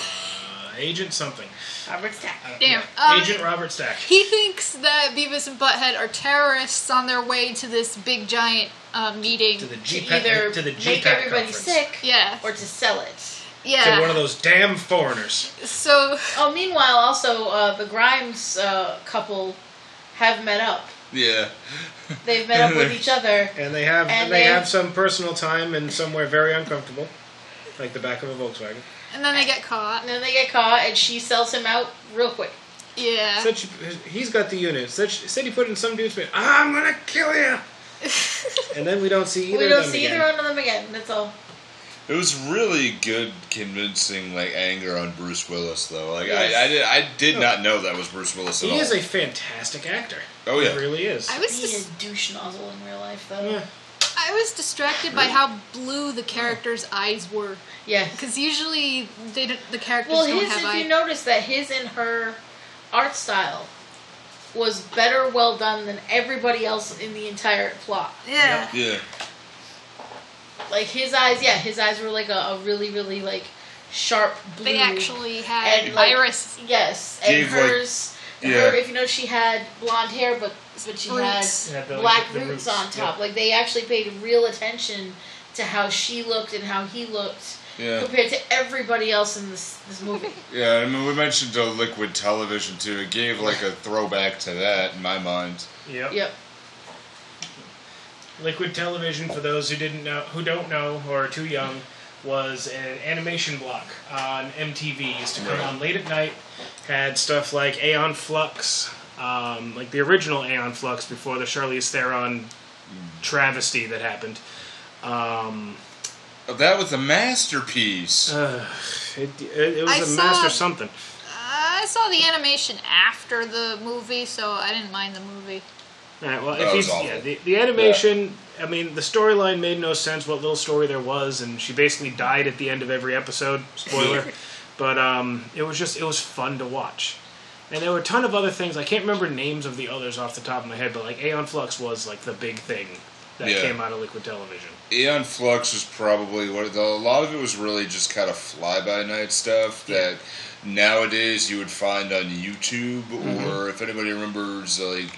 Speaker 3: uh, Agent something.
Speaker 5: Robert Stack.
Speaker 3: Uh,
Speaker 2: Damn.
Speaker 3: Yeah.
Speaker 2: Um,
Speaker 3: Agent Robert Stack.
Speaker 2: He thinks that Beavis and Butthead are terrorists on their way to this big giant uh, meeting.
Speaker 3: To the
Speaker 5: To
Speaker 3: G E,
Speaker 5: either
Speaker 3: to the
Speaker 5: make
Speaker 3: GPAC
Speaker 5: everybody
Speaker 3: conference.
Speaker 5: sick
Speaker 2: yeah,
Speaker 5: or to sell it.
Speaker 3: To one
Speaker 2: yeah.
Speaker 3: of those damn foreigners.
Speaker 2: So
Speaker 5: Oh, meanwhile, also uh, the Grimes uh, couple have met up.
Speaker 6: Yeah.
Speaker 5: They've met up with each other.
Speaker 3: And they have
Speaker 5: And
Speaker 3: they
Speaker 5: they-
Speaker 3: have some personal time in somewhere very uncomfortable, like the back of a Volkswagen.
Speaker 2: and then they get caught.
Speaker 5: And then they get caught, and she sells him out real quick. Uh.
Speaker 2: Yeah.
Speaker 3: Said she, he's got the unit. Said, she, said he put in some dude's face. I'm gonna kill you. and then we don't see either
Speaker 5: we
Speaker 3: of
Speaker 5: don't
Speaker 3: them
Speaker 5: see
Speaker 3: again.
Speaker 5: either one of them again. That's all.
Speaker 6: It was really good convincing like anger on Bruce Willis though. Like I, I
Speaker 5: Yes.
Speaker 6: did I did not know that was Bruce Willis at
Speaker 3: He
Speaker 6: all.
Speaker 3: is a fantastic actor.
Speaker 6: Oh, yeah.
Speaker 3: he really is.
Speaker 2: I was
Speaker 5: He's
Speaker 2: dis-
Speaker 5: a douche nozzle in real life, though.
Speaker 3: Yeah.
Speaker 2: I was distracted by how blue the character's eyes were
Speaker 5: Yeah.
Speaker 2: because usually they don't, the characters
Speaker 5: Well,
Speaker 2: don't
Speaker 5: his,
Speaker 2: have
Speaker 5: if
Speaker 2: eyes.
Speaker 5: you notice that his and her art style was better well done than everybody else in the entire plot.
Speaker 2: yeah.
Speaker 6: yeah.
Speaker 5: Like his eyes, yeah, his eyes were like a, a really, really like sharp blue.
Speaker 2: They actually had
Speaker 5: And, like,
Speaker 2: iris
Speaker 5: Yes, and
Speaker 6: Gave, like-
Speaker 5: hers.
Speaker 6: yeah.
Speaker 5: Her, if you know, she had blonde hair, but but she
Speaker 2: roots.
Speaker 5: had
Speaker 9: Yeah, the, like,
Speaker 5: black
Speaker 9: the
Speaker 5: roots,
Speaker 9: roots,
Speaker 5: on top. Like they actually paid real attention to how she looked and how he looked
Speaker 6: Yeah.
Speaker 5: compared to everybody else in this this movie.
Speaker 6: Yeah, I mean, we mentioned uh, liquid television too. It gave like a throwback to that in my mind.
Speaker 3: Yep.
Speaker 5: yep.
Speaker 3: Liquid Television, for those who didn't know, who don't know or are too young, was an animation block on MTV. Used to come
Speaker 6: Right.
Speaker 3: on late at night. Had stuff like Aeon Flux, um, like the original Aeon Flux before the Charlize Theron travesty that happened. Um,
Speaker 6: Oh, that was a masterpiece.
Speaker 3: uh, it, it, it was
Speaker 2: I
Speaker 3: a
Speaker 2: saw-
Speaker 3: master something.
Speaker 2: I saw the animation after the movie, so I didn't mind the movie.
Speaker 3: All right, well,
Speaker 6: That
Speaker 3: if
Speaker 6: was
Speaker 3: he's,
Speaker 6: awful.
Speaker 3: yeah, the, the animation, I mean, the storyline made no sense, what little story there was, and she basically died at the end of every episode, spoiler. but um, it was just, it was fun to watch. And there were a ton of other things. I can't remember names of the others off the top of my head, but like Aeon Flux was like the big thing that
Speaker 6: Yeah.
Speaker 3: came out of Liquid Television.
Speaker 6: Aeon Flux was probably what the, a lot of it was really just kind of fly by night stuff that nowadays you would find on YouTube
Speaker 3: Mm-hmm.
Speaker 6: or if anybody remembers like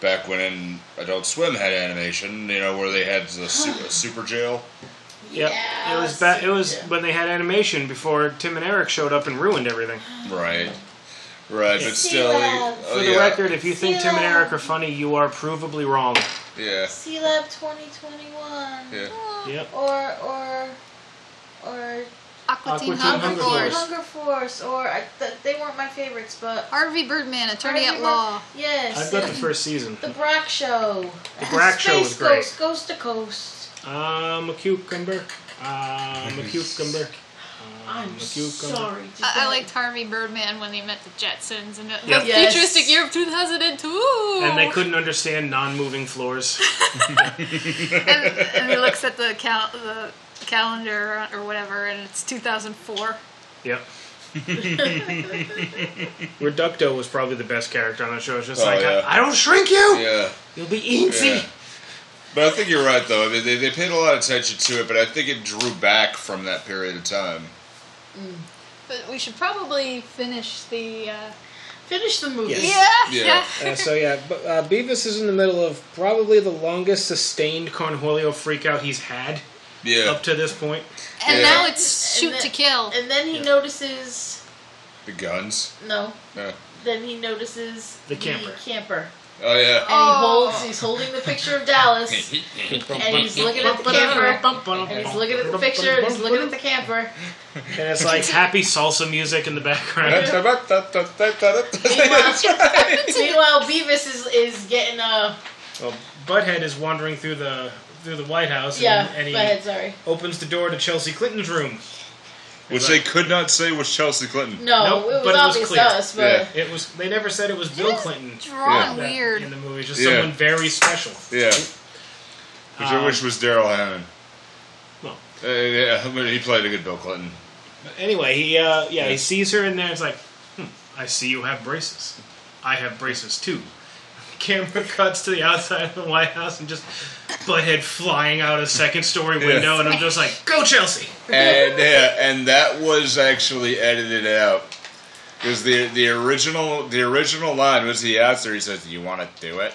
Speaker 6: back when Adult Swim had animation, you know, where they had the super, super jail.
Speaker 3: Yep. it was ba- it was when they had animation before Tim and Eric showed up and ruined everything.
Speaker 6: Right. Right, but
Speaker 5: Sea
Speaker 6: still, like,
Speaker 5: Lab.
Speaker 3: For
Speaker 6: oh,
Speaker 3: the
Speaker 6: yeah,
Speaker 3: record, if you think Tim and
Speaker 5: Yeah.
Speaker 3: Eric are funny, you are provably wrong.
Speaker 6: yeah,
Speaker 5: C Lab twenty twenty one.
Speaker 6: yeah.
Speaker 3: Yep.
Speaker 5: Or or or
Speaker 2: Aqua,
Speaker 3: Aqua
Speaker 2: Teen
Speaker 3: Teen
Speaker 2: Hunger,
Speaker 3: Hunger
Speaker 2: Force.
Speaker 3: Force.
Speaker 5: Hunger Force. Or I, th- they weren't my favorites, but
Speaker 2: Harvey Birdman, Attorney
Speaker 5: Harvey
Speaker 2: at
Speaker 5: Bird-
Speaker 2: Law.
Speaker 5: Yes.
Speaker 3: I've got the first season.
Speaker 5: The Brack Show. The
Speaker 3: Brack Show was great.
Speaker 5: Ghost, Coast to Coast.
Speaker 3: I'm Um, a cucumber. I'm a cucumber.
Speaker 5: I'm
Speaker 3: a cucumber.
Speaker 5: sorry. did
Speaker 2: I, I
Speaker 5: that-
Speaker 2: liked Harvey Birdman when they met the Jetsons and the
Speaker 3: Yep.
Speaker 2: the
Speaker 5: Yes.
Speaker 2: futuristic year of 2002.
Speaker 3: And they couldn't understand non-moving floors.
Speaker 2: and, and he looks at the cal- the calendar or whatever, and it's 2004.
Speaker 3: Yep. Reducto was probably the best character on the show. It's just
Speaker 6: Oh,
Speaker 3: like,
Speaker 6: yeah.
Speaker 3: I, I don't shrink you.
Speaker 6: yeah.
Speaker 3: You'll be easy.
Speaker 6: Yeah. But I think you're right, though. I mean, they, they paid a lot of attention to it, but I think it drew back from that period of time.
Speaker 2: But we should probably finish the. Uh,
Speaker 5: Finish the movie.
Speaker 3: Yes.
Speaker 2: yeah,
Speaker 6: Yeah.
Speaker 3: Uh, so yeah, but, uh, Beavis is in the middle of probably the longest sustained Cornholio freakout he's had
Speaker 6: Yeah,
Speaker 3: up to this point.
Speaker 2: And
Speaker 6: Yeah.
Speaker 2: now it's shoot
Speaker 5: And
Speaker 2: to
Speaker 5: then-
Speaker 2: kill.
Speaker 5: And then he notices.
Speaker 6: the guns.
Speaker 5: No.
Speaker 6: Yeah.
Speaker 5: Then he notices
Speaker 3: The camper.
Speaker 5: camper.
Speaker 6: Oh yeah.
Speaker 5: And he holds. He's holding the picture of Dallas. and he's looking at the camper. And he's looking at the picture. And he's looking at the camper.
Speaker 3: And it's like happy salsa music in the background.
Speaker 6: That's right.
Speaker 5: Meanwhile, Beavis is is getting uh, a.
Speaker 3: Well, Butthead is wandering through the through the White House.
Speaker 5: yeah,
Speaker 3: and, and he
Speaker 5: go ahead, sorry.
Speaker 3: opens the door to Chelsea Clinton's room.
Speaker 6: Which they could not say was Chelsea Clinton.
Speaker 5: No,
Speaker 3: Nope, but it
Speaker 5: it was
Speaker 3: was
Speaker 5: obvious
Speaker 3: clear.
Speaker 5: to us, but
Speaker 6: Yeah.
Speaker 3: It was they never said it was Bill Clinton
Speaker 2: Drawn
Speaker 3: that-
Speaker 2: weird.
Speaker 3: in the movie. It's just
Speaker 6: Yeah.
Speaker 3: someone very special.
Speaker 6: Yeah. Which I wish was Daryl Hammond.
Speaker 3: Well.
Speaker 6: Uh, yeah, but he played a good Bill Clinton.
Speaker 3: Anyway, he uh, yeah, he sees her in there. It's like, hmm, I see you have braces. I have braces too. Camera cuts to the outside of the White House and just butthead flying out a second story window, and I'm just like, go Chelsea.
Speaker 6: and yeah, and that was actually edited out because the the original the original line was he asked her he says you want to do it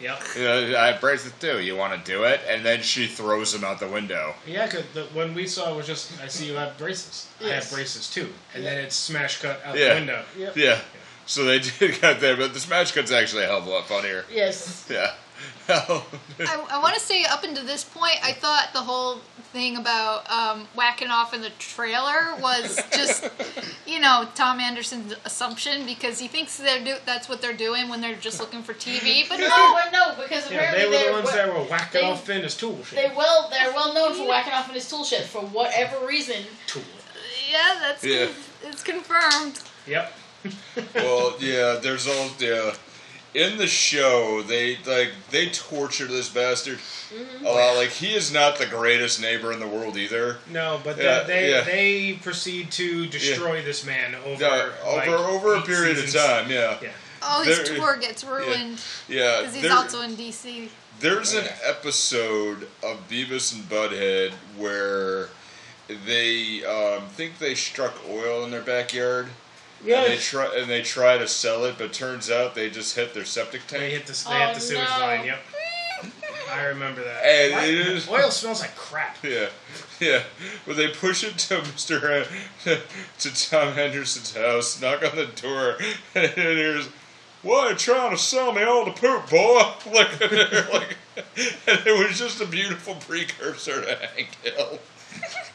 Speaker 3: Yep.
Speaker 6: uh, I praise it too you want to do it and then she throws him out the window
Speaker 3: Yeah, because the one we saw was just, I see you have braces. I have braces too, and then it's smash cut out
Speaker 6: Yeah.
Speaker 3: the window.
Speaker 6: yeah so they did cut there but the smash cut's actually a hell of a lot funnier
Speaker 5: yes,
Speaker 6: yeah
Speaker 2: I, I want to say up until this point, I thought the whole thing about um, whacking off in the trailer was just, you know, Tom Anderson's assumption because he thinks they're do- that's what they're doing when they're just looking for TV. But
Speaker 5: no,
Speaker 2: no,
Speaker 5: but no, because
Speaker 3: Yeah,
Speaker 5: apparently
Speaker 3: they were the ones
Speaker 5: wa-
Speaker 3: that were whacking
Speaker 5: they-
Speaker 3: off in his tool
Speaker 5: They
Speaker 3: shed.
Speaker 5: well, they're well known for whacking off in his tool shed for whatever reason.
Speaker 3: Tool.
Speaker 2: yeah, that's
Speaker 6: Yeah.
Speaker 2: it's confirmed.
Speaker 3: Yep.
Speaker 6: well, yeah, there's all yeah. In the show, they like they torture this bastard
Speaker 2: Mm-hmm.
Speaker 6: a lot. Like he is not the greatest neighbor in the world either.
Speaker 3: No, but
Speaker 6: Yeah,
Speaker 3: they they,
Speaker 6: yeah.
Speaker 3: they proceed to destroy this man over
Speaker 6: Yeah, over
Speaker 3: like,
Speaker 6: over a
Speaker 3: eight
Speaker 6: period
Speaker 3: seasons.
Speaker 6: of time, yeah,
Speaker 3: Yeah.
Speaker 2: Oh, his
Speaker 6: There-
Speaker 2: tour gets ruined
Speaker 6: yeah.
Speaker 2: because he's
Speaker 6: There-
Speaker 2: also in DC.
Speaker 6: There's an episode of Beavis and Butthead where they um, think they struck oil in their backyard.
Speaker 3: Yeah.
Speaker 6: And they try and they try to sell it, but turns out they just hit their septic
Speaker 3: They
Speaker 6: tank.
Speaker 3: hit the they hit
Speaker 5: Oh,
Speaker 3: the sewage
Speaker 5: no.
Speaker 3: line. Yep. I remember that.
Speaker 6: And
Speaker 3: Why-
Speaker 6: it is-
Speaker 3: oil smells like crap.
Speaker 6: Yeah, yeah. Well, they push it to Mister to Tom Henderson's house, knock on the door, and it hears, "What you trying to sell me all the poop, boy?" Like, like, and it was just a beautiful precursor to Hank Hill.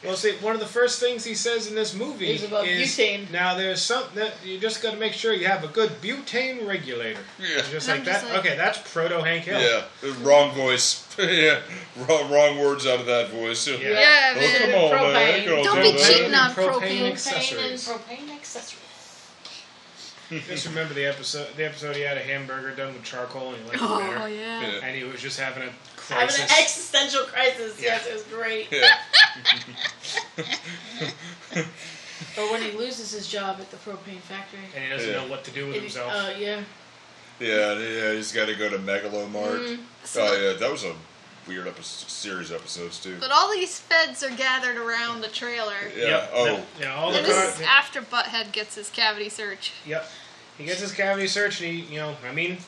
Speaker 3: Well, see, one of the first things he says in this movie
Speaker 5: It's about
Speaker 3: is
Speaker 5: butane.
Speaker 3: now there's something that you just got to make sure you have a good butane regulator.
Speaker 6: Yeah.
Speaker 3: Just
Speaker 2: And
Speaker 3: like
Speaker 2: I'm just
Speaker 3: that.
Speaker 2: like-
Speaker 3: okay, that's proto Hank Hill.
Speaker 6: Yeah, wrong voice. yeah, wrong, wrong words out of that voice.
Speaker 3: Yeah.
Speaker 2: Yeah,
Speaker 6: Oh,
Speaker 2: man.
Speaker 6: come on, man.
Speaker 5: Propane.
Speaker 6: You can all
Speaker 2: Don't
Speaker 6: do
Speaker 2: be
Speaker 6: that.
Speaker 2: cheating on
Speaker 3: Propane
Speaker 2: propane.
Speaker 3: accessories.
Speaker 5: Propane and propane accessories.
Speaker 3: Just remember the episode. The episode he had a hamburger done with charcoal, and he liked it
Speaker 2: Oh
Speaker 3: better.
Speaker 2: yeah.
Speaker 6: Yeah.
Speaker 3: And he was just having a
Speaker 5: Having
Speaker 3: crisis.
Speaker 5: an existential crisis. Yes, it was great.
Speaker 6: Yeah.
Speaker 5: But when he loses his job at the propane factory,
Speaker 3: and he doesn't
Speaker 6: Yeah.
Speaker 3: know what to do with
Speaker 5: it is,
Speaker 3: himself.
Speaker 5: uh, yeah,
Speaker 6: Yeah, yeah, he's got to go to Megalomart.
Speaker 2: Mm-hmm.
Speaker 6: Oh yeah, that was a weird episode, series of episodes too.
Speaker 2: But all these feds are gathered around the trailer.
Speaker 6: Yeah.
Speaker 3: Yep.
Speaker 6: Oh.
Speaker 3: that- yeah. All the
Speaker 2: And this
Speaker 3: car-
Speaker 2: is after Butthead gets his cavity search.
Speaker 3: Yep. He gets his cavity searched, and he, you know, I mean,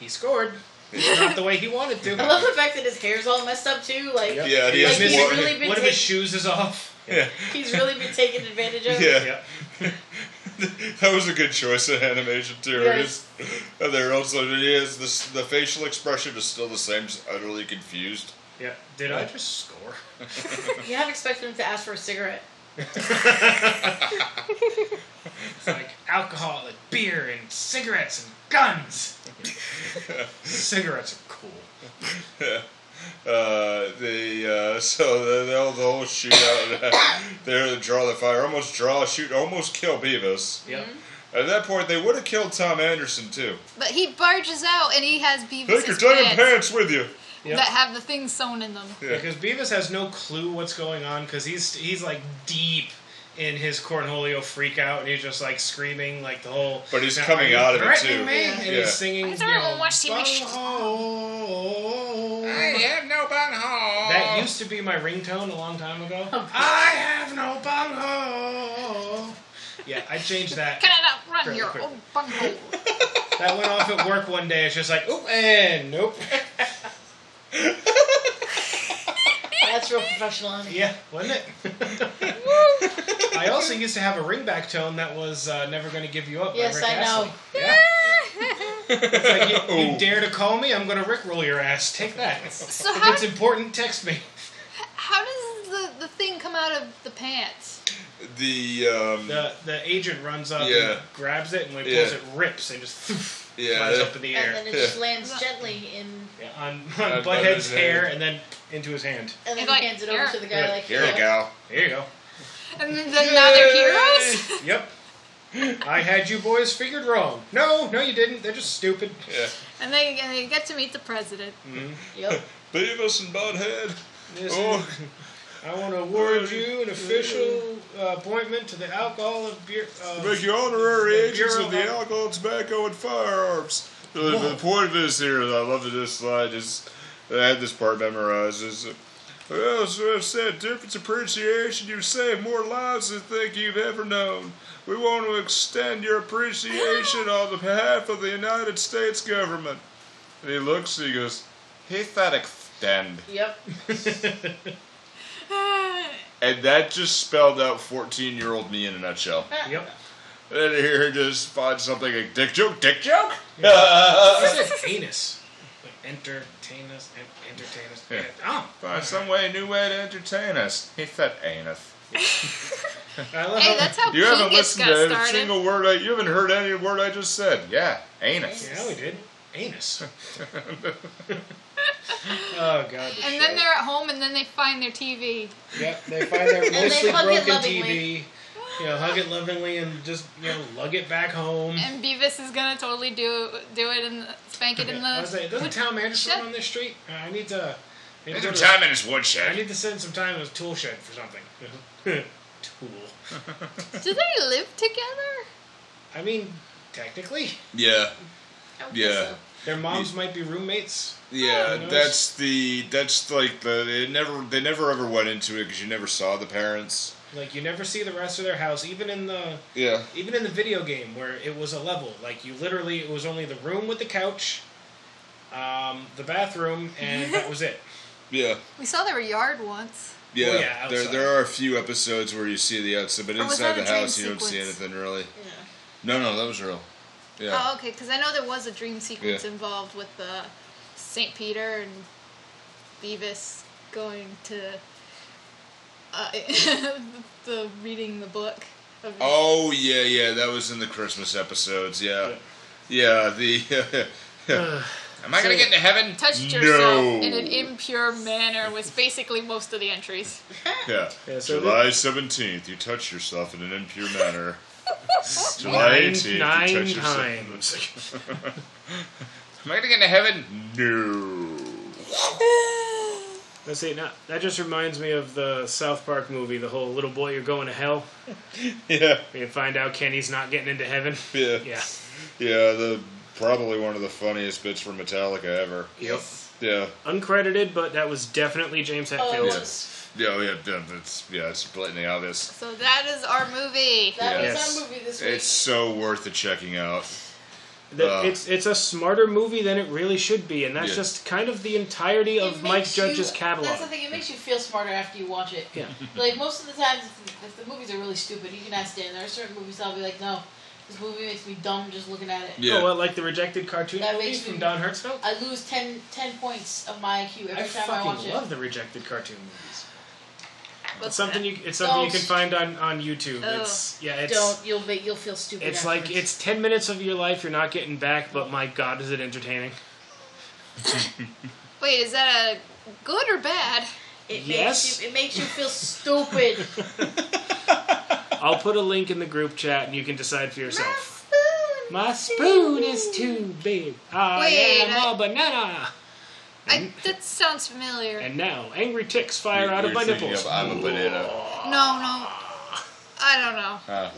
Speaker 3: he scored. It's not the way he wanted to.
Speaker 5: I love the fact that his hair's all messed up too. Like
Speaker 3: Yep.
Speaker 6: Yeah, he has
Speaker 5: Like, he's
Speaker 6: one-
Speaker 5: really been
Speaker 3: One of his
Speaker 5: taking-
Speaker 3: shoes is off.
Speaker 6: Yeah.
Speaker 5: he's really been taken advantage of.
Speaker 6: Yeah.
Speaker 3: Yep.
Speaker 6: that was a good choice of animation too.
Speaker 5: Yes.
Speaker 6: And they're also it is this, the facial expression is still the same, just utterly confused.
Speaker 3: Yep. Did I just score?
Speaker 5: You have expected him to ask for a cigarette.
Speaker 3: It's like alcohol and beer and cigarettes and guns. cigarettes are cool.
Speaker 6: Uh, the uh, so the, the, whole- the whole shootout, uh, they're the draw the fire, almost draw, shoot, almost kill Beavis.
Speaker 3: Yep.
Speaker 6: At that point, they would have killed Tom Anderson too.
Speaker 2: But he barges out and he has
Speaker 6: Take your
Speaker 2: Beavis'
Speaker 6: damn
Speaker 2: pants,
Speaker 6: pants with you.
Speaker 3: Yep.
Speaker 2: that have the things sewn in them.
Speaker 6: Yeah.
Speaker 3: Because Beavis has no clue what's going on because he's he's like deep in his cornholio freak out and he's just like screaming like the whole
Speaker 6: But he's
Speaker 3: "Now, are
Speaker 6: coming
Speaker 3: you
Speaker 6: out of it,
Speaker 3: threatening
Speaker 6: too."
Speaker 3: me?" and
Speaker 6: Yeah.
Speaker 3: he's singing
Speaker 2: I thought everyone
Speaker 3: you know,
Speaker 2: watched TV shows.
Speaker 3: "Bunghole."
Speaker 1: have no bunghole.
Speaker 5: Oh.
Speaker 3: That used to be my ringtone a long time ago. I have no bunghole. Yeah, I changed that.
Speaker 2: Can I not run
Speaker 3: Really
Speaker 2: your
Speaker 3: quick.
Speaker 2: own bunghole?
Speaker 3: That went off at work one day. It's just like, oop, and nope.
Speaker 5: That's real professional. Honey.
Speaker 3: Yeah, wasn't it? I also used to have a ringback tone that was uh, "Never Gonna Give You Up." by
Speaker 5: Yes,
Speaker 3: Rick
Speaker 5: I
Speaker 3: Astley.
Speaker 5: know.
Speaker 3: Yeah. it's like you,
Speaker 6: Oh.
Speaker 3: you dare to call me, I'm gonna rickroll your ass. Take that.
Speaker 2: So
Speaker 3: if
Speaker 2: how-
Speaker 3: it's important, text me.
Speaker 2: How does the, the thing come out of the pants?
Speaker 6: The um,
Speaker 3: The the agent runs up,
Speaker 6: Yeah.
Speaker 3: and grabs it, and when he
Speaker 6: Yeah.
Speaker 3: pulls it, rips, and just flies
Speaker 6: Yeah.
Speaker 3: up in the
Speaker 5: and
Speaker 3: air
Speaker 5: then it just lands gently in,
Speaker 3: yeah, on,
Speaker 6: Uh,
Speaker 3: on Butthead's
Speaker 6: Butthead's
Speaker 3: hair
Speaker 6: hair.
Speaker 3: and then into his hand.
Speaker 5: and then
Speaker 2: It's like,
Speaker 5: he hands it over
Speaker 2: here.
Speaker 5: to the guy like,
Speaker 6: Here you go.
Speaker 3: There you go.
Speaker 2: And then now they're heroes?
Speaker 3: Yep. I had you boys figured wrong. No, no, you didn't. They're just stupid.
Speaker 6: Yeah.
Speaker 2: And they, and they get to meet the president.
Speaker 5: Yep.
Speaker 6: Beavis and Butthead.
Speaker 3: This-
Speaker 6: Oh,
Speaker 3: I want to award you an official uh, appointment to the alcohol of beer. Uh,
Speaker 6: make you honorary
Speaker 3: The
Speaker 6: agents
Speaker 3: Bureau
Speaker 6: of the
Speaker 3: of-
Speaker 6: alcohol, tobacco, and firearms. The, the point of this here, I love that this slide is. I had this part memorized. Is, well, as I said, difference appreciation. You save more lives than think you've ever known. We want to extend your appreciation on the behalf of the United States government. And he looks. He goes, "He thought extend."
Speaker 5: Yep.
Speaker 6: And that just spelled out 14 year old me in a nutshell.
Speaker 3: yep.
Speaker 6: And then here just find something like dick joke, dick joke? Uh.
Speaker 3: That's a penis. Like, entertain us. en- Entertain us.
Speaker 6: Yeah.
Speaker 3: Oh,
Speaker 6: Find some way, a new way to entertain us. He said anus.
Speaker 3: I love
Speaker 2: Hey,
Speaker 3: how-
Speaker 2: that's how
Speaker 6: You haven't
Speaker 2: Pegus
Speaker 6: listened
Speaker 2: got
Speaker 6: to a
Speaker 2: started.
Speaker 6: single word. I, you haven't heard any word I just said. Yeah, anus.
Speaker 3: Yeah, we did. Anus. oh, God. this
Speaker 2: And then
Speaker 3: show.
Speaker 2: they're at home and then they find their TV.
Speaker 3: Yep, they find their mostly
Speaker 5: hug it
Speaker 3: broken TV.
Speaker 5: lovingly.
Speaker 3: You know, hug it lovingly and just you know lug it back home.
Speaker 2: And Beavis is gonna totally do do it and spank it in
Speaker 3: I was
Speaker 2: the.
Speaker 3: like, doesn't Tom Anderson
Speaker 2: Shit.
Speaker 3: live on this street? Uh, I need to. I need to,
Speaker 6: Some
Speaker 3: go to-
Speaker 6: time in his
Speaker 3: I
Speaker 6: woodshed.
Speaker 3: need to send some time in his tool shed for something. tool.
Speaker 2: Do they live together?
Speaker 3: I mean, technically,
Speaker 6: Yeah,
Speaker 5: I would
Speaker 6: Yeah.
Speaker 5: guess so.
Speaker 3: their moms might be roommates.
Speaker 6: yeah.
Speaker 3: Who knows?
Speaker 6: That's the. That's like the. They never. They never ever went into it because you never saw the parents.
Speaker 3: Like you never see the rest of their house, even in the
Speaker 6: Yeah.
Speaker 3: even in the video game where it was a level. Like you literally, it was only the room with the couch, um, the bathroom, and that was it.
Speaker 6: Yeah.
Speaker 2: We saw their yard once.
Speaker 6: Yeah,
Speaker 3: Well, yeah,
Speaker 6: there,
Speaker 3: outside.
Speaker 6: there are a few episodes where you see the outside, but
Speaker 2: Or Oh, was
Speaker 6: inside
Speaker 2: that
Speaker 6: the
Speaker 2: a dream
Speaker 6: house you don't see
Speaker 2: sequence?
Speaker 6: anything really. No, no, that was real. Yeah,
Speaker 2: Oh, okay. Because I know there was a dream sequence
Speaker 6: Yeah.
Speaker 2: involved with uh, Saint Peter and Beavis going to uh, the reading the book. Of,
Speaker 6: Oh yeah, yeah, that was in the Christmas episodes. Yeah, yeah. the
Speaker 3: Uh,
Speaker 6: am I gonna get into heaven?
Speaker 2: Touched
Speaker 6: no.
Speaker 2: yourself in an impure manner was basically most of the entries.
Speaker 6: yeah.
Speaker 3: Yeah, so
Speaker 6: July seventeenth, you touch yourself in an impure manner. July
Speaker 3: Nine,
Speaker 6: eighteenth, you touch
Speaker 3: nine
Speaker 6: yourself.
Speaker 3: times.
Speaker 6: Am I gonna get into heaven? No.
Speaker 3: Let's see. Now that just reminds me of the South Park movie, the whole "Little boy, you're going to hell."
Speaker 6: Yeah,
Speaker 3: Where you find out Kenny's not getting into heaven.
Speaker 6: yeah, yeah.
Speaker 3: Yeah.
Speaker 6: The probably one of the funniest bits from Metallica ever.
Speaker 3: Yep.
Speaker 6: Yeah.
Speaker 3: Uncredited, but that was definitely James
Speaker 5: Oh,
Speaker 3: Hetfield.
Speaker 5: it was.
Speaker 6: Yeah, yeah, yeah, it's yeah, it's blatantly obvious.
Speaker 2: So that is our movie.
Speaker 5: That
Speaker 3: Yes.
Speaker 5: was our movie this week.
Speaker 6: It's so worth the checking out.
Speaker 3: That-
Speaker 6: Uh.
Speaker 3: it's it's a smarter movie than it really should be, and that's
Speaker 6: Yeah.
Speaker 3: just kind of the entirety
Speaker 5: It
Speaker 3: of Mike
Speaker 5: makes you-
Speaker 3: Judge's catalog.
Speaker 5: That's the thing. It makes you feel smarter after you watch it.
Speaker 3: Yeah.
Speaker 5: like most of the times, if, if the movies are really stupid, you cannot stand. There are certain movies I'll be like, no, this movie makes me dumb just looking at it.
Speaker 6: Yeah,
Speaker 3: Oh, what, like the rejected cartoon
Speaker 5: That
Speaker 3: movies
Speaker 5: makes
Speaker 3: from
Speaker 5: me-
Speaker 3: Don Hertzfeld?
Speaker 5: I lose 10, 10 points of my IQ every
Speaker 3: I
Speaker 5: time I watch
Speaker 3: fucking love
Speaker 5: it.
Speaker 3: the rejected cartoon movies.
Speaker 2: What's
Speaker 3: It's something you it's something you
Speaker 5: Don't.
Speaker 3: can find on on YouTube.
Speaker 2: Ugh.
Speaker 3: It's yeah, it's
Speaker 5: Don't you'll be, you'll feel stupid.
Speaker 3: It's like
Speaker 5: afterwards.
Speaker 3: it's ten minutes of your life you're not getting back, but my God, is it entertaining?
Speaker 2: Wait, is that a good or bad?
Speaker 5: it
Speaker 3: yes.
Speaker 5: makes you it makes you feel stupid.
Speaker 3: I'll put a link in the group chat and you can decide for yourself. My spoon is too big. I
Speaker 2: Wait,
Speaker 5: uh,
Speaker 3: am
Speaker 2: I-
Speaker 3: a banana.
Speaker 2: I,
Speaker 6: Mm-hmm.
Speaker 2: that sounds familiar.
Speaker 3: And now, angry ticks fire out of
Speaker 6: You're
Speaker 3: my
Speaker 6: thinking
Speaker 3: nipples.
Speaker 6: of I'm a banana.
Speaker 2: no, no. I don't know.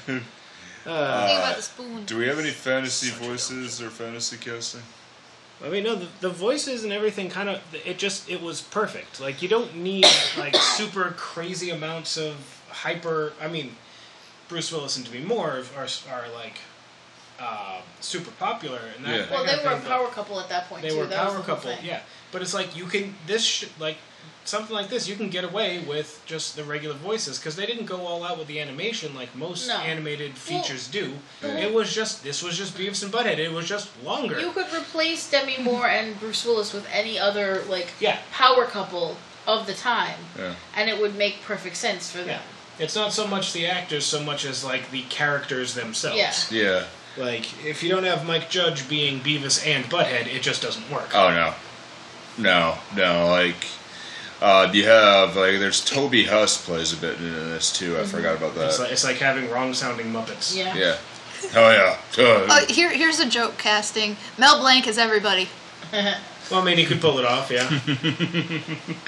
Speaker 2: Think about the spoon.
Speaker 6: Ah. Do we have any fantasy voices or fantasy casting?
Speaker 3: I mean, no, the, the voices and everything kind of it just it was perfect. Like you don't need like super crazy amounts of hyper. I mean, Bruce Willis and Demi Moore are are like uh, super popular and that.
Speaker 6: Yeah.
Speaker 3: that
Speaker 5: well,
Speaker 3: kinda
Speaker 5: they were a
Speaker 3: thing, but-
Speaker 5: power couple at that point.
Speaker 3: They
Speaker 5: too.
Speaker 3: were a
Speaker 5: that was
Speaker 3: power
Speaker 5: the whole
Speaker 3: couple,
Speaker 5: thing.
Speaker 3: yeah. But it's like you can this sh- like something like this you can get away with just the regular voices because they didn't go all out with the animation like most
Speaker 5: No.
Speaker 3: animated features do.
Speaker 5: Well-
Speaker 3: It was just this was just Beavis and Butthead. It was just longer.
Speaker 5: You could replace Demi Moore and Bruce Willis with any other like
Speaker 3: Yeah.
Speaker 5: power couple of the time,
Speaker 6: Yeah.
Speaker 5: and it would make perfect sense for
Speaker 3: yeah,
Speaker 5: them.
Speaker 3: it's not so much the actors so much as like the characters themselves.
Speaker 5: Yeah.
Speaker 6: Yeah.
Speaker 3: Like, if you don't have Mike Judge being Beavis and Butthead, it just doesn't work.
Speaker 6: Oh no, no, no. Like uh, you have like there's Toby Huss plays a bit in this too. I forgot about that.
Speaker 3: It's, like, it's like having wrong sounding Muppets.
Speaker 5: Yeah.
Speaker 6: yeah. Oh yeah.
Speaker 2: Uh, here, here's a joke casting. Mel Blanc is everybody.
Speaker 3: Well, I mean, he could pull it off, yeah.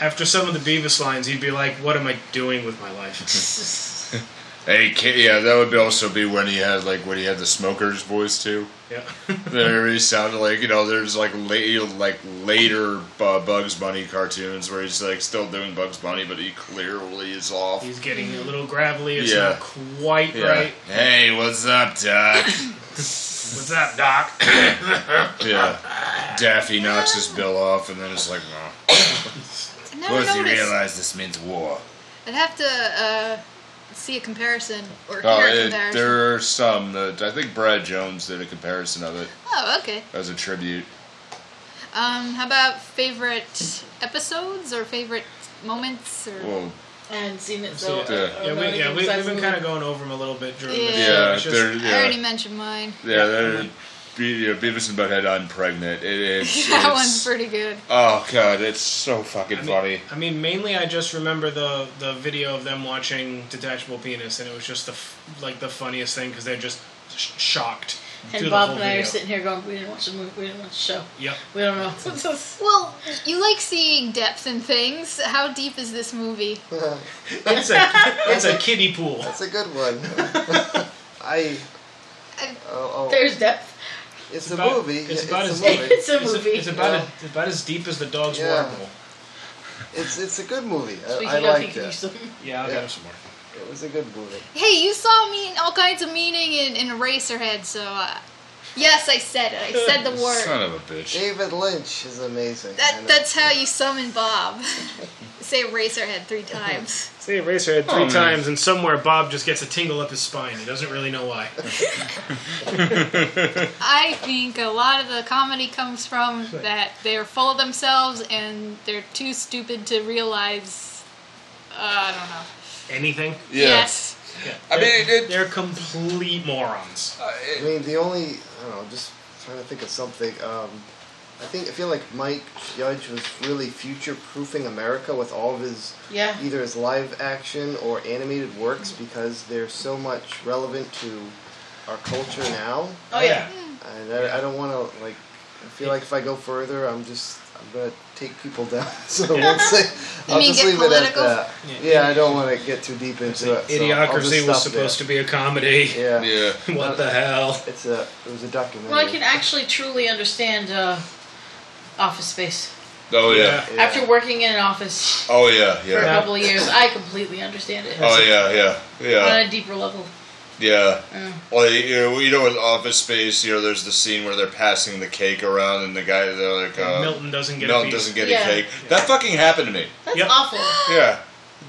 Speaker 3: After some of the Beavis lines, he'd be like, What am I doing with my life?
Speaker 6: Hey, Ki- yeah, that would be also be when he had like when he had the smoker's voice too.
Speaker 3: yeah.
Speaker 6: There he sounded like you know there's like la- like later uh, Bugs Bunny cartoons where he's like still doing Bugs Bunny, but he clearly is off.
Speaker 3: He's getting a little gravelly. It's
Speaker 6: Yeah.
Speaker 3: not quite
Speaker 6: Yeah.
Speaker 3: right.
Speaker 6: Hey, what's up, Doc?
Speaker 3: What's up, Doc?
Speaker 6: yeah. Daffy knocks his bill off, and then it's like, well,
Speaker 2: I never noticed.
Speaker 6: this means war.
Speaker 2: I'd have to uh, see a comparison or
Speaker 6: Oh,
Speaker 2: hear a
Speaker 6: it,
Speaker 2: comparison.
Speaker 6: there are some that I think Brad Jones did a comparison of it
Speaker 2: Oh, okay.
Speaker 6: as a tribute.
Speaker 2: Um, how about favorite episodes or favorite moments or?
Speaker 6: Well,
Speaker 5: I haven't seen it,
Speaker 3: So,
Speaker 5: so. uh,
Speaker 6: yeah.
Speaker 5: I don't
Speaker 3: yeah,
Speaker 5: know
Speaker 3: we, yeah
Speaker 5: anything
Speaker 3: we,
Speaker 5: besides
Speaker 3: we've been
Speaker 5: the
Speaker 3: kind of going over him a little bit during
Speaker 2: Yeah.
Speaker 3: the show.
Speaker 6: yeah,
Speaker 3: It's just-
Speaker 6: there,
Speaker 2: I
Speaker 6: yeah,
Speaker 2: already mentioned mine.
Speaker 6: yeah, there. Be, yeah, Beavis and Butthead on pregnant. It is.
Speaker 2: that
Speaker 6: it's-
Speaker 2: one's pretty good.
Speaker 6: Oh god, it's so fucking
Speaker 3: I mean-
Speaker 6: funny.
Speaker 3: I mean, mainly I just remember the the video of them watching Detachable Penis, and it was just the f- like the funniest thing because they're just sh- shocked. through
Speaker 5: And
Speaker 3: the
Speaker 5: Bob
Speaker 3: whole
Speaker 5: and I are
Speaker 3: video.
Speaker 5: sitting here going, we didn't watch the movie, we didn't watch the show.
Speaker 3: Yep.
Speaker 5: We don't know.
Speaker 2: Well, you like seeing depth in things. How deep is this movie?
Speaker 3: It's a it's a kiddie pool.
Speaker 4: That's a good one. I.
Speaker 2: I-
Speaker 4: Oh, oh.
Speaker 5: There's depth.
Speaker 4: It's
Speaker 3: It's
Speaker 4: a
Speaker 3: about-
Speaker 4: movie.
Speaker 3: it's
Speaker 4: It's
Speaker 3: about as-
Speaker 4: a movie.
Speaker 5: It's a
Speaker 3: It's,
Speaker 5: movie.
Speaker 3: it's about
Speaker 4: Yeah.
Speaker 3: a, about as deep as the dog's
Speaker 4: Yeah.
Speaker 3: water bowl.
Speaker 4: It's it's a good movie.
Speaker 5: Speaking
Speaker 4: I, I
Speaker 5: of,
Speaker 4: liked
Speaker 5: you can
Speaker 4: it.
Speaker 5: use them.
Speaker 3: Yeah, I'll
Speaker 4: Yeah.
Speaker 3: get him some more.
Speaker 4: It was a good movie.
Speaker 2: Hey, you saw me in all kinds of meaning in, in Eraserhead, so uh, yes, I said it. I said the word.
Speaker 6: Son of a bitch.
Speaker 4: David Lynch is amazing. I
Speaker 2: That
Speaker 4: know.
Speaker 2: that's how you summon Bob. Say Eraserhead three times.
Speaker 3: Say Eraserhead
Speaker 6: Oh,
Speaker 3: three
Speaker 6: man.
Speaker 3: times, and somewhere Bob just gets a tingle up his spine. He doesn't really know why.
Speaker 2: I think a lot of the comedy comes from that they're full of themselves and they're too stupid to realize. Uh, I don't know.
Speaker 3: Anything?
Speaker 6: Yeah.
Speaker 2: Yes.
Speaker 6: I mean, it, it,
Speaker 3: They're complete morons.
Speaker 4: I mean, the only I don't know. Just trying to think of something. Um, I think I feel like Mike Judge was really future-proofing America with all of his
Speaker 5: Yeah.
Speaker 4: either his live action or animated works because they're so much relevant to our culture now.
Speaker 5: Oh, yeah.
Speaker 4: And I, I don't want to like. I feel like if I go further, I'm just I'm gonna take people down. So we'll say,
Speaker 2: You
Speaker 4: I'll
Speaker 2: mean
Speaker 4: just
Speaker 2: get
Speaker 4: leave
Speaker 2: political?
Speaker 4: it at that. Yeah, I don't want to get too deep into it.
Speaker 3: Idiocracy was supposed to be a comedy.
Speaker 4: Yeah.
Speaker 6: yeah.
Speaker 3: What the hell?
Speaker 4: It's a it was a documentary.
Speaker 5: Well, I can actually truly understand uh, Office Space.
Speaker 6: Oh yeah.
Speaker 4: Yeah.
Speaker 5: After working in an office
Speaker 6: Oh yeah.
Speaker 5: for a
Speaker 6: Yeah.
Speaker 5: couple of years, I completely understand it
Speaker 6: Oh yeah. Yeah. Yeah.
Speaker 5: on a deeper level.
Speaker 6: Yeah.
Speaker 5: Mm.
Speaker 6: Like you know, you know, in Office Space, you know, there's the scene where they're passing the cake around, and the guy they're like, uh,
Speaker 3: Milton doesn't get
Speaker 6: Milton
Speaker 3: a piece.
Speaker 6: doesn't get
Speaker 5: Yeah.
Speaker 6: a cake. That fucking happened to me.
Speaker 5: That's
Speaker 3: Yep.
Speaker 5: awful.
Speaker 6: Yeah.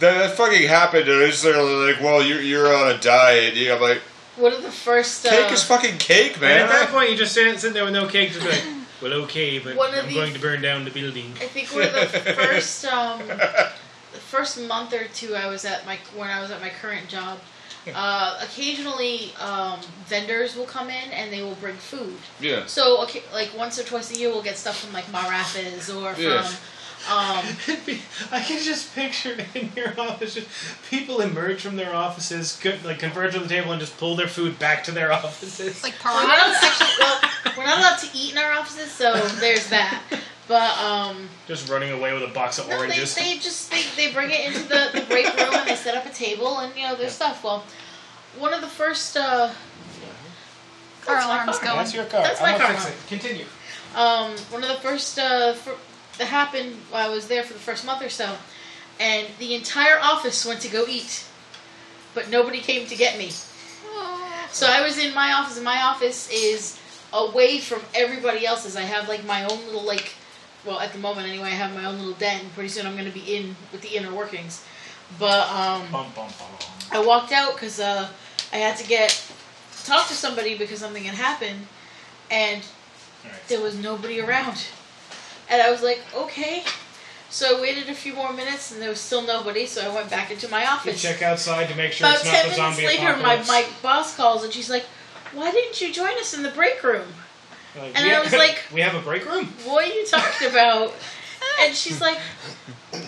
Speaker 6: That, that fucking happened, and it's literally like, well, you're, you're on a diet. You know, I'm like,
Speaker 5: What are the first? Uh,
Speaker 6: cake is fucking cake,
Speaker 3: And
Speaker 6: man.
Speaker 3: at that point, you just sit, sit there with no cake, just be like, well, okay, but
Speaker 5: One of
Speaker 3: I'm
Speaker 5: these-
Speaker 3: going to burn down the building.
Speaker 5: I think one of the first um, the first month or two I was at my when I was at my current job. Uh, occasionally, um, vendors will come in and they will bring food.
Speaker 6: yeah.
Speaker 5: So, okay, like once or twice a year, we'll get stuff from like Maratha's or from.
Speaker 6: Yeah.
Speaker 5: Um,
Speaker 3: I can just picture in your office, just people emerge from their offices, co- like converge on the table, and just pull their food back to their offices.
Speaker 2: Like
Speaker 5: we're not
Speaker 2: Parliament.
Speaker 5: allowed to, well, we're not allowed to eat in our offices, so there's that. But um,
Speaker 3: Just running away with a box of
Speaker 5: no, they,
Speaker 3: oranges.
Speaker 5: they just they, they bring it into the, the break room and they set up a table and you know their stuff. Well, one of the first. Uh,
Speaker 2: Our
Speaker 5: That's my
Speaker 2: alarm's
Speaker 5: car.
Speaker 2: going.
Speaker 3: your car.
Speaker 5: That's my
Speaker 3: gonna
Speaker 5: car.
Speaker 3: Continue.
Speaker 5: um, one of the first uh, fir- that happened while I was there for the first month or so, and the entire office went to go eat, but nobody came to get me. So I was in my office, and my office is away from everybody else's. I have like my own little like, well, at the moment anyway, I have my own little den. Pretty soon I'm gonna be in with the inner workings, but um.
Speaker 3: Bum, bum, bum.
Speaker 5: I walked out because uh, I had to get talk to somebody because something had happened, and
Speaker 3: Alright.
Speaker 5: there was nobody around. And I was like, okay. So I waited a few more minutes, and there was still nobody. So I went back into my
Speaker 3: You
Speaker 5: office.
Speaker 3: check outside to make sure
Speaker 5: About
Speaker 3: it's not
Speaker 5: ten
Speaker 3: the
Speaker 5: minutes
Speaker 3: zombie
Speaker 5: later, my,
Speaker 3: apocalypse.
Speaker 5: my boss calls, and she's like, why didn't you join us in the break room?
Speaker 3: Like,
Speaker 5: And
Speaker 3: we
Speaker 5: I
Speaker 3: have-
Speaker 5: was like-
Speaker 3: we have a break room.
Speaker 5: What are you talking about? and she's like,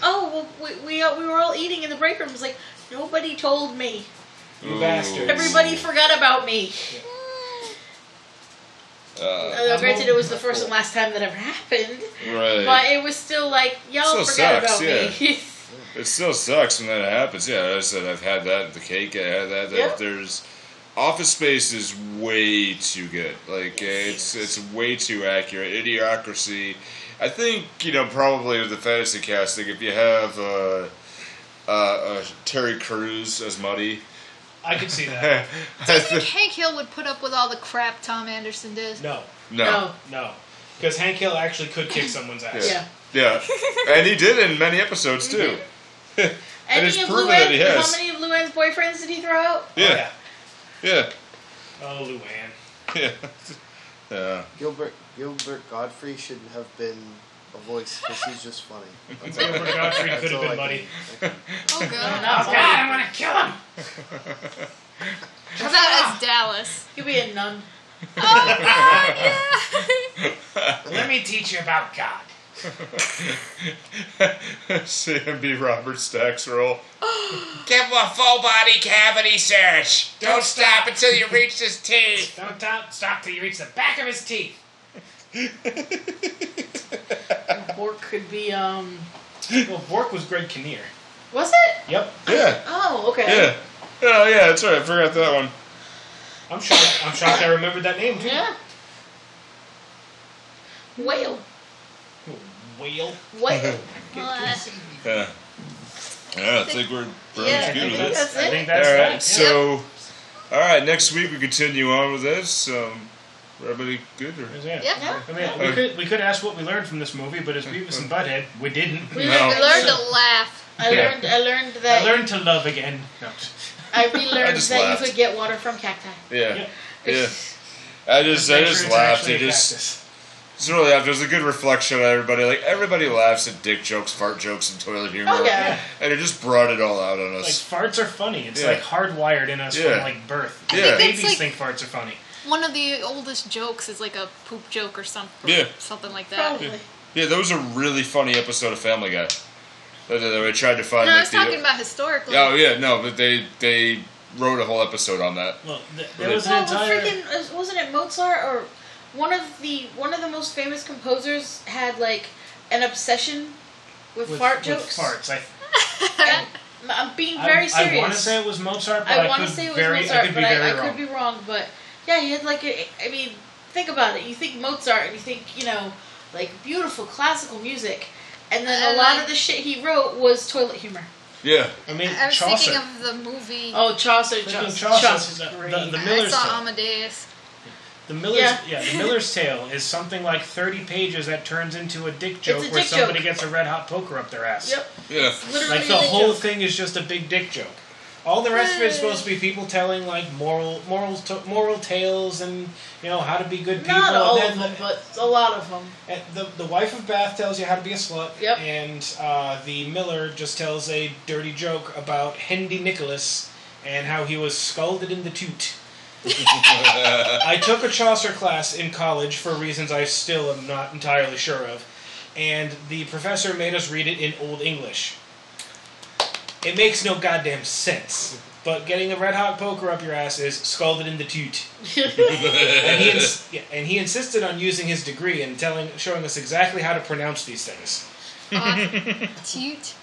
Speaker 5: oh, well, we, we, we were all eating in the break room. It's like, nobody told me.
Speaker 3: You bastards.
Speaker 5: Everybody forgot about me.
Speaker 6: Uh,
Speaker 5: Although, granted, it was the first and last time that ever happened.
Speaker 6: right.
Speaker 5: But it was still like, y'all
Speaker 6: Still
Speaker 5: forgot
Speaker 6: sucks,
Speaker 5: about me.
Speaker 6: It still sucks when that happens. Yeah, I said I've had that. The cake, I had that. that
Speaker 5: Yep.
Speaker 6: There's Office Space is way too good. Like it's it's way too accurate. Idiocracy. I think you know probably with the fantasy casting, if you have uh, uh, uh, Terry Crews as Muddy,
Speaker 3: I could see that.
Speaker 6: I
Speaker 2: think
Speaker 6: think
Speaker 2: Hank Hill would put up with all the crap Tom Anderson did.
Speaker 3: No,
Speaker 6: no.
Speaker 3: no, because Hank Hill actually could kick someone's ass.
Speaker 5: Oh, Yeah.
Speaker 6: Yeah, and he did in many episodes too. And it's
Speaker 5: Any of
Speaker 6: proven
Speaker 5: Lou
Speaker 6: that he
Speaker 5: Ann, how
Speaker 6: has.
Speaker 5: many of Lou Ann's boyfriends did he throw out?
Speaker 6: Yeah, yeah,
Speaker 3: Oh, yeah. Oh, Luann.
Speaker 6: yeah. yeah.
Speaker 4: Gilbert Gilbert Godfrey should have been a voice because he's just funny. That's all-
Speaker 3: Gilbert Godfrey
Speaker 4: that's
Speaker 3: could have
Speaker 4: all I
Speaker 3: been Muddy.
Speaker 2: Oh god.
Speaker 5: Not
Speaker 9: God, I want to kill him.
Speaker 2: How about as Dallas?
Speaker 5: He'd be a nun.
Speaker 2: Oh god, yeah.
Speaker 9: Let me teach you about God.
Speaker 6: CMB Robert Stack's role.
Speaker 1: Give a full body cavity search. Don't stop until you reach his teeth.
Speaker 9: Don't stop, stop till you reach the back of his teeth.
Speaker 5: Bork could be, um.
Speaker 3: Well, Bork was Greg Kinnear.
Speaker 5: Was it?
Speaker 3: Yep,
Speaker 6: Yeah,
Speaker 5: Oh, okay.
Speaker 6: yeah. Oh, yeah, that's right. I forgot that one.
Speaker 3: I'm shocked. I'm shocked. I remembered that name. Too.
Speaker 5: Whale.
Speaker 3: Whale.
Speaker 5: Whale.
Speaker 6: Yeah. Yeah, I think we're pretty
Speaker 2: Yeah, I
Speaker 6: good with it.
Speaker 5: That's
Speaker 3: I
Speaker 5: it.
Speaker 3: think
Speaker 6: All
Speaker 3: that's
Speaker 6: right,
Speaker 3: that.
Speaker 6: so, all right, next week we continue on with this. Um, everybody good? Or?
Speaker 3: Yeah.
Speaker 2: Yep.
Speaker 3: I mean, we could we could ask what we learned from this movie, but as Beavis and Butthead, we didn't.
Speaker 5: We
Speaker 6: No.
Speaker 2: I learned to laugh.
Speaker 5: I
Speaker 3: Yeah.
Speaker 5: learned. I learned that.
Speaker 3: I learned to love again. No.
Speaker 5: I relearned
Speaker 6: just
Speaker 5: that
Speaker 6: laughed.
Speaker 5: you could get water from cacti.
Speaker 6: Yeah,
Speaker 3: Yeah.
Speaker 6: yeah. I just, I
Speaker 3: Make sure
Speaker 6: just
Speaker 3: it's
Speaker 6: laughed.
Speaker 3: actually
Speaker 6: It
Speaker 3: a
Speaker 6: just,
Speaker 3: cactus.
Speaker 6: it's really laughed. It was a good reflection on everybody. Like everybody laughs at dick jokes, fart jokes, and toilet humor.
Speaker 5: Oh yeah.
Speaker 6: And it just brought it all out on
Speaker 3: like
Speaker 6: us.
Speaker 3: farts are funny. It's
Speaker 6: Yeah.
Speaker 3: like hardwired in us
Speaker 6: Yeah.
Speaker 3: from like birth.
Speaker 6: yeah.
Speaker 2: That's
Speaker 3: Babies
Speaker 2: like-
Speaker 3: think farts are funny.
Speaker 2: One of the oldest jokes is like a poop joke or something.
Speaker 6: Yeah.
Speaker 2: Something like that.
Speaker 5: Probably.
Speaker 6: Yeah, that was a really funny episode of Family Guy. That, that they tried to find.
Speaker 2: No, I
Speaker 6: like,
Speaker 2: was
Speaker 6: the-
Speaker 2: talking about historically.
Speaker 6: Oh yeah, no, but they they wrote a whole episode on that.
Speaker 3: Well, th-
Speaker 6: Well,
Speaker 3: there was
Speaker 5: Oh,
Speaker 3: an
Speaker 5: well,
Speaker 3: entire.
Speaker 5: freaking uh, wasn't it Mozart or one of the one of the most famous composers had like an obsession with,
Speaker 3: with-
Speaker 5: fart
Speaker 3: with
Speaker 5: jokes.
Speaker 3: farts. I,
Speaker 5: I'm- I'm being
Speaker 3: I-
Speaker 5: very
Speaker 3: I,
Speaker 5: serious.
Speaker 3: want to say it was Mozart, but
Speaker 5: I
Speaker 3: I,
Speaker 5: wanna
Speaker 3: could
Speaker 5: say it was
Speaker 3: very,
Speaker 5: Mozart,
Speaker 3: I could be
Speaker 5: but I,
Speaker 3: very
Speaker 5: I
Speaker 3: wrong.
Speaker 5: could be wrong. But yeah, he had like a, I mean, think about it. You think Mozart, and you think you know, like beautiful classical music, and then a
Speaker 2: And,
Speaker 5: lot
Speaker 2: like-
Speaker 5: of the shit he wrote was toilet humor.
Speaker 6: Yeah,
Speaker 3: I mean,
Speaker 2: I was
Speaker 3: Chaucer.
Speaker 2: thinking of the movie.
Speaker 5: Oh, Chaucer,
Speaker 3: Freaking
Speaker 5: Chaucer,
Speaker 3: Chaucer's-
Speaker 5: Chaucer's
Speaker 3: the- the-
Speaker 5: great.
Speaker 3: the-
Speaker 2: I
Speaker 3: Miller's
Speaker 2: saw
Speaker 3: Tale.
Speaker 2: Amadeus.
Speaker 3: The Miller's
Speaker 5: Yeah.
Speaker 3: yeah. the Miller's Tale is something like thirty pages that turns into a dick joke
Speaker 5: a
Speaker 3: where
Speaker 5: dick
Speaker 3: somebody
Speaker 5: joke.
Speaker 3: gets a red hot poker up their ass.
Speaker 5: Yep,
Speaker 6: yeah,
Speaker 5: literally
Speaker 3: Like the
Speaker 5: a
Speaker 3: whole
Speaker 5: joke.
Speaker 3: thing is just a big dick joke. All the rest of it is supposed to be people telling like moral moral t- moral tales and you know how to be good people.
Speaker 5: Not all of
Speaker 3: and then
Speaker 5: them, but a lot of them.
Speaker 3: and the, the wife of Bath tells you how to be a slut,
Speaker 5: Yep.
Speaker 3: and uh, the Miller just tells a dirty joke about Hendy Nicholas and how he was scalded in the toot. I took a Chaucer class in college for reasons I still am not entirely sure of, and the professor made us read it in Old English. It makes no goddamn sense. But getting a red hot poker up your ass is scalded in the toot and he ins- yeah, and he insisted on using his degree and telling showing us exactly how to pronounce these things.
Speaker 2: Toot.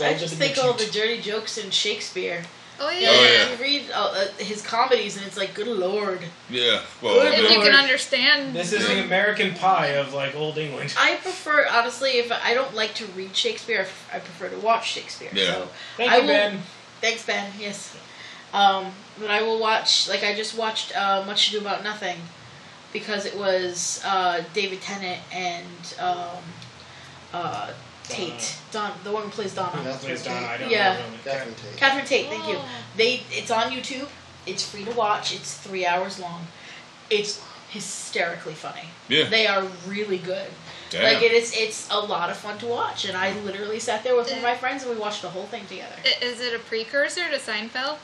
Speaker 5: I just think all the dirty jokes in Shakespeare.
Speaker 2: Oh
Speaker 5: Yeah,
Speaker 2: yeah.
Speaker 6: Oh, yeah.
Speaker 5: You read uh, uh, his comedies, and it's like, good lord.
Speaker 6: yeah. Well,
Speaker 5: Good.
Speaker 2: If you
Speaker 5: Lord.
Speaker 2: can understand.
Speaker 3: This is the American pie of like old England.
Speaker 5: I prefer, honestly, if I don't like to read Shakespeare, I f- I prefer to watch Shakespeare.
Speaker 6: Yeah.
Speaker 5: So
Speaker 3: Thank
Speaker 5: I
Speaker 3: you,
Speaker 5: will-
Speaker 3: Ben.
Speaker 5: thanks, Ben. Yes. Um, but I will watch. Like I just watched uh, Much Ado About Nothing because it was uh, David Tennant and um, uh, Tate, Don, the one who plays Donna.
Speaker 3: Please, Don, I don't
Speaker 5: Yeah.
Speaker 3: know.
Speaker 4: Catherine Tate.
Speaker 5: Catherine Tate, thank you.
Speaker 2: Oh.
Speaker 5: They it's on YouTube. It's free to watch. It's three hours long. It's hysterically funny.
Speaker 6: yeah.
Speaker 5: They are really good.
Speaker 6: Damn.
Speaker 5: Like it is it's a lot of fun to watch and I literally sat there with one of my friends and we watched the whole thing together.
Speaker 2: I- Is it a precursor to Seinfeld?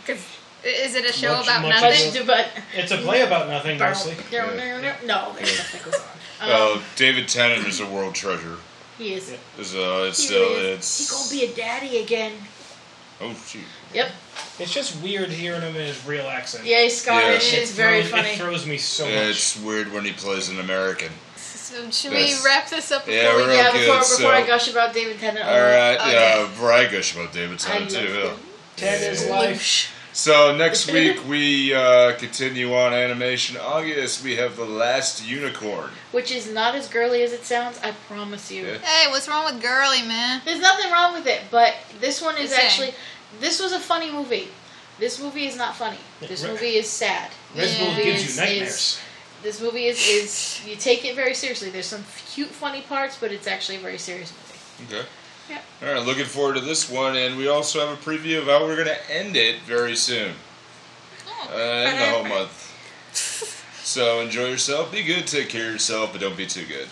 Speaker 2: Because Is it a show
Speaker 3: Much,
Speaker 2: about
Speaker 3: much
Speaker 2: nothing?
Speaker 3: more.
Speaker 5: But
Speaker 3: It's a play about nothing, mostly.
Speaker 5: no, no, no, no, there's stuff that goes on. Um,
Speaker 6: Uh, David Tennant is a world treasure.
Speaker 5: he is.
Speaker 6: Is uh, it's
Speaker 5: He
Speaker 6: still
Speaker 5: is. He
Speaker 6: it's.
Speaker 5: gonna be a daddy again.
Speaker 6: oh shoot.
Speaker 5: Yep.
Speaker 3: It's just weird hearing him in his real accent.
Speaker 5: Yay, Scottish.
Speaker 6: Yeah.
Speaker 5: It's very
Speaker 3: throws, It
Speaker 5: funny.
Speaker 3: throws me so much.
Speaker 6: It's weird when he plays an American.
Speaker 2: So should
Speaker 6: Yes.
Speaker 2: we wrap this up before
Speaker 6: Yeah,
Speaker 2: we
Speaker 6: we're
Speaker 2: get?
Speaker 5: Yeah,
Speaker 6: Okay,
Speaker 5: before, before I
Speaker 6: so-
Speaker 5: gush about David Tennant.
Speaker 6: uh,
Speaker 5: uh,
Speaker 6: All right,
Speaker 2: Okay.
Speaker 6: yeah, before I gush about David
Speaker 5: Oh, I
Speaker 6: Tennant too.
Speaker 5: love
Speaker 6: Yeah.
Speaker 3: Ted is life.
Speaker 6: So next week we uh, continue on animation August. We have the Last Unicorn.
Speaker 5: Which is not as girly as it sounds, I promise you.
Speaker 6: Yeah.
Speaker 2: Hey, what's wrong with girly man?
Speaker 5: There's nothing wrong with it, but this one is
Speaker 2: It's saying.
Speaker 5: actually. This was a funny movie. This movie is not funny. This
Speaker 3: Right.
Speaker 5: movie is sad.
Speaker 3: Red Bull
Speaker 2: Yeah.
Speaker 3: gives
Speaker 5: Is-
Speaker 3: you nightmares.
Speaker 5: This movie is, is you take it very seriously. There's some cute, funny parts, but it's actually a very serious movie.
Speaker 6: Okay.
Speaker 5: Yep.
Speaker 6: All right, looking forward to this one, and we also have a preview of how we're going to end it very soon. Uh, end the whole month. So enjoy yourself, be good, take care of yourself, but don't be too good.